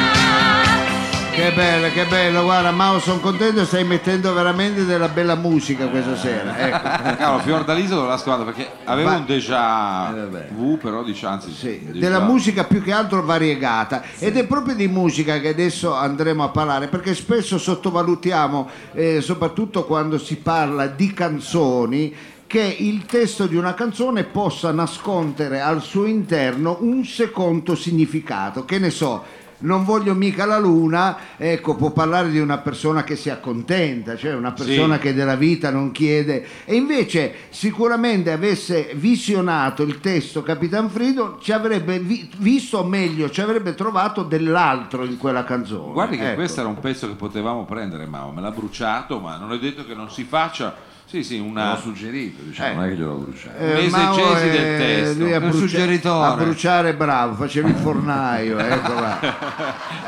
C: Che bello, che bello, guarda Mao sono contento, stai mettendo veramente della bella musica questa sera. Ecco.
B: Cavolo, Fiordaliso l'ho ascoltato perché avevo
C: Va-
B: un déjà vu, però diciamo, anzi, un déjà-
C: Eh, della musica più che altro variegata ed è proprio di musica che adesso andremo a parlare perché spesso sottovalutiamo eh, soprattutto quando si parla di canzoni che il testo di una canzone possa nascondere al suo interno un secondo significato che ne so non voglio mica la luna, ecco, può parlare di una persona che si accontenta, cioè una persona
L: Sì.
C: che della vita non chiede. E invece sicuramente avesse visionato il testo Capitan Frido, ci avrebbe vi- visto o meglio, ci avrebbe trovato dell'altro in quella canzone.
B: Guardi che
C: Ecco.
B: questo era un pezzo che potevamo prendere, Mao, me l'ha bruciato, ma non è detto che non si faccia. Sì, sì, una...
A: L'ho suggerito, diciamo, non è che gliel'ho bruciato.
C: Eh, Mao,
B: Un'esegesi del
C: eh,
B: testo.
C: lui a,
B: Un
C: brucia-
B: suggeritore.
C: a bruciare bravo, facevi il fornaio, ecco là.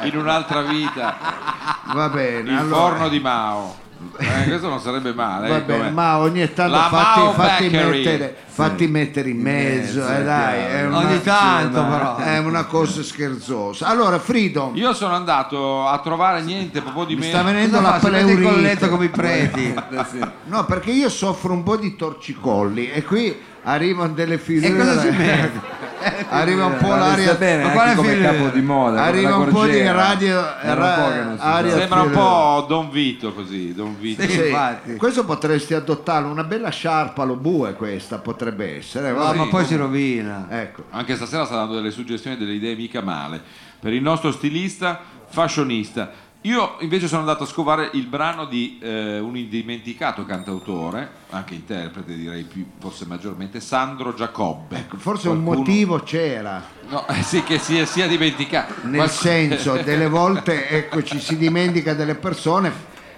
B: in un'altra vita.
C: eh. Va bene.
B: Il
C: allora-
B: forno di Mao. Eh, questo non sarebbe male.
C: Va
B: ecco,
C: bene,
B: eh.
C: ma ogni tanto
B: La Mao
C: fatti, fatti
B: Bakery.
C: mettere, fatti mettere in mezzo, eh, dai, è una- eh.
B: Ogni tanto, però.
C: È una cosa scherzosa. Allora, Freedom,
B: Io sono andato a trovare niente proprio di
C: Mi
B: me.
C: sta venendo Cosa la fa? Si mette in pleurite. colletto come i preti.
B: Sì.
C: no, perché io soffro un po' di torcicolli e qui arrivano delle figure.
A: cosa si mette?
C: Arriva un po'
A: Guarda,
C: l'aria
A: sta bene Ma quale anche come film? capo di moda,
C: Arriva
A: come la
C: un po' di
A: gorgiera.
C: radio,
A: Era un po' che non si
C: aria
B: Sembra un
C: thriller.
B: po' Don Vito così, Don Vito.
C: Sì, questo potresti adottarlo, una bella sciarpa lo bue questa potrebbe essere.
B: No, ma poi si
D: rovina.
C: Ecco.
B: Anche stasera sta dando delle suggestioni, delle idee mica male. Per il nostro stilista, fashionista. Io invece sono andato a scovare il brano di eh, un indimenticato cantautore, anche interprete direi più, forse maggiormente, Sandro Giacobbe.
C: Ecco, Forse un
B: Qualcuno-
C: motivo c'era,
B: No, eh, sì, che sia, sia dimenticato.
C: nel
B: Qual-
C: senso, delle volte ecco, ci si dimentica delle persone,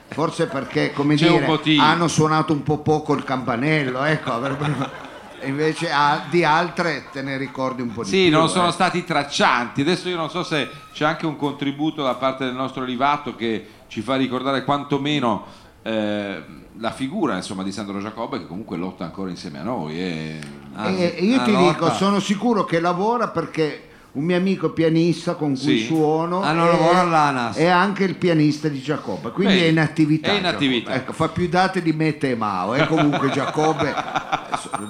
C: forse perché come
B: C'è un
C: dire,
B: motivo.
C: hanno suonato un po' poco il campanello, ecco, avrebbero- invece a- di altre te ne ricordi un po' di
B: Sì,
C: più.
B: non sono
C: eh.
B: stati traccianti. Adesso io non so se c'è anche un contributo da parte del nostro Livato che ci fa ricordare quantomeno eh, la figura insomma, di Sandro Giacobbe che comunque lotta ancora insieme a noi. eh. E, Ah,
C: E- e Eh, io ti dico, sono sicuro che lavora perché un mio amico pianista con cui
B: Sì.
C: suono
B: Ah, no,
C: è-
B: lavora all'ANAS.
C: è anche il pianista di Giacobbe, quindi
B: Beh,
C: è in attività.
B: è in
C: Giacobbe.
B: attività.
C: Ecco, fa più date di me e te, Mao, e comunque Giacobbe...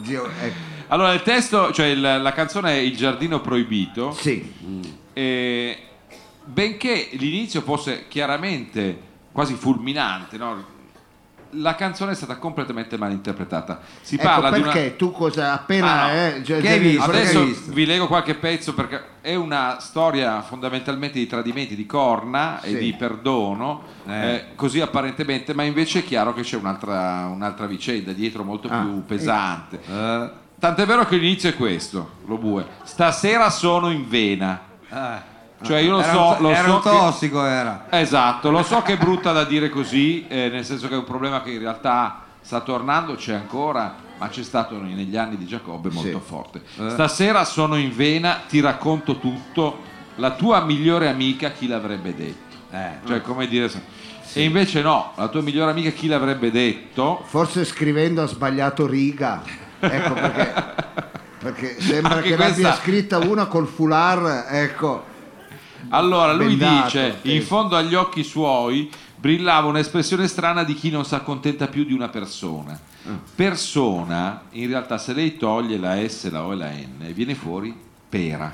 C: zio, ecco.
B: Allora, il testo, cioè il- la canzone è Il giardino proibito. E benché l'inizio fosse chiaramente quasi fulminante, no? la canzone è stata completamente malinterpretata. Si
C: Ecco,
B: parla di una.
C: perché tu cosa appena...
B: Ah, no.
C: eh, già-
B: Che
C: già-
B: hai visto?
C: perché-
B: Adesso vi leggo qualche pezzo perché è una storia fondamentalmente di tradimenti, di corna
C: Sì.
B: e di perdono, eh, così apparentemente, ma invece è chiaro che c'è un'altra, un'altra vicenda dietro molto
C: Ah,
B: più pesante. Tant'è vero che l'inizio è questo, lo bue. Stasera sono in vena. Cioè io lo
D: Eh. Era
B: so,
D: un-
B: lo
D: era
B: so
D: un
B: che-
D: tossico, era.
B: Esatto, lo so che è brutta da dire così, eh, nel senso che è un problema che in realtà sta tornando, c'è ancora, ma c'è stato negli anni di Giacobbe molto forte.
D: Eh.
B: Stasera sono in vena, ti racconto tutto, la tua migliore amica chi l'avrebbe detto?
C: Eh,
B: Cioè come dire... E invece no, la tua migliore amica chi l'avrebbe detto?
C: Forse scrivendo ha sbagliato riga. Ecco perché... perché sembra
B: Anche
C: che l'abbia
B: questa-
C: scritta una col foulard, ecco...
B: Allora lui
C: Bendato,
B: dice,
C: sì.
B: in fondo agli occhi suoi brillava un'espressione strana di chi non si accontenta più di una persona.
D: Ah.
B: Persona, in realtà se lei toglie la S, la O e la N, viene fuori pera.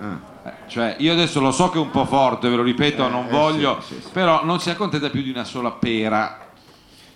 B: Eh, Cioè, io adesso lo so che è un po' forte, ve lo ripeto, non
D: Ah. eh,
B: voglio,
D: sì, sì, sì.
B: però non si accontenta più di una sola pera.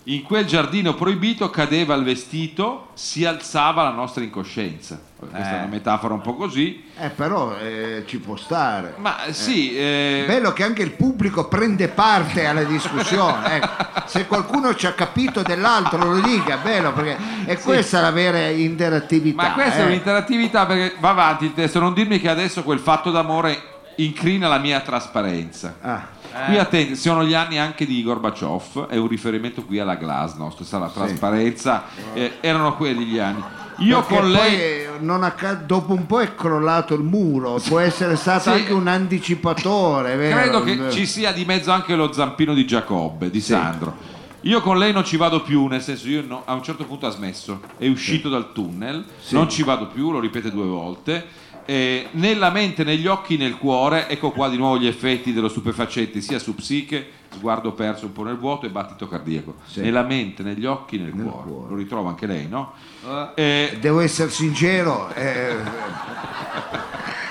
B: In quel giardino proibito cadeva il vestito, si alzava la nostra incoscienza. Questa è
D: Eh.
B: una metafora un po' così.
C: Eh, però eh, ci può stare.
B: Ma sì, eh,
C: Bello che anche il pubblico prende parte alla discussione. ecco. Se qualcuno ci ha capito dell'altro lo dica, bello, perché è questa la vera interattività.
B: Ma questa è
C: eh.
B: un'interattività perché va avanti il testo, non dirmi che adesso quel fatto d'amore incrina la mia trasparenza.
C: Ah. Eh.
B: Qui attenti, sono gli anni anche di Gorbaciov, è un riferimento qui alla Glasnost, sa la trasparenza, eh, erano quelli gli anni. Io
C: Perché
B: con
C: poi,
B: lei...
C: eh, non acca- dopo un po' è crollato il muro, può essere stato anche un anticipatore. vero?
B: Credo che ci sia di mezzo anche lo zampino di Giacobbe, di Sandro. Io con lei non ci vado più, nel senso io no- a un certo punto ha smesso, è uscito dal tunnel,
D: Sì.
B: non ci vado più, lo ripete due volte. eh, nella mente, negli occhi, nel cuore, ecco qua di nuovo gli effetti dello stupefacente, sia su psiche, sguardo perso un po' nel vuoto e battito cardiaco.
C: Sì.
B: Nella mente, negli occhi, nel, cuore. Lo ritrova anche lei, no? Eh,
C: Devo essere sincero, eh,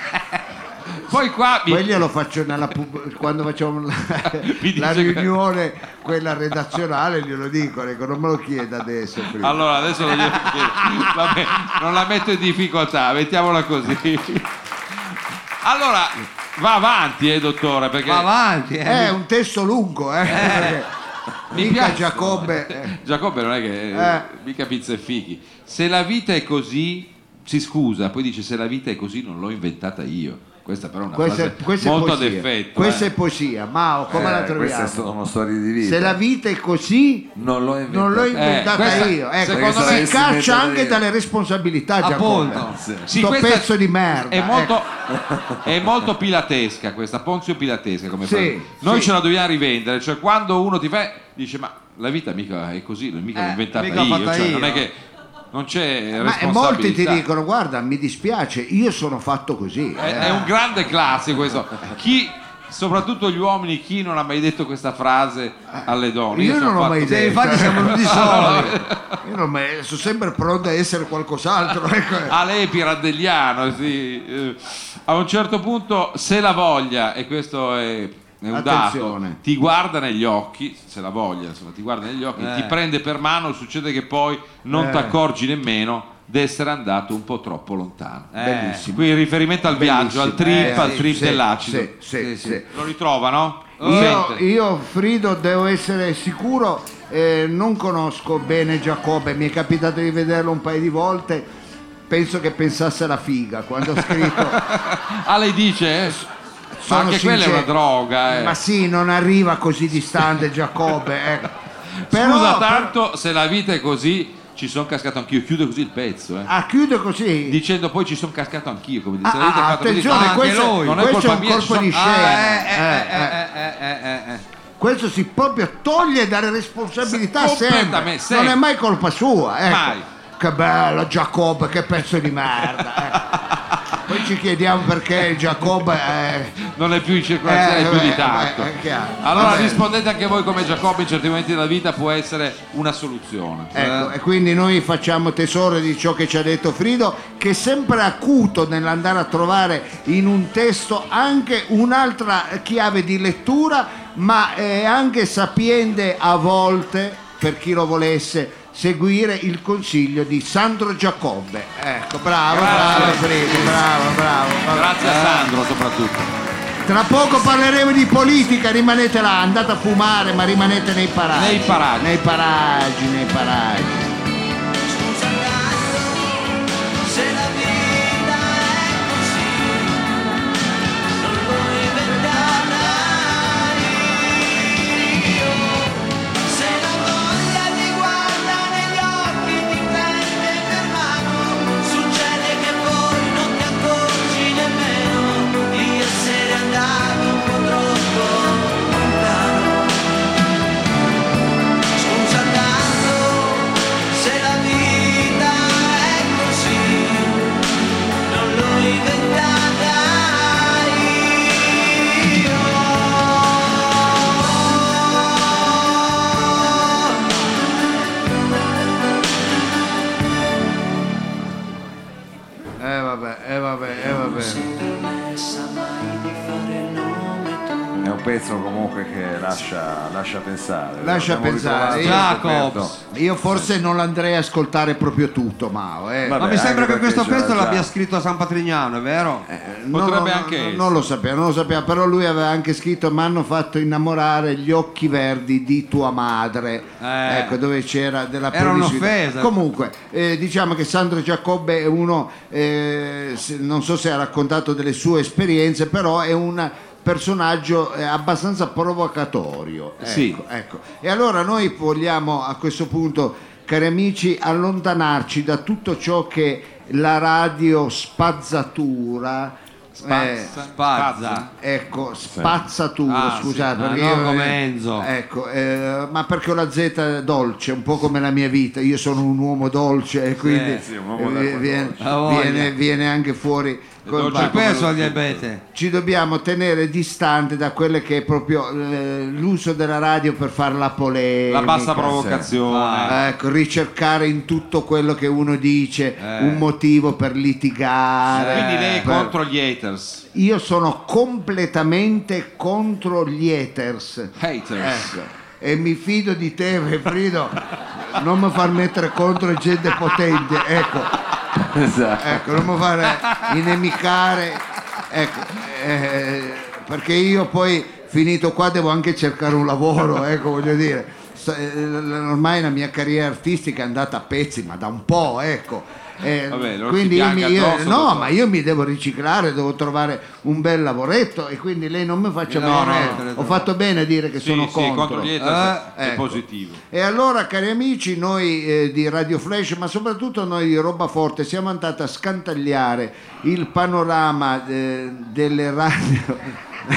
B: poi qua mi-
C: poi glielo faccio nella pub- quando facciamo la,
B: Mi
C: la
B: dice che-
C: riunione, quella redazionale, glielo dico, ecco, non me lo chieda adesso. prima.
B: Allora adesso lo glielo chiedo. Vabbè, non la metto in difficoltà, mettiamola così. Allora, va avanti, eh, dottore, perché eh.
C: Eh, È un testo lungo, eh. perché
B: Mi
C: mica
B: piace.
C: Giacobbe. eh,
B: Giacobbe non è che
C: Eh.
B: mica pizza e fichi. Se la vita è così, si scusa, poi dice se la vita è così non l'ho inventata io. Questa però è una
C: Questa,
B: frase
C: questa
B: molto
C: è
B: ad
C: poesia.
B: effetto.
C: questa
B: eh.
C: è poesia, Mao, come
A: Eh,
C: la
A: Questa
C: troviamo?
A: è stata una storia di vita.
C: Se la vita è così,
A: Non l'ho inventata, Eh,
C: non
B: Eh,
C: l'ho inventata
A: questa-
C: io. Ecco,
A: perché se
C: si
A: l'avessi
C: caccia
A: inventata
C: anche
A: io-
C: dalle responsabilità, Giacobbe.
B: Appunto. Sì,
C: Sto
B: questa
C: pezzo di merda.
B: È molto,
C: ecco.
B: è molto pilatesca questa, Ponzio pilatesca come
C: Sì,
B: frase. Noi
C: sì.
B: ce la dobbiamo rivendere, cioè quando uno ti fa dice ma La vita mica è così, non- mica
C: Eh,
B: l'ho inventata
C: mica l'ho
B: io,
C: fatta
B: cioè, non
C: io.
B: è che non c'è
C: Ma eh, molti ti
B: responsabilità.
C: dicono, guarda, mi dispiace, io sono fatto così.
B: Eh, È, è un grande classico questo. Chi, soprattutto gli uomini, chi non ha mai detto questa frase alle donne?
C: Io non
B: sono
C: l'ho mai
B: fatto-
C: detto.
B: Sì, infatti siamo venuti soli.
C: Io non me- sono sempre pronto a essere qualcos'altro. ecco.
B: A Ah, lei Pirandelliano, sì. Eh, A un certo punto, se la voglia, e questo è, è un
C: Attenzione.
B: dato, ti guarda negli occhi, se la voglia, insomma, ti guarda negli occhi,
C: Eh.
B: ti prende per mano, succede che poi non
C: Eh.
B: ti accorgi nemmeno di essere andato un po' troppo lontano.
C: Eh. Bellissimo.
B: Qui il riferimento al viaggio, al
C: Bellissimo.
B: trip,
C: Eh,
B: al
C: sì,
B: trip
C: sì,
B: dell'acido.
C: sì, sì, sì.
B: Lo ritrovano?
C: Io, io, Frido, devo essere sicuro, eh, non conosco bene Giacobbe, mi è capitato di vederlo un paio di volte, penso che pensasse alla figa quando ho scritto.
B: Ah, lei dice? eh? Ma
C: Sono
B: anche quella è
C: sincero.
B: una droga. eh.
C: Ma sì, non arriva così distante Giacobbe. ecco. Però,
B: Scusa,
C: però-
B: tanto se la vita è così, ci sono cascato anch'io. Chiudo così il pezzo, eh.
C: Ah, chiudo così.
B: Dicendo poi ci sono cascato anch'io, come dice
C: Ah,
B: la vita
C: ah,
B: è fatta così.
C: attenzione,
B: anche
C: questo-
B: lui. non è
C: questo è
B: colpa
C: un
B: mia, ci
C: colpo di
B: sono-
C: scena.
B: Ah, eh, eh, eh,
D: Eh, eh, eh, eh.
C: Questo si proprio toglie dalle responsabilità
D: Se-
C: sempre.
D: completamente, sempre.
C: Non è mai colpa sua. Ecco.
D: Mai.
C: Che bello Giacobbe, che pezzo di merda. eh. Poi ci chiediamo perché Giacobbe è...
B: non è più in circolazione
C: Eh,
B: più
C: eh,
B: di tanto.
C: eh, eh, chiaro.
B: allora
C: Vabbè.
B: rispondete anche voi come Giacobbe in certi momenti della vita può essere una soluzione.
C: Ecco, e quindi noi facciamo tesoro di ciò che ci ha detto Frido, che è sempre acuto nell'andare a trovare in un testo anche un'altra chiave di lettura, ma è anche sapiente a volte, per chi lo volesse, seguire il consiglio di Sandro Giacobbe. Ecco, bravo, bravo Frido, bravo, bravo. bravo.
B: Grazie a Sandro soprattutto.
C: Tra poco parleremo di politica, rimanete là, andate a fumare, ma rimanete nei paraggi.
B: Nei paraggi.
C: Nei paraggi, nei paraggi.
K: Scusa cazzo, se la vita è così, non lo inventerai io. Se la voglia ti guarda negli occhi, ti prende per mano, succede che poi non ti accorgi nemmeno di essere andato un po' troppo lontano. Scusa tanto. Se la vita è così, non l'ho inventata io.
C: Eh vabbè, eh vabbè, eh vabbè.
A: È un pezzo comunque che lascia, lascia pensare.
C: Lascia
A: L'abbiamo
C: pensare,
A: ritrovato,
C: Io forse non andrei a ascoltare proprio tutto, Mao. eh.
D: Ma mi sembra che questo pezzo l'abbia
C: scritto.
D: scritto a San Patrignano, è vero?
C: Eh, Non,
D: Potrebbe
C: non-
D: anche
C: non-
D: essere.
C: non lo sapeva, non lo sapeva, però lui aveva anche scritto mi hanno fatto innamorare gli occhi verdi di tua madre.
D: Eh.
C: Ecco, dove c'era della
D: Era
C: promiscuità.
D: un'offesa.
C: Comunque, eh, diciamo che Sandro Giacobbe è uno, eh, se- non so se ha raccontato delle sue esperienze, però è un personaggio eh, abbastanza provocatorio. Ecco,
B: Sì.
C: ecco. E allora noi vogliamo a questo punto, cari amici, allontanarci da tutto ciò che la radio spazzatura
D: Spazza.
C: eh,
D: Spazza.
C: Ecco, spazzatura,
D: Eh. Ah,
C: scusate,
D: sì. Ah,
C: perché
D: no,
C: io-
D: come Enzo.
C: Ecco, eh, ma perché ho la Z dolce, un po' come la mia vita. Io sono un uomo dolce e quindi
D: sì, un uomo
C: eh,
D: d'acqua
C: viene,
D: dolce. Ha voglia.
C: viene- viene anche fuori. col
D: Dolce
C: bar.
D: peso al diabete.
C: Ci dobbiamo tenere distante da quelle che è proprio eh, l'uso della radio per fare la polemica.
B: La bassa provocazione.
C: Ah, ecco, ricercare in tutto quello che uno dice
D: Eh.
C: un motivo per litigare.
B: Eh, Quindi lei è
C: eh, per-
B: contro gli haters.
C: Io sono completamente contro gli haters.
B: Haters.
C: Ecco. E mi fido di te, Frido. non mi far mettere contro gente potente, ecco.
A: Esatto.
C: Ecco, non mi far inimicare. Ecco, eh, perché io poi finito qua devo anche cercare un lavoro, ecco, voglio dire. Sta- eh, Ormai la mia carriera artistica è andata a pezzi, ma da un po', ecco. Eh,
B: Vabbè, allora ti
C: quindi io, mi,
B: pianga
C: io-
B: addosso,
C: no,
B: dottor.
C: ma io mi devo riciclare, devo trovare un bel lavoretto e quindi lei non mi faccia
B: No,
C: bene.
B: no, no.
C: Ho fatto bene a dire che
B: Sì,
C: sono
B: sì,
C: contro.
B: contro gli haters
C: Eh,
B: è
C: ecco.
B: positivo.
C: E allora, cari amici, noi eh, di Radio Flash, ma soprattutto noi di Roba Forte, siamo andati a scantagliare il panorama eh, delle radio.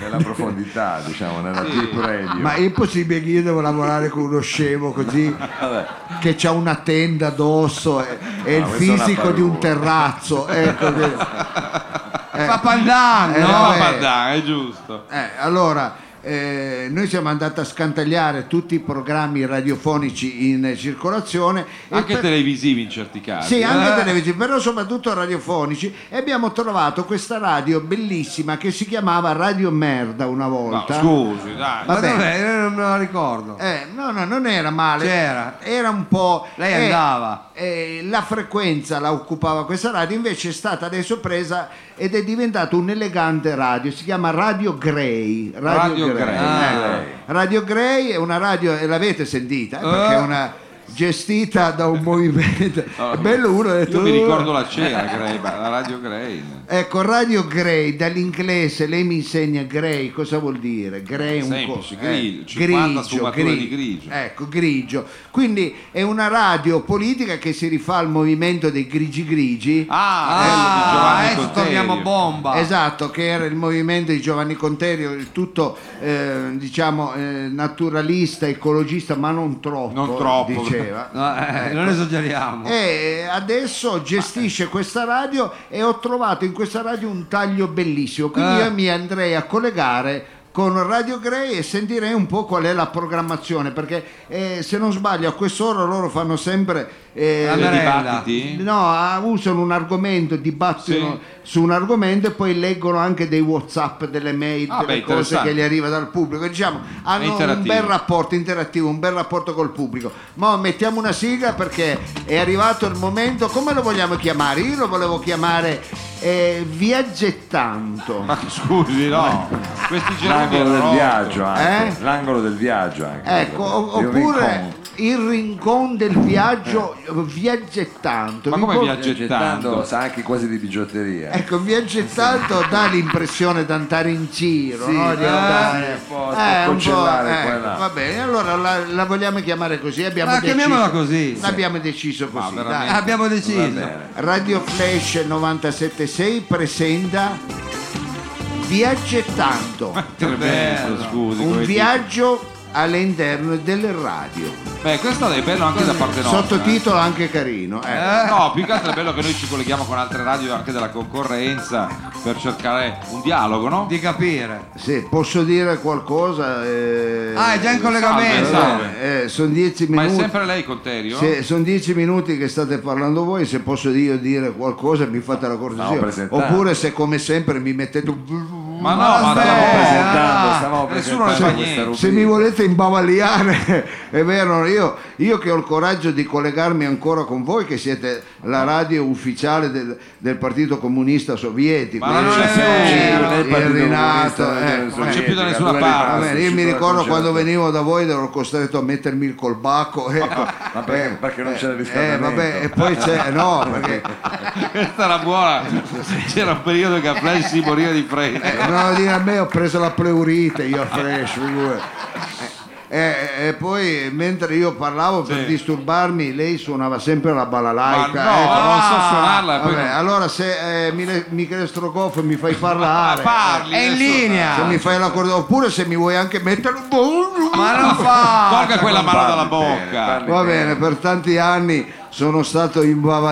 A: nella profondità, diciamo, nella
C: Sì.
A: deep radio.
C: Ma è possibile che io devo lavorare con uno scemo così
A: Vabbè.
C: che ha una tenda addosso e, e
A: No,
C: il
A: questa è una
C: fisico di un
A: parura.
C: terrazzo? Ecco, che- eh,
D: Papandan,
C: eh,
B: no,
C: vabbè.
B: Papandan, è giusto.
C: Eh, allora, eh, noi siamo andati a scantagliare tutti i programmi radiofonici in circolazione. e
B: Anche
C: per-
B: televisivi in certi casi.
C: Sì, anche
B: Eh.
C: televisivi, però soprattutto radiofonici. E abbiamo trovato questa radio bellissima che si chiamava Radio Merda una
B: No,
C: volta.
B: scusi, dai.
C: Vabbè.
D: non me la ricordo.
C: Eh, no, no, non era male.
D: C'era.
C: Era un po'.
D: Lei
C: eh,
D: andava.
C: eh, la frequenza la occupava questa radio, invece è stata adesso presa ed è diventata un'elegante radio. Si chiama Radio Grey.
B: Radio Grey. Ah.
C: eh. Radio Grey è una radio, e l'avete sentita, eh,
B: Oh.
C: perché è una gestita da un movimento.
B: Allora,
C: Bello uno ha detto.
B: Ah. Io mi
C: "Oh".
B: ricordo la cera, Grey, ma la radio Grey.
C: Ecco, Radio Grey dall'inglese, lei mi insegna Grey, cosa vuol dire? Grey è un
B: Semplice,
C: co- eh,
B: grigio, 50 sfumature di grigio.
C: Ecco, grigio. Quindi è una radio politica che si rifà al movimento dei grigi grigi. Eh,
D: Ah,
B: Giovanni
D: adesso
B: Conterio.
D: torniamo a bomba.
C: Esatto, che era il movimento di Giovanni Conterio, il tutto eh, diciamo eh, naturalista, ecologista, ma non troppo,
B: Non troppo.
C: diceva. Ecco.
D: No, eh, non esageriamo.
C: E adesso gestisce questa radio e ho trovato in questa radio un taglio bellissimo. Quindi
D: Eh.
C: io mi andrei a collegare con Radio Grey e sentirei un po' qual è la programmazione. Perché eh, se non sbaglio, a quest'ora loro fanno sempre. eh,
D: La
B: Le
D: merenda.
B: dibattiti?
C: No, ah, usano un argomento, dibattono
B: Sì.
C: su un argomento e poi leggono anche dei whatsapp, delle mail,
B: Ah,
C: delle
B: beh,
C: cose
B: interessante.
C: che gli arriva dal pubblico. Diciamo, hanno un
B: interattivo.
C: bel rapporto interattivo, un bel rapporto col pubblico. Ma mettiamo una sigla perché è arrivato il momento, come lo vogliamo chiamare? Io lo volevo chiamare eh, Viaggettanto.
B: Ma scusi, no. Questi germi
A: L'angolo
B: hanno
A: del
B: rotto.
A: viaggio anche.
C: Eh?
A: L'angolo del viaggio anche.
C: Ecco, o-
A: Di un
C: oppure
A: rincon-
C: il rincon del viaggio, Viaggettanto.
B: Ma
C: Vi
B: come
C: po-
A: Gettando,
B: viaggettando?
A: sa anche quasi di bigiotteria.
C: Ecco, viaggi tanto dà l'impressione di andare in giro,
A: Sì,
C: no? Di
A: eh,
C: andare
A: sì, un po'
C: Eh,
A: scoccellare qua e là.
C: va bene, allora la, la vogliamo chiamare così. Abbiamo
D: Ma
C: deciso,
D: chiamiamola così.
C: Abbiamo deciso così.
B: Ma
C: dai.
B: veramente.
D: Abbiamo
A: Va
D: deciso.
A: bene.
C: Radio Flash 976 presenta Viaggi tanto,
B: Tremendo, scusi.
C: un
B: come
C: viaggio all'interno delle radio.
B: dico. Beh, questo è bello anche da parte nostra.
C: Sottotitolo anche carino. eh.
B: eh. No, più che altro è bello che noi ci colleghiamo con altre radio anche della concorrenza per cercare un dialogo, no?
D: Di capire.
C: Sì, posso dire qualcosa? eh,
D: Ah, è già in collegamento.
B: salve.
C: eh, sono dieci
B: Ma è
C: minuti.
B: sempre lei Conterio?
C: sono dieci minuti che state parlando voi, se posso io dire qualcosa mi fate la
A: Stavo
C: cortesia.
A: presentando.
C: Oppure se come sempre mi mettete un...
B: Ma no, ma
D: Vabbè.
A: Stavamo
B: no.
A: presentando, stavamo
B: Nessuno
A: presentando
B: ne fa
A: questa
B: niente.
A: rubrica.
C: Se mi volete imbavagliare, è vero, io, io che ho il coraggio di collegarmi ancora con voi, che siete la radio ufficiale del, del Partito Comunista Sovietico.
B: Ma non
C: Io-
B: c'è più,
C: ero-
A: non è il
C: ero
A: Partito
C: rinato,
A: Comunista,
C: eh.
A: non c'è
B: non c'è più da nessuna
A: Dove
B: parte.
A: rimane?
C: Va bene, io mi
A: Sicuramente
C: ricordo
A: non c'era-
C: quando venivo da voi ed ero costretto a mettermi il colbacco. Ecco.
A: Ma perché, perché non c'era
C: Eh,
A: riscaldamento?
C: vabbè, e poi c'è, eh, no, perché
B: Questa era buona. C'era un periodo che a Flash si moriva di freddo.
C: eh, no, dire a me ho preso la pleurite io a Fresh. figurati. Eh, eh, E poi mentre io parlavo per
B: Sì.
C: disturbarmi, lei suonava sempre la
B: Ma
C: balalaica.
B: no,
C: ecco.
B: ma non so suonarla. poi
C: Vabbè,
B: non-
C: allora se eh, Mile- Michele Strogoff mi fai parlare,
B: Parli.
D: È in
B: adesso-
D: linea.
C: se mi fai l'accordo, oppure se mi vuoi anche mettere un buon
D: Ma non fa.
B: Tolga quella mano dalla
A: Parli bene,
B: bocca.
A: parli
C: Va bene, per tanti anni sono stato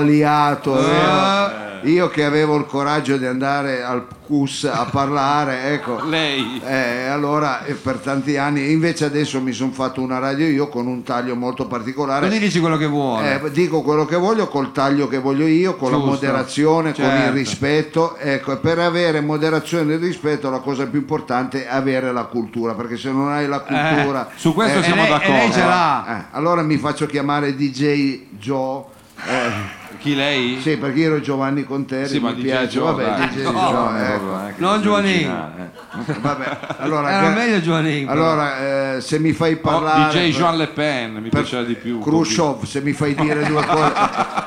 C: imbavagliato. vero? Io che avevo il coraggio di andare al CUS a parlare, ecco.
B: Lei.
C: Eh, allora eh, per tanti anni invece adesso mi sono fatto una radio io con un taglio molto
D: Così
C: particolare
D: dici quello che vuoi.
C: Eh, dico quello che voglio col taglio che voglio io con la
D: Giusto.
C: moderazione con il
D: Certo.
C: rispetto ecco e per avere moderazione e rispetto la cosa più importante è avere la cultura perché se non hai la cultura
B: Su questo
C: eh,
D: e
B: siamo
D: lei- e
B: d'accordo.
D: lei ce l'ha.
C: eh, allora mi faccio chiamare DJ Joe. eh,
B: Chi lei?
C: sì, perché io ero Giovanni Conteri,
B: Sì, ma
C: mi
B: DJ
C: piace.
B: Joe,
C: vabbè,
B: dai.
C: DJ
D: Ah, No.
C: Joe,
A: bene.
C: ecco,
A: Anche
D: Non
A: se
D: Giovanini.
A: originale, eh.
C: vabbè. Allora,
D: Era
C: gra-
D: meglio Giovanni. però.
C: allora, eh, se mi fai
B: Oh,
C: parlare
B: DJ
C: per-
B: Jean Le Pen, mi
C: per
B: piaceva di più.
C: Khrushchev, se mi fai dire due cose,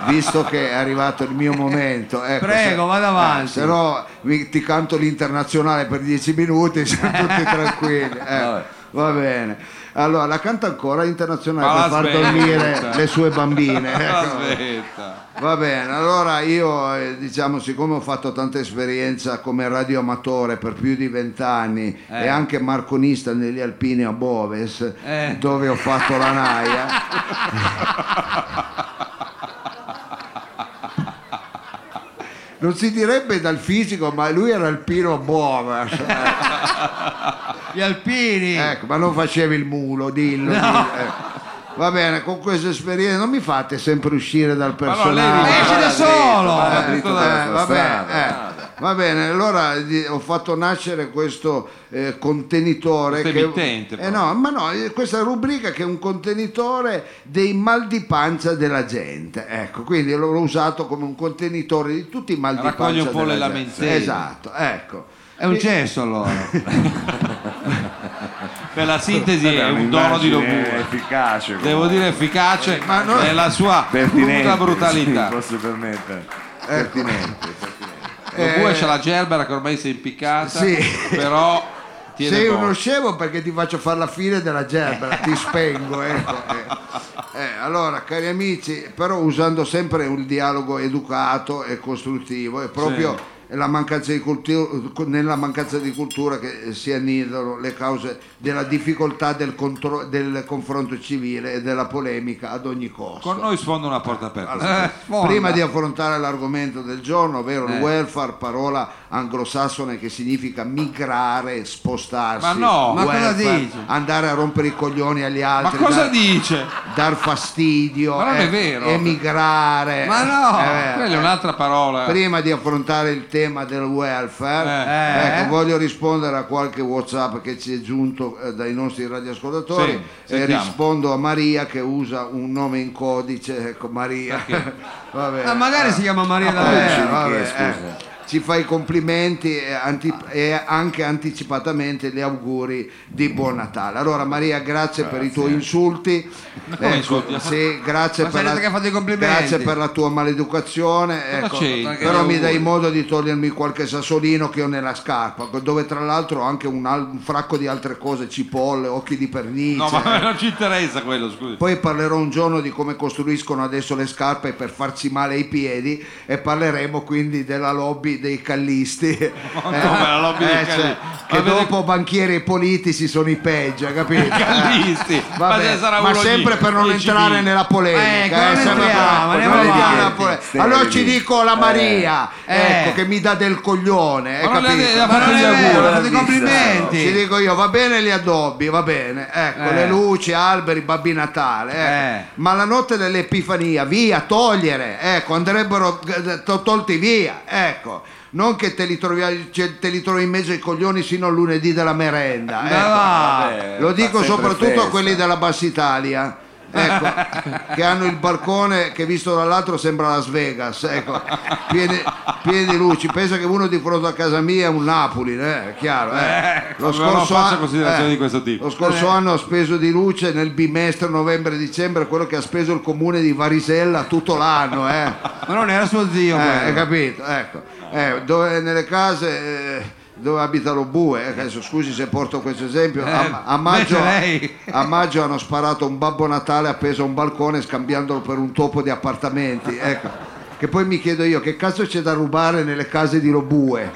C: visto che è arrivato il mio momento. ecco,
D: Prego,
C: se-
D: vada avanti.
C: se no vi- ti canto l'internazionale per dieci minuti, siamo tutti tranquilli. eh.
A: Vabbè.
C: va bene. Allora, la canta ancora internazionale per
B: Ma la
C: far
B: smetta.
C: dormire le sue bambine. Ecco.
B: Aspetta.
C: Va bene, allora io eh, diciamo, siccome ho fatto tanta esperienza come radioamatore per più di vent'anni
E: Eh.
C: e anche marconista negli Alpini a Boves, dove ho fatto la naia, non si direbbe dal fisico, ma lui era alpino a Boves. Gli alpini! Ecco, ma non facevi il mulo, dillo. dillo, ecco. Va bene, con questa esperienza non mi fate sempre uscire dal personaggio.
E: lei rimane Esci da dritto, solo!
C: Eh,
E: rimane dritto dalla
C: eh,
E: sua
C: va
E: strada.
C: bene, eh. Va bene, allora di- ho fatto nascere questo eh, contenitore.
B: Questo
C: che-
B: emittente,
C: Eh, no, ma no, eh, questa rubrica che è un contenitore dei mal di pancia della gente. Ecco, quindi l'ho usato come un contenitore di tutti i mal di pancia.
B: Raccoglie un po' le
C: della gente.
B: lamentele.
C: Esatto, ecco.
D: È un
C: E-
D: cesso allora.
B: Per la sintesi
D: Vabbè,
B: è un dono di
D: un'immagine
B: Lobue.
E: efficace.
B: Devo dire efficace nella sua
E: Pertinente,
B: brutta brutalità.
E: sì, posso permettere.
A: Ecco.
C: Pertinente.
B: Lobue
C: Eh.
B: c'ha la gerbera che ormai si è impiccata,
C: Sì.
B: però tiene
C: Sei
B: botta.
C: uno scemo perché ti faccio fare la fine della gerbera, ti spengo. Ecco. Eh, eh, allora, cari amici, però usando sempre un dialogo educato e costruttivo, è proprio la mancanza di cultu- nella mancanza di cultura che si annidano le cause della difficoltà del, contro- del confronto civile e della polemica ad ogni costo.
B: Con noi sfonda una porta aperta.
C: Allora,
B: Eh, sfonda.
C: prima di affrontare l'argomento del giorno, ovvero il
B: Eh.
C: welfare, parola anglosassone che significa migrare, spostarsi,
B: Ma no, ma cosa
C: welfare,
B: dici?
C: andare a rompere i coglioni agli
B: Ma
C: altri,
B: cosa
C: dar,
B: dice?
C: dar fastidio,
B: Ma non è
C: eh,
B: vero.
C: emigrare. Eh,
B: Ma no,
C: È vero.
B: quella è un'altra parola.
C: Prima di affrontare il tema del welfare,
B: Eh.
C: ecco,
B: Eh.
C: voglio rispondere a qualche WhatsApp che ci è giunto eh, dai nostri radioascoltatori
B: Sì,
C: e
B: sentiamo.
C: rispondo a Maria che usa un nome in codice, ecco Maria. Va bene.
D: Ah, magari
C: Eh.
D: si chiama Maria
C: Ah,
D: Davvero.
C: eh, vabbè,
D: Perché, scusa.
C: eh. Ci fa i complimenti e, anti- e anche anticipatamente gli auguri di buon Natale. Allora Maria, grazie, per i tuoi insulti. Ecco,
D: come insulti?
C: sì, grazie
D: Ma
C: per
D: sei
C: la-
D: detto che ha fatto i complimenti.
C: grazie per la tua maleducazione.
D: Cosa
C: ecco.
D: c'entra? Che
C: però mi
D: auguri.
C: dai modo di togliermi qualche sassolino che ho nella scarpa, dove tra l'altro ho anche un, al- un fracco di altre cose, cipolle, occhi di pernice.
B: No, ma non ci interessa quello, scusi.
C: Poi parlerò un giorno di come costruiscono adesso le scarpe per farci male ai piedi e parleremo quindi della lobby dei callisti. Eh, cioè,
B: come la lobby dei callisti?
C: che
B: Avete-
C: dopo banchieri e politici sono i peggio, hai capito?
B: Callisti.
C: Eh, vabbè,
B: Ma
C: ma,
B: ce sarà uno
C: sempre
B: di-
C: per non
B: dieci
C: entrare
B: mila.
C: nella
B: Eh,
C: polemica.
B: come
C: sempre per-
B: entriamo?
C: non
B: Andiamo
C: entriamo
B: avanti.
C: nella polemica.
B: Stai
C: Allora
B: lì.
C: ci dico la Maria,
B: Eh.
C: ecco, che mi dà del coglione. hai
B: Ma non le- le
C: capito?
B: ha fatto Ma non gli è auguri. vero, ha fatto i complimenti.
C: Ci dico io, va bene gli addobbi, va bene. Ecco,
B: Eh.
C: le luci, alberi, Babbi Natale. ecco. Ma la notte dell'Epifania, via, togliere, ecco, andrebbero eh, to- tolti via, ecco. Non che te li, trovi, cioè, te li trovi in mezzo ai coglioni sino al lunedì della merenda.
E: Ma va.
C: ecco.
E: Vabbè,
C: Lo
E: fa
C: dico
E: sempre
C: soprattutto a
E: festa.
C: quelli della Bassa Italia. Ecco, che hanno il balcone che visto dall'altro sembra Las Vegas, ecco, pieni, pieni di luci. Pensa che uno di fronte a casa mia è un Napoli, eh, è chiaro. eh.
B: Eh, avevamo fatto
C: an-
B: considerazioni
C: eh,
B: di questo tipo.
C: Lo scorso
B: Eh.
C: anno ho speso di luce nel bimestre novembre-dicembre quello che ha speso il comune di Varisella tutto l'anno. eh.
D: Ma non era suo zio
C: Eh,
D: quello.
C: hai capito? Ecco. Eh, dove- nelle case eh, dove abita lo bue, eh, adesso scusi se porto questo esempio, a, a
D: Eh,
C: maggio,
D: invece lei.
C: a maggio hanno sparato un Babbo Natale appeso a un balcone scambiandolo per un topo di appartamenti. Ecco. Che poi mi chiedo io che cazzo c'è da rubare nelle case di Robue?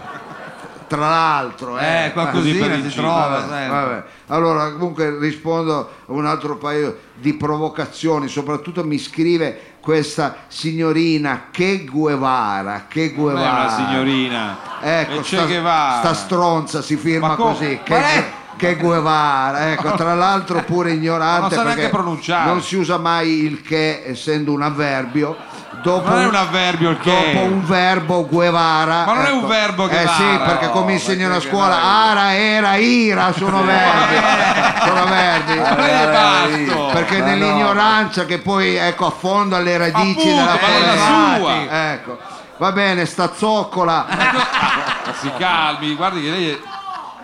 C: Tra l'altro, eh,
D: Eh, qualcosina
C: Vabbè.
D: si trova,
C: Vabbè,
D: sempre.
C: vabbè. Allora, comunque rispondo a un altro paio di provocazioni, soprattutto mi scrive questa signorina Che Guevara, Che
B: Non è
C: Guevara.
B: una signorina.
C: Ecco,
B: E Che
C: sta,
B: Guevara.
C: sta stronza si firma
B: Ma come?
C: così.
B: Ma
C: Che,
B: lei-
C: che Guevara, ecco, tra l'altro pure ignorante.
B: Ma non sa neanche
C: perché
B: pronunciare.
C: Non si usa mai il che essendo un avverbio. Dopo
B: non è un avverbio il che.
C: Dopo un verbo Guevara.
B: Ma non è un
C: ecco.
B: verbo Guevara, Oh,
C: Eh sì, perché
B: no,
C: come insegnano a scuola, ara, era, ira
B: Eh,
C: sono verbi. sono verbi. Eh,
B: basta. Ma
C: Perché
B: no.
C: nell'ignoranza che poi ecco affonda le radici
B: Appunto,
C: della
B: ma è la
C: polemica. Ecco. Va bene, sta zoccola
B: Si calmi, guardi che lei è...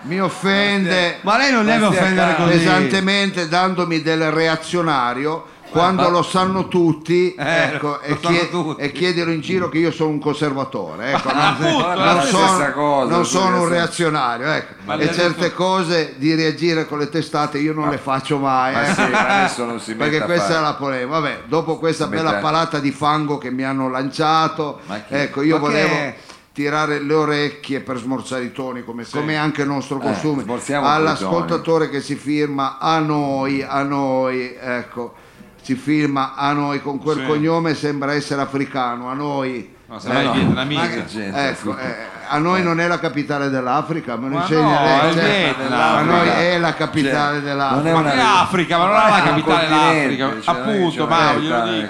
C: mi offende.
D: Ma lei non deve offendere così.
C: Pesantemente dandomi del reazionario quando lo sanno tutti, ecco,
D: Eh, lo
C: e,
D: sanno
C: chie- e chiedelo in giro che io sono un conservatore, ecco,
D: Ah,
C: non,
D: appunto,
C: non
D: è la
C: sono,
D: stessa cosa,
C: non sono
D: deve
C: un
D: essere.
C: reazionario, ecco.
D: Ma lei
C: e
D: ha
C: certe cose di reagire con le testate io non le faccio mai,
A: ma
C: eh.
A: sì, ma adesso non si
C: perché
A: metta a
C: questa
A: fare.
C: è la polemica. Vabbè, dopo questa
A: Si
C: bella
A: metta-
C: palata di fango che mi hanno lanciato,
A: chi-
C: ecco, io
A: ma che-
C: volevo tirare le orecchie per smorzare i toni come, come anche il nostro
A: Eh,
C: costume
A: smorziamo un po' i
C: all'ascoltatore che si firma a noi a noi ecco si firma a noi con quel
B: Sì.
C: cognome sembra essere africano a noi Eh,
B: No, sembra vietnamita.
C: ma che-
B: Che gente,
C: ecco,
B: sì.
C: eh, a noi non è la capitale dell'Africa ma, lo
B: Ma
C: insegna
B: no,
C: lei,
B: è il
C: certo.
B: Vietnam.
C: a noi è la capitale
B: Cioè,
C: dell'Africa
B: non è Ma una- che Africa? Ma non è la capitale dell'Africa. Appunto, Mauro, glielo dico.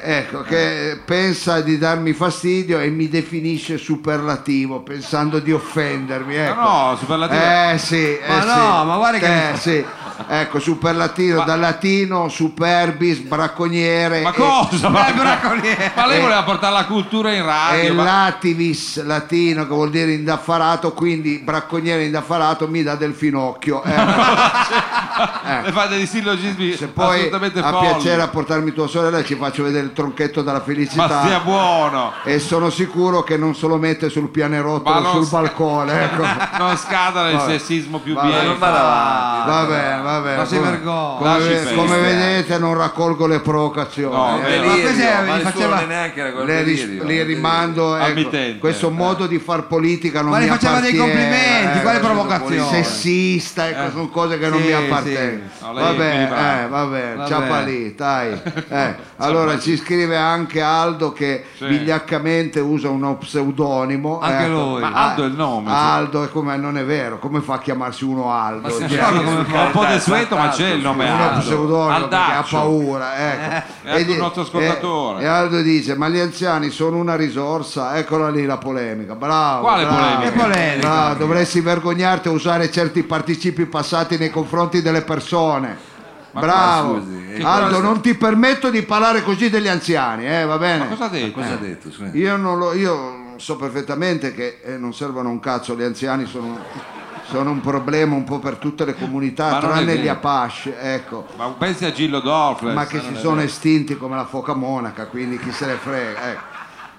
C: Ecco, che pensa di darmi fastidio e mi definisce superlativo pensando di offendermi. Ecco.
B: no, superlativo-
C: Eh sì,
B: Ma
C: eh,
B: no,
C: sì.
B: ma guarda che-
C: Eh, sì. Ecco, superlativo dal latino superbis, bracconiere.
B: Ma
C: e-
B: cosa? Ma, ma
C: Eh.
B: lei voleva portare la cultura in
C: e
B: radio. ma-
C: l'ativis latino che vuol dire indaffarato, quindi bracconiere indaffarato mi dà del finocchio. Ecco.
B: Le fate dei sillogismi
C: eh. Poi
B: assolutamente
C: ha
B: folli.
C: piacere a portarmi tua sorella e ci faccio vedere il tronchetto della felicità.
B: Ma stia buono.
C: e sono sicuro che non se lo mette sul
B: Ma
C: pianerottolo
B: non
C: sul
B: sca-
C: balcone ecco.
B: Non scatala il
C: Vabbè.
B: sessismo più
C: Vabbè,
B: bieco.
C: non vada avanti, Va bene, va bene.
D: Ma si
C: Come-
D: vergogna.
C: come,
B: Lasci
C: ve-
B: perdere.
C: come vedete non raccolgo le provocazioni
B: No, vero.
C: Eh, ma
B: Delirio,
C: queste-
B: ma
C: mi
B: il suo
C: faceva-
B: non è neanche raccolgo
C: le,
B: il
C: ris-
B: delirio.
C: le rimando
B: Al
C: ecco,
B: mittente.
C: questo modo di far politica non
D: Ma le
C: mi
D: faceva dei
C: appartiene,
D: complimenti, quali
C: questo
D: provocazioni?
C: sessista ecco,
D: Eh.
C: sono cose che non
D: Sì,
C: mi appartengono
D: sì. No, lei
C: va
D: è
C: bene
D: equilibrata.
C: eh, va bene
D: Va
C: ciapa
D: bene.
C: lì dai Eh, allora ci scrive anche Aldo che
B: Sì.
C: vigliaccamente usa uno pseudonimo
B: Anche
C: ecco.
B: lui. Ma Aldo è il nome, cioè.
C: Aldo è come non è vero come fa a chiamarsi uno Aldo
B: Ma si
C: Cioè,
B: chiama come fa? Un po' desueto, ma c'è il nome
C: uno
B: Aldo.
C: pseudonimo perché ha
B: Aldaccio.
C: paura ecco. eh,
B: Eh, è anche
C: di-
B: un nostro ascoltatore.
C: e, e Aldo dice ma gli anziani sono una risorsa eccola lì la polemica bravo
B: Quale
C: bravo.
B: polemica? Che polemica?
C: Bravo, dovresti vergognarti a usare certi participi passati nei confronti delle persone
B: Ma
C: Bravo,
B: qua, scusi, che
C: Aldo,
B: cosa-
C: non ti permetto di parlare così degli anziani, eh, va bene? Eh.
B: Cosa ha detto?
A: Cosa ha detto? scusa?
C: Io, non lo- io so perfettamente che eh, non servono un cazzo, gli anziani sono, sono un problema un po' per tutte le comunità,
B: Ma non è
C: tranne gli
B: vero.
C: Apache, ecco,
B: Ma pensi a Gillo Dorfler.
C: ma che si sono estinti come la foca monaca, quindi chi se ne frega. ecco.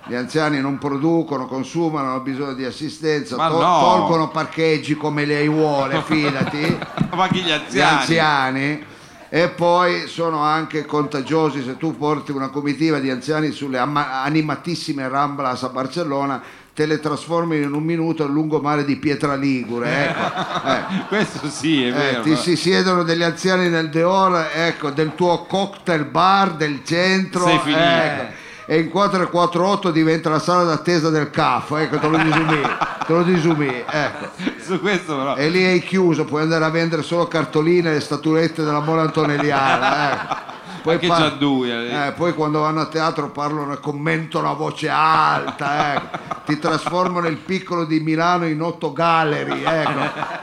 C: Gli anziani non producono, consumano, hanno bisogno di assistenza,
B: Ma
C: to-
B: no.
C: tolgono parcheggi come lei vuole, fidati
B: Ma chi gli
C: gli
B: anziani?
C: anziani e poi sono anche contagiosi se tu porti una comitiva di anziani sulle amma- animatissime Ramblas a Barcellona te le trasformi in un minuto al lungomare di Pietra Ligure ecco.
B: Questo sì, è
C: Eh,
B: vero.
C: ti
B: ma-
C: si siedono degli anziani nel Deor ecco, del tuo cocktail bar del centro
B: Sei finito.
C: ecco. e in 448 diventa la sala d'attesa del CAF ecco, te lo disumi te lo disumi ecco.
B: Su questo però.
C: E lì è chiuso, puoi andare a vendere solo cartoline e statuette della Mora Antonelliana. ecco.
B: Poi anche
C: par-
B: Gianduia.
C: Eh, poi quando vanno a teatro parlano e commentano a voce alta, ecco. ti trasformano il piccolo di Milano in otto gallery, ecco.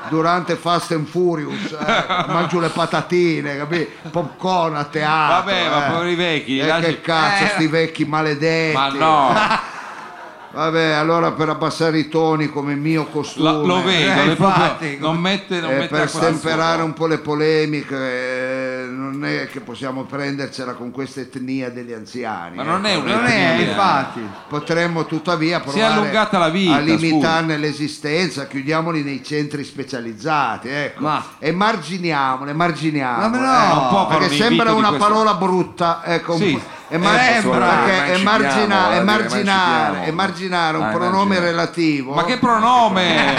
C: durante Fast and Furious, ecco. mangio le patatine, capì? popcorn a teatro.
B: Vabbè, ma
C: eh.
B: poveri vecchi.
C: Eh,
B: lasci-
C: che cazzo,
B: Eh,
C: sti vecchi maledetti.
B: Ma no.
C: Vabbè, allora per abbassare i toni come mio costume.
B: la- lo vedo, è
C: Eh,
B: proprio-
C: infatti,
B: non mette, non
C: eh,
B: mette
C: per
B: acqua al
C: stemperare
B: fuoco.
C: un po' le polemiche, eh, non è che possiamo prendercela con questa etnia degli anziani.
B: Ma non
C: ecco.
B: è un'etnia. eh.
D: Non è, infatti.
C: Potremmo tuttavia
B: Si è
C: provare
B: allungata la vita,
C: a limitarne l'esistenza, chiudiamoli nei centri specializzati, ecco. e marginiamole, marginiamole.
D: Ma no,
C: eh.
D: non può fare
C: perché
D: un
C: sembra
D: invito di
C: una
D: questo-
C: parola brutta, ecco, un
D: Sì,
C: po'- è mar-
B: Eh,
A: Eh,
D: sembra.
C: perché è
D: Emancipiamo,
C: margina- è
D: vuol dire
C: marginale,
D: emancipiamo.
C: è marginare, un
D: Ah,
C: pronome
D: emancipiamo.
C: relativo.
B: Ma che pronome!
C: E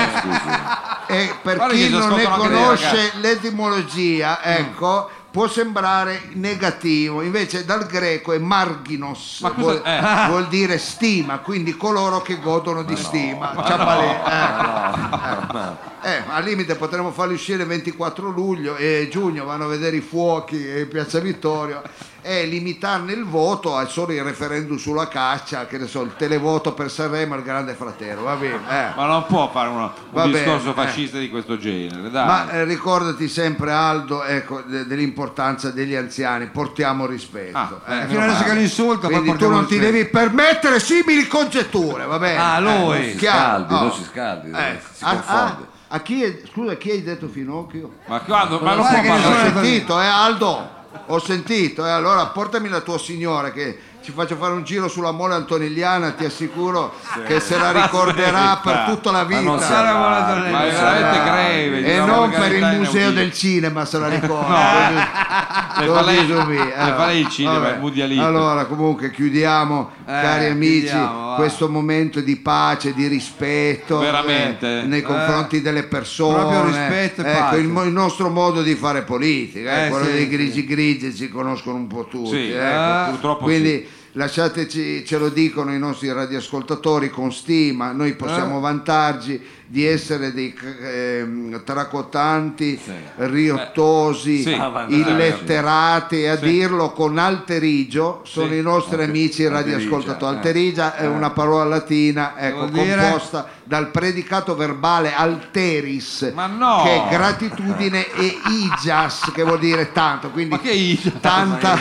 C: per
B: Eh, Guarda
C: chi
B: che ci
C: non ne
B: ascoltano anche dei
C: conosce
B: ragazzi. Mm.
C: l'etimologia, ecco, può sembrare negativo, invece dal greco è marginos,
B: Ma cosa-
C: vuol,
B: eh.
C: vuol dire stima, quindi coloro che godono di stima.
B: ma
C: Ciapalè,
B: no,
C: ecco. Eh, al limite potremmo farli uscire il 24 luglio e giugno vanno a vedere i fuochi e Piazza Vittorio e limitarne il voto a solo il referendum sulla caccia, che ne so, il televoto per Sanremo e il Grande Fratello, va bene. eh.
B: Ma non può fare uno- un
C: Va bene,
B: discorso
C: eh.
B: fascista di questo genere, dai.
C: Ma eh, ricordati sempre Aldo ecco, de- dell'importanza degli anziani, portiamo rispetto.
B: Ah,
C: eh.
D: Fino adesso che lo insulto, poi
C: Quindi tu
D: portiamo
C: non ti
D: rispetto.
C: devi permettere simili congetture, va bene?
D: Ah, lui.
C: Eh,
A: si
C: chiaro,
A: scaldi,
C: no.
A: non si scaldi,
C: Eh,
A: si
C: a-
A: confonde.
C: a- a chi è- scusa, a chi hai detto finocchio?
B: Ma quando? Ma non
C: Guarda
B: può
C: che non
B: parlare
C: sentito, eh Aldo? Ho sentito, eh, allora portami la tua signora che ci faccio fare un giro sulla mole antonigliana, ti assicuro che se la ricorderà per tutta la vita.
B: Ma non sarà mole Ma è veramente greve,
C: E
B: diciamo,
C: non
B: magari
C: per il
B: Italia
C: museo
B: Udine.
C: del cinema se la ricorda.
B: Le
C: Lo
B: fa lei-
C: dico qui, eh.
B: le fa lei il cinema,
C: vabbè.
B: il mundialista.
C: Allora, comunque chiudiamo, cari amici,
B: Eh, chiudiamo, va.
C: questo momento di pace, di rispetto
B: Veramente.
C: eh, nei
B: Eh.
C: confronti delle persone.
E: Proprio rispetto e
C: Ecco,
E: pace.
C: il, mo- il nostro modo di fare politica, eh,
E: Eh,
C: quello
E: sì,
C: dei
E: sì.
C: grigi grigi, si conoscono un po' tutti.
B: Sì,
C: ecco.
B: eh, purtroppo
C: Quindi
B: sì.
C: lasciateci, ce lo dicono i nostri radioascoltatori con stima, noi
B: Eh.
C: possiamo vantarci di essere dei ehm, tracottanti, riottosi,
B: Sì. Ah, vantarci.
C: illetterati e a dirlo con alteriggio sono
B: Sì.
C: i nostri amici radioascoltatori. Alterigia è una parola latina ecco,
E: Vuol eh. dire?
C: composta dal predicato verbale alteris
B: no!
C: che è gratitudine e igias che vuol dire tanto, quindi tanta,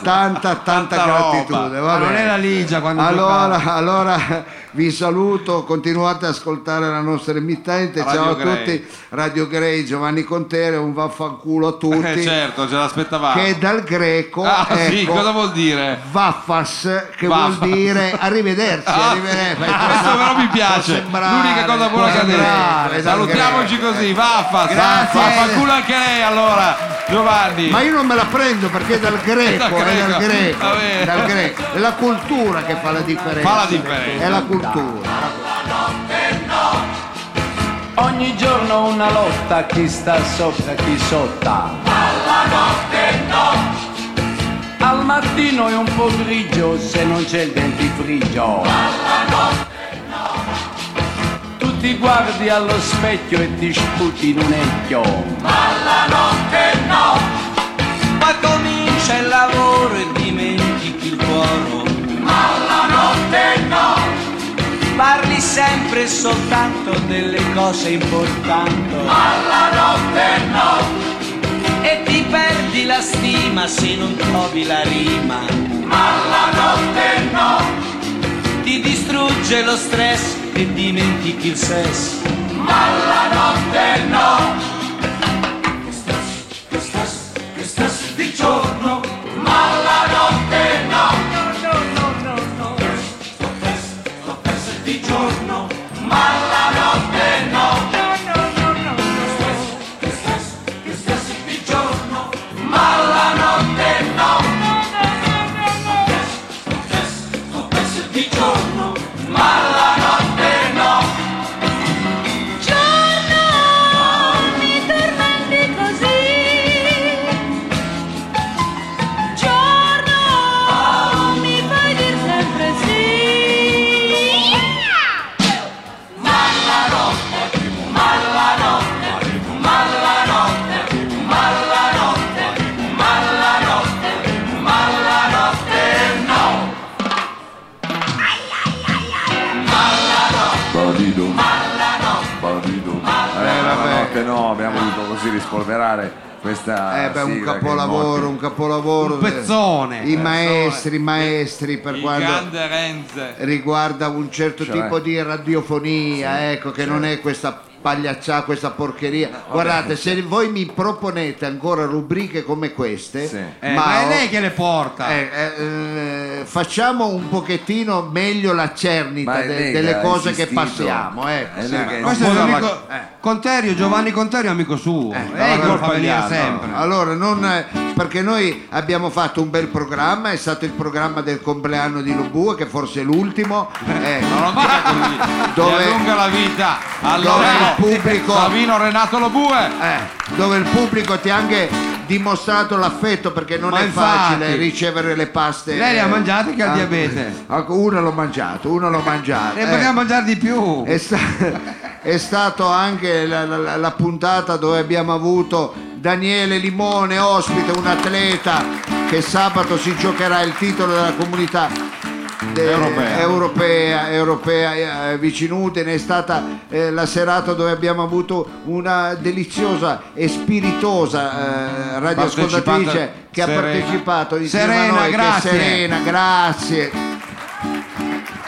C: tanta, tanta,
E: roba.
C: gratitudine. va
E: Ma non
C: bene.
E: è la Ligia quando
C: allora,
E: giocava.
C: allora vi saluto, continuate ad ascoltare la nostra emittente.
B: Radio
C: Ciao a
B: Grey.
C: tutti, Radio Grey, Giovanni Contere, un vaffanculo a tutti.
B: Eh, certo, ce l'aspettavamo.
C: Che dal greco
B: Ah, sì,
C: ecco,
B: cosa vuol dire?
C: vaffas che
B: Vaffas.
C: vuol dire arrivederci,
B: Ah,
C: arrivederci.
B: Questo però mi piace.
C: Può sembrare,
B: L'unica cosa buona
C: può
B: che ha
C: sembrare,
B: detto.
C: dal
B: Salutiamoci
C: greco,
B: così,
C: ecco.
B: vaffa,
C: Grazie.
B: vaffa, culo anche lei allora, Giovanni.
C: Ma io non me la prendo perché è dal greco,
B: Dal
C: è dal
B: greco.
C: greco,
B: Va bene.
C: dal greco. È la cultura che fa la differenza.
B: Fa la differenza.
C: È la cultura.
H: Ogni giorno una lotta, chi sta sopra, chi sotta. Al mattino è un po' grigio se non c'è il dentifrigio. Tu ti guardi allo specchio e ti sputi in un ecchio.
I: Ma comincia il lavoro e dimentichi il cuoro.
F: Ma la notte no,
I: Parli sempre e soltanto delle cose importanti.
F: ma la notte no,
I: E ti perdi la stima se non trovi la rima.
F: ma la notte no,
I: Ti distrugge lo stress e dimentichi il sesso.
F: ma la notte no.
H: Che stas, che stas di giorno,
F: Ma la notte no,
H: di giorno,
F: ma la notte no,
H: che stas di giorno,
F: ma la notte no,
H: stas di giorno,
F: ma la notte no. Giorno mi tormenti così, giorno mi fai dir sempre sì. Ma la notte, ma la notte, ma la notte, ma la notte, ma la notte, ma la notte no.
A: Badido. Badido. Eh, Notte no, abbiamo dovuto così rispolverare questa
C: Eh beh, un
A: sigla Ah, che
C: capolavoro,
A: molti-
C: un capolavoro.
A: Un pezzone.
C: I
A: Pezzone.
C: maestri, i maestri per
B: Il
C: quanto
B: grande Renze.
C: riguarda un certo
B: Cioè.
C: tipo di radiofonia, ecco, che non è questa pagliaccia, questa porcheria. Guardate, se voi mi proponete ancora rubriche come queste,
E: Eh, ma, è
C: ho-
E: lei che le porta.
C: Eh, eh, eh, facciamo un pochettino meglio la cernita
E: Ma è
C: de-
E: lei che
C: delle
E: ha
C: cose che
E: insistito.
C: passiamo. Ecco,
E: Eh,
C: sì.
E: lei che- Questo è l'amico-
B: Eh.
E: Conterio, Giovanni Conterio è amico suo. lei che lo fa venire sempre.
C: Allora, non, eh, perché noi abbiamo fatto un bel programma, è stato il programma del compleanno di Lobue, che forse è l'ultimo. eh,
B: Ti allunga la vita. Allora,
C: dove il pubblico- Eh,
B: Savino Renato Lobue.
C: dove il pubblico ti ha anche dimostrato l'affetto perché non
E: Ma
C: è
E: infatti.
C: facile ricevere le paste.
E: Lei le ha
C: eh,
E: mangiate che ha il
C: anche-
E: diabete.
C: Ecco, Una l'ho mangiato, una l'ho mangiata.
E: E poteva Eh, mangiare di più.
C: È, sta- è stato anche la, la- la puntata dove abbiamo avuto Daniele Limone, ospite, un atleta che sabato si giocherà il titolo della comunità. de-
B: Europea.
C: europea, europea, eh, Vicinutene è stata eh, la serata dove abbiamo avuto una deliziosa e spiritosa eh, radioascoltatrice
B: Partecipante
C: che ha
B: serena.
C: partecipato insieme
B: Serena,
C: a noi,
B: grazie.
C: che è serena, grazie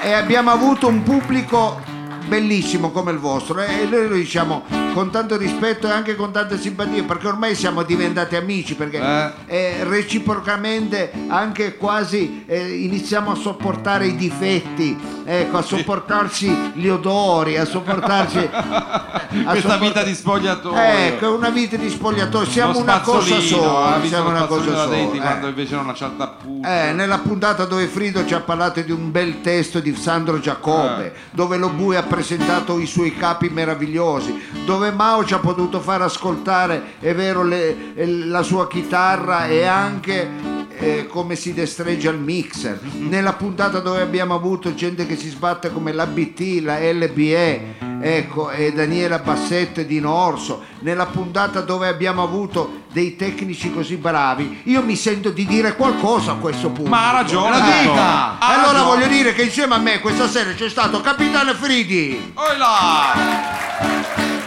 C: e abbiamo avuto un pubblico bellissimo come il vostro eh, e noi lo diciamo con tanto rispetto e anche con tanta simpatia perché ormai siamo diventati amici perché
D: Eh.
C: eh, reciprocamente anche quasi eh, iniziamo a sopportare i difetti, ecco, a sopportarci gli odori, a sopportarci a
B: Questa
C: sopport-
B: vita di spogliatoio.
C: Ecco, è una vita di spogliatoio, siamo
B: Uno
C: una cosa
B: spazzolino, ha
C: sola,
B: visto
C: siamo
B: lo
C: una cosa
B: spazzolino da
C: sola.
B: denti
C: eh.
B: quando invece era una cialtapputa.
C: Eh, nella puntata dove Frido ci ha parlato di un bel testo di Sandro Giacobbe, dove lo Bue ha presentato i suoi capi meravigliosi, dove Mao ci ha potuto far ascoltare, è vero, le- eh, la sua chitarra e anche eh, come si destreggia il mixer. Nella puntata dove abbiamo avuto gente che si sbatte come l'ABT, la LBE, ecco, e Daniela Bassette di Norso, nella puntata dove abbiamo avuto dei tecnici così bravi, io mi sento di dire qualcosa a questo punto.
B: Ma ha ragione,
C: La
B: Antonio.
C: vita!
B: Ha
C: allora
B: ragione.
C: voglio dire che insieme a me questa sera c'è stato Capitano Fridi,
B: Oi là!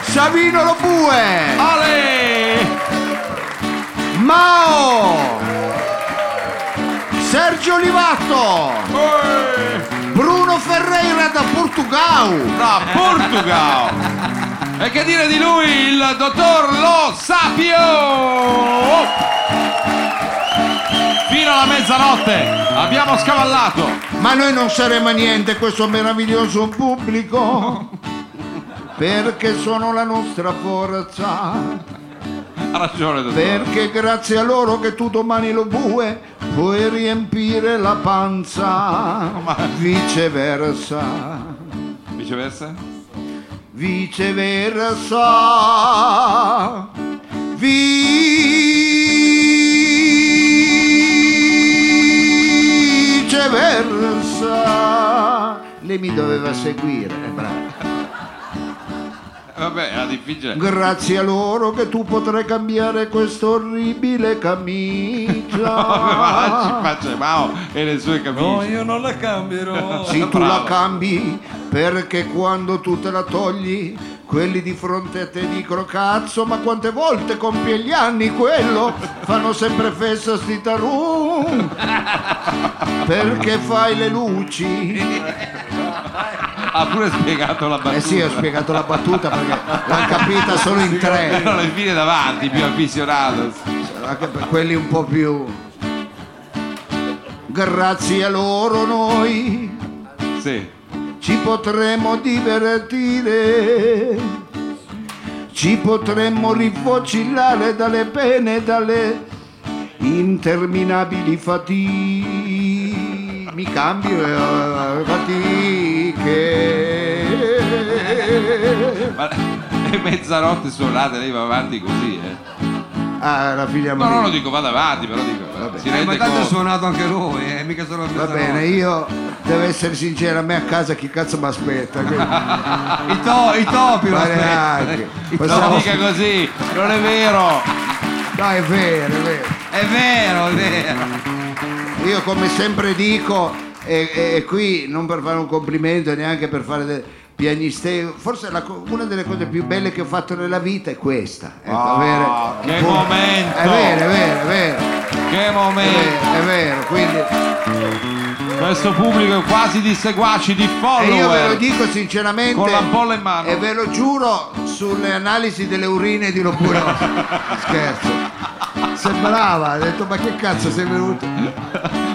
C: Savino Lobue,
B: Ale!
C: Mao, Sergio Olivatto, Bruno Ferreira da Portugal.
B: Da Portugal! E che dire di lui, il dottor Lo Sapio! Fino alla mezzanotte abbiamo scavallato!
C: Ma noi non saremo a niente questo meraviglioso pubblico perché sono la nostra forza.
B: Ha ragione, dottore.
C: Perché grazie a loro che tu domani lo bue puoi riempire la panza. Viceversa,
B: Viceversa?
C: viceversa. Viceversa. Lei mi doveva seguire, bravo.
B: Eh, Vabbè, era difficile.
C: Grazie a loro che tu potrai cambiare questa orribile
B: Ma
C: camicia.
B: ci faccia Mao e le sue camicie. No, io non la cambierò.
C: Sì, tu la cambi perché quando tu te la togli, quelli di fronte a te dicono cazzo, ma quante volte compie gli anni quello? Fanno sempre festa sti tarù. Perché fai le luci?
B: Ha pure spiegato la battuta.
C: Eh sì, ho spiegato la battuta perché l'hanno capita solo in
B: Erano
C: tre.
B: le file davanti, più avvisionato.
C: Anche per quelli un po' più. Grazie a loro noi
B: Sì.
C: ci potremo divertire, ci potremmo rifocillare dalle pene, e dalle interminabili fatiche. Mi cambio eh, fatiche.
B: Ma le mezzanotte suonate, lei va avanti così, eh.
C: Ah, la figlia
B: No,
C: Maria.
B: no, lo dico, vado avanti, però dico. Si
D: Eh, ma
B: rende
D: tanto ha
B: conto.
D: suonato anche lui, eh, mica solo a
C: Va
D: mezzanotte.
C: bene, io devo essere sincero, a me a casa chi cazzo mi aspetta?
D: I, to- i topi lo
C: Ma
D: aspettano. eh.
C: neanche.
D: I
B: Non
D: topi.
B: dica così, non è vero.
C: No, è vero, è vero.
D: È vero, è vero.
C: Io come sempre dico, e, e- e qui non per fare un complimento neanche per fare del piagnisteo, forse la co- una delle cose più belle che ho fatto nella vita è questa. Ecco,
B: Ah,
C: avere-
B: che
C: pu-
B: momento!
C: È vero, è vero, è vero,
B: Che
C: è
B: momento.
C: vero, è vero, quindi...
B: Questo pubblico è quasi di seguaci, di
C: E
B: follower.
C: io ve
D: eh.
C: lo dico sinceramente
B: Con l'ampolla in mano.
C: e ve lo giuro sulle analisi delle urine di Lopuro. Scherzo. Sembrava, ha detto ma che cazzo sei venuto?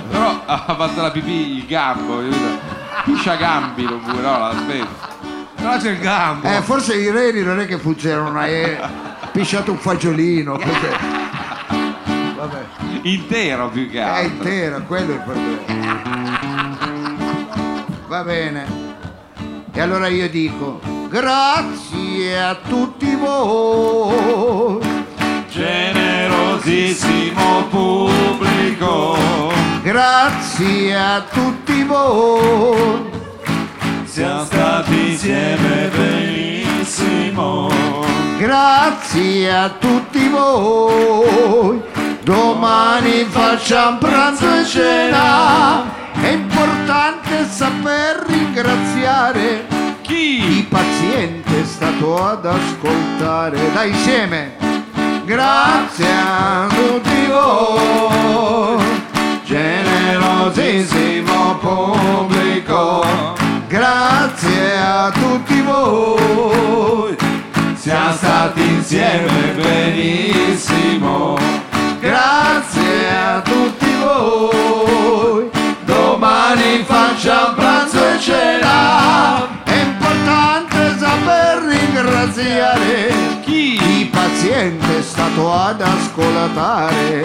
B: Però ha fatto la pipì il gambo, piscia gambi lo pure, no, la aspetta.
D: Però c'è il gambo.
C: Eh, forse i reni non è che funzionano, è pisciato un fagiolino. cos'è? Vabbè,
B: Intero più che
C: è
B: altro.
C: intero, quello è il problema. Va bene. E allora io dico, grazie a tutti voi.
B: Generosissimo pubblico,
C: Grazie a tutti voi,
B: siamo stati insieme benissimo.
C: grazie a tutti voi. Domani facciamo pranzo e cena. È importante saper ringraziare
B: Chi?
C: chi paziente è stato ad ascoltare. Dai insieme. Grazie a tutti voi, generosissimo pubblico. Grazie
E: grazie a tutti voi. Siamo stati insieme benissimo. Grazie a tutti voi. Domani facciamo pranzo e cena. È importante saper ringraziare chi, paziente è stato ad ascoltare.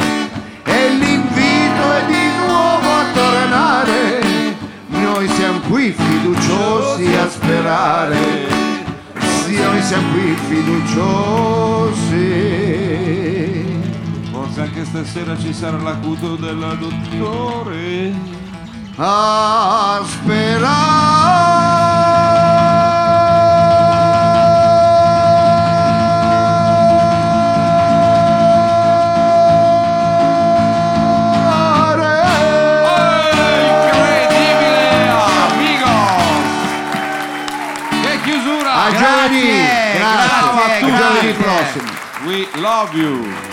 E: E l'invito è di nuovo a tornare. Noi siamo qui fiduciosi a sperare. Sì, noi siamo qui fiduciosi.
B: Forse anche stasera ci sarà l'acuto della dottore.
E: A sperare.
B: Incredibile, amigo! Che chiusura!
C: A giovedì!
B: Grazie,
C: Grazie,
B: ciao a tutti.
C: giovedì prossimo.
B: We love you!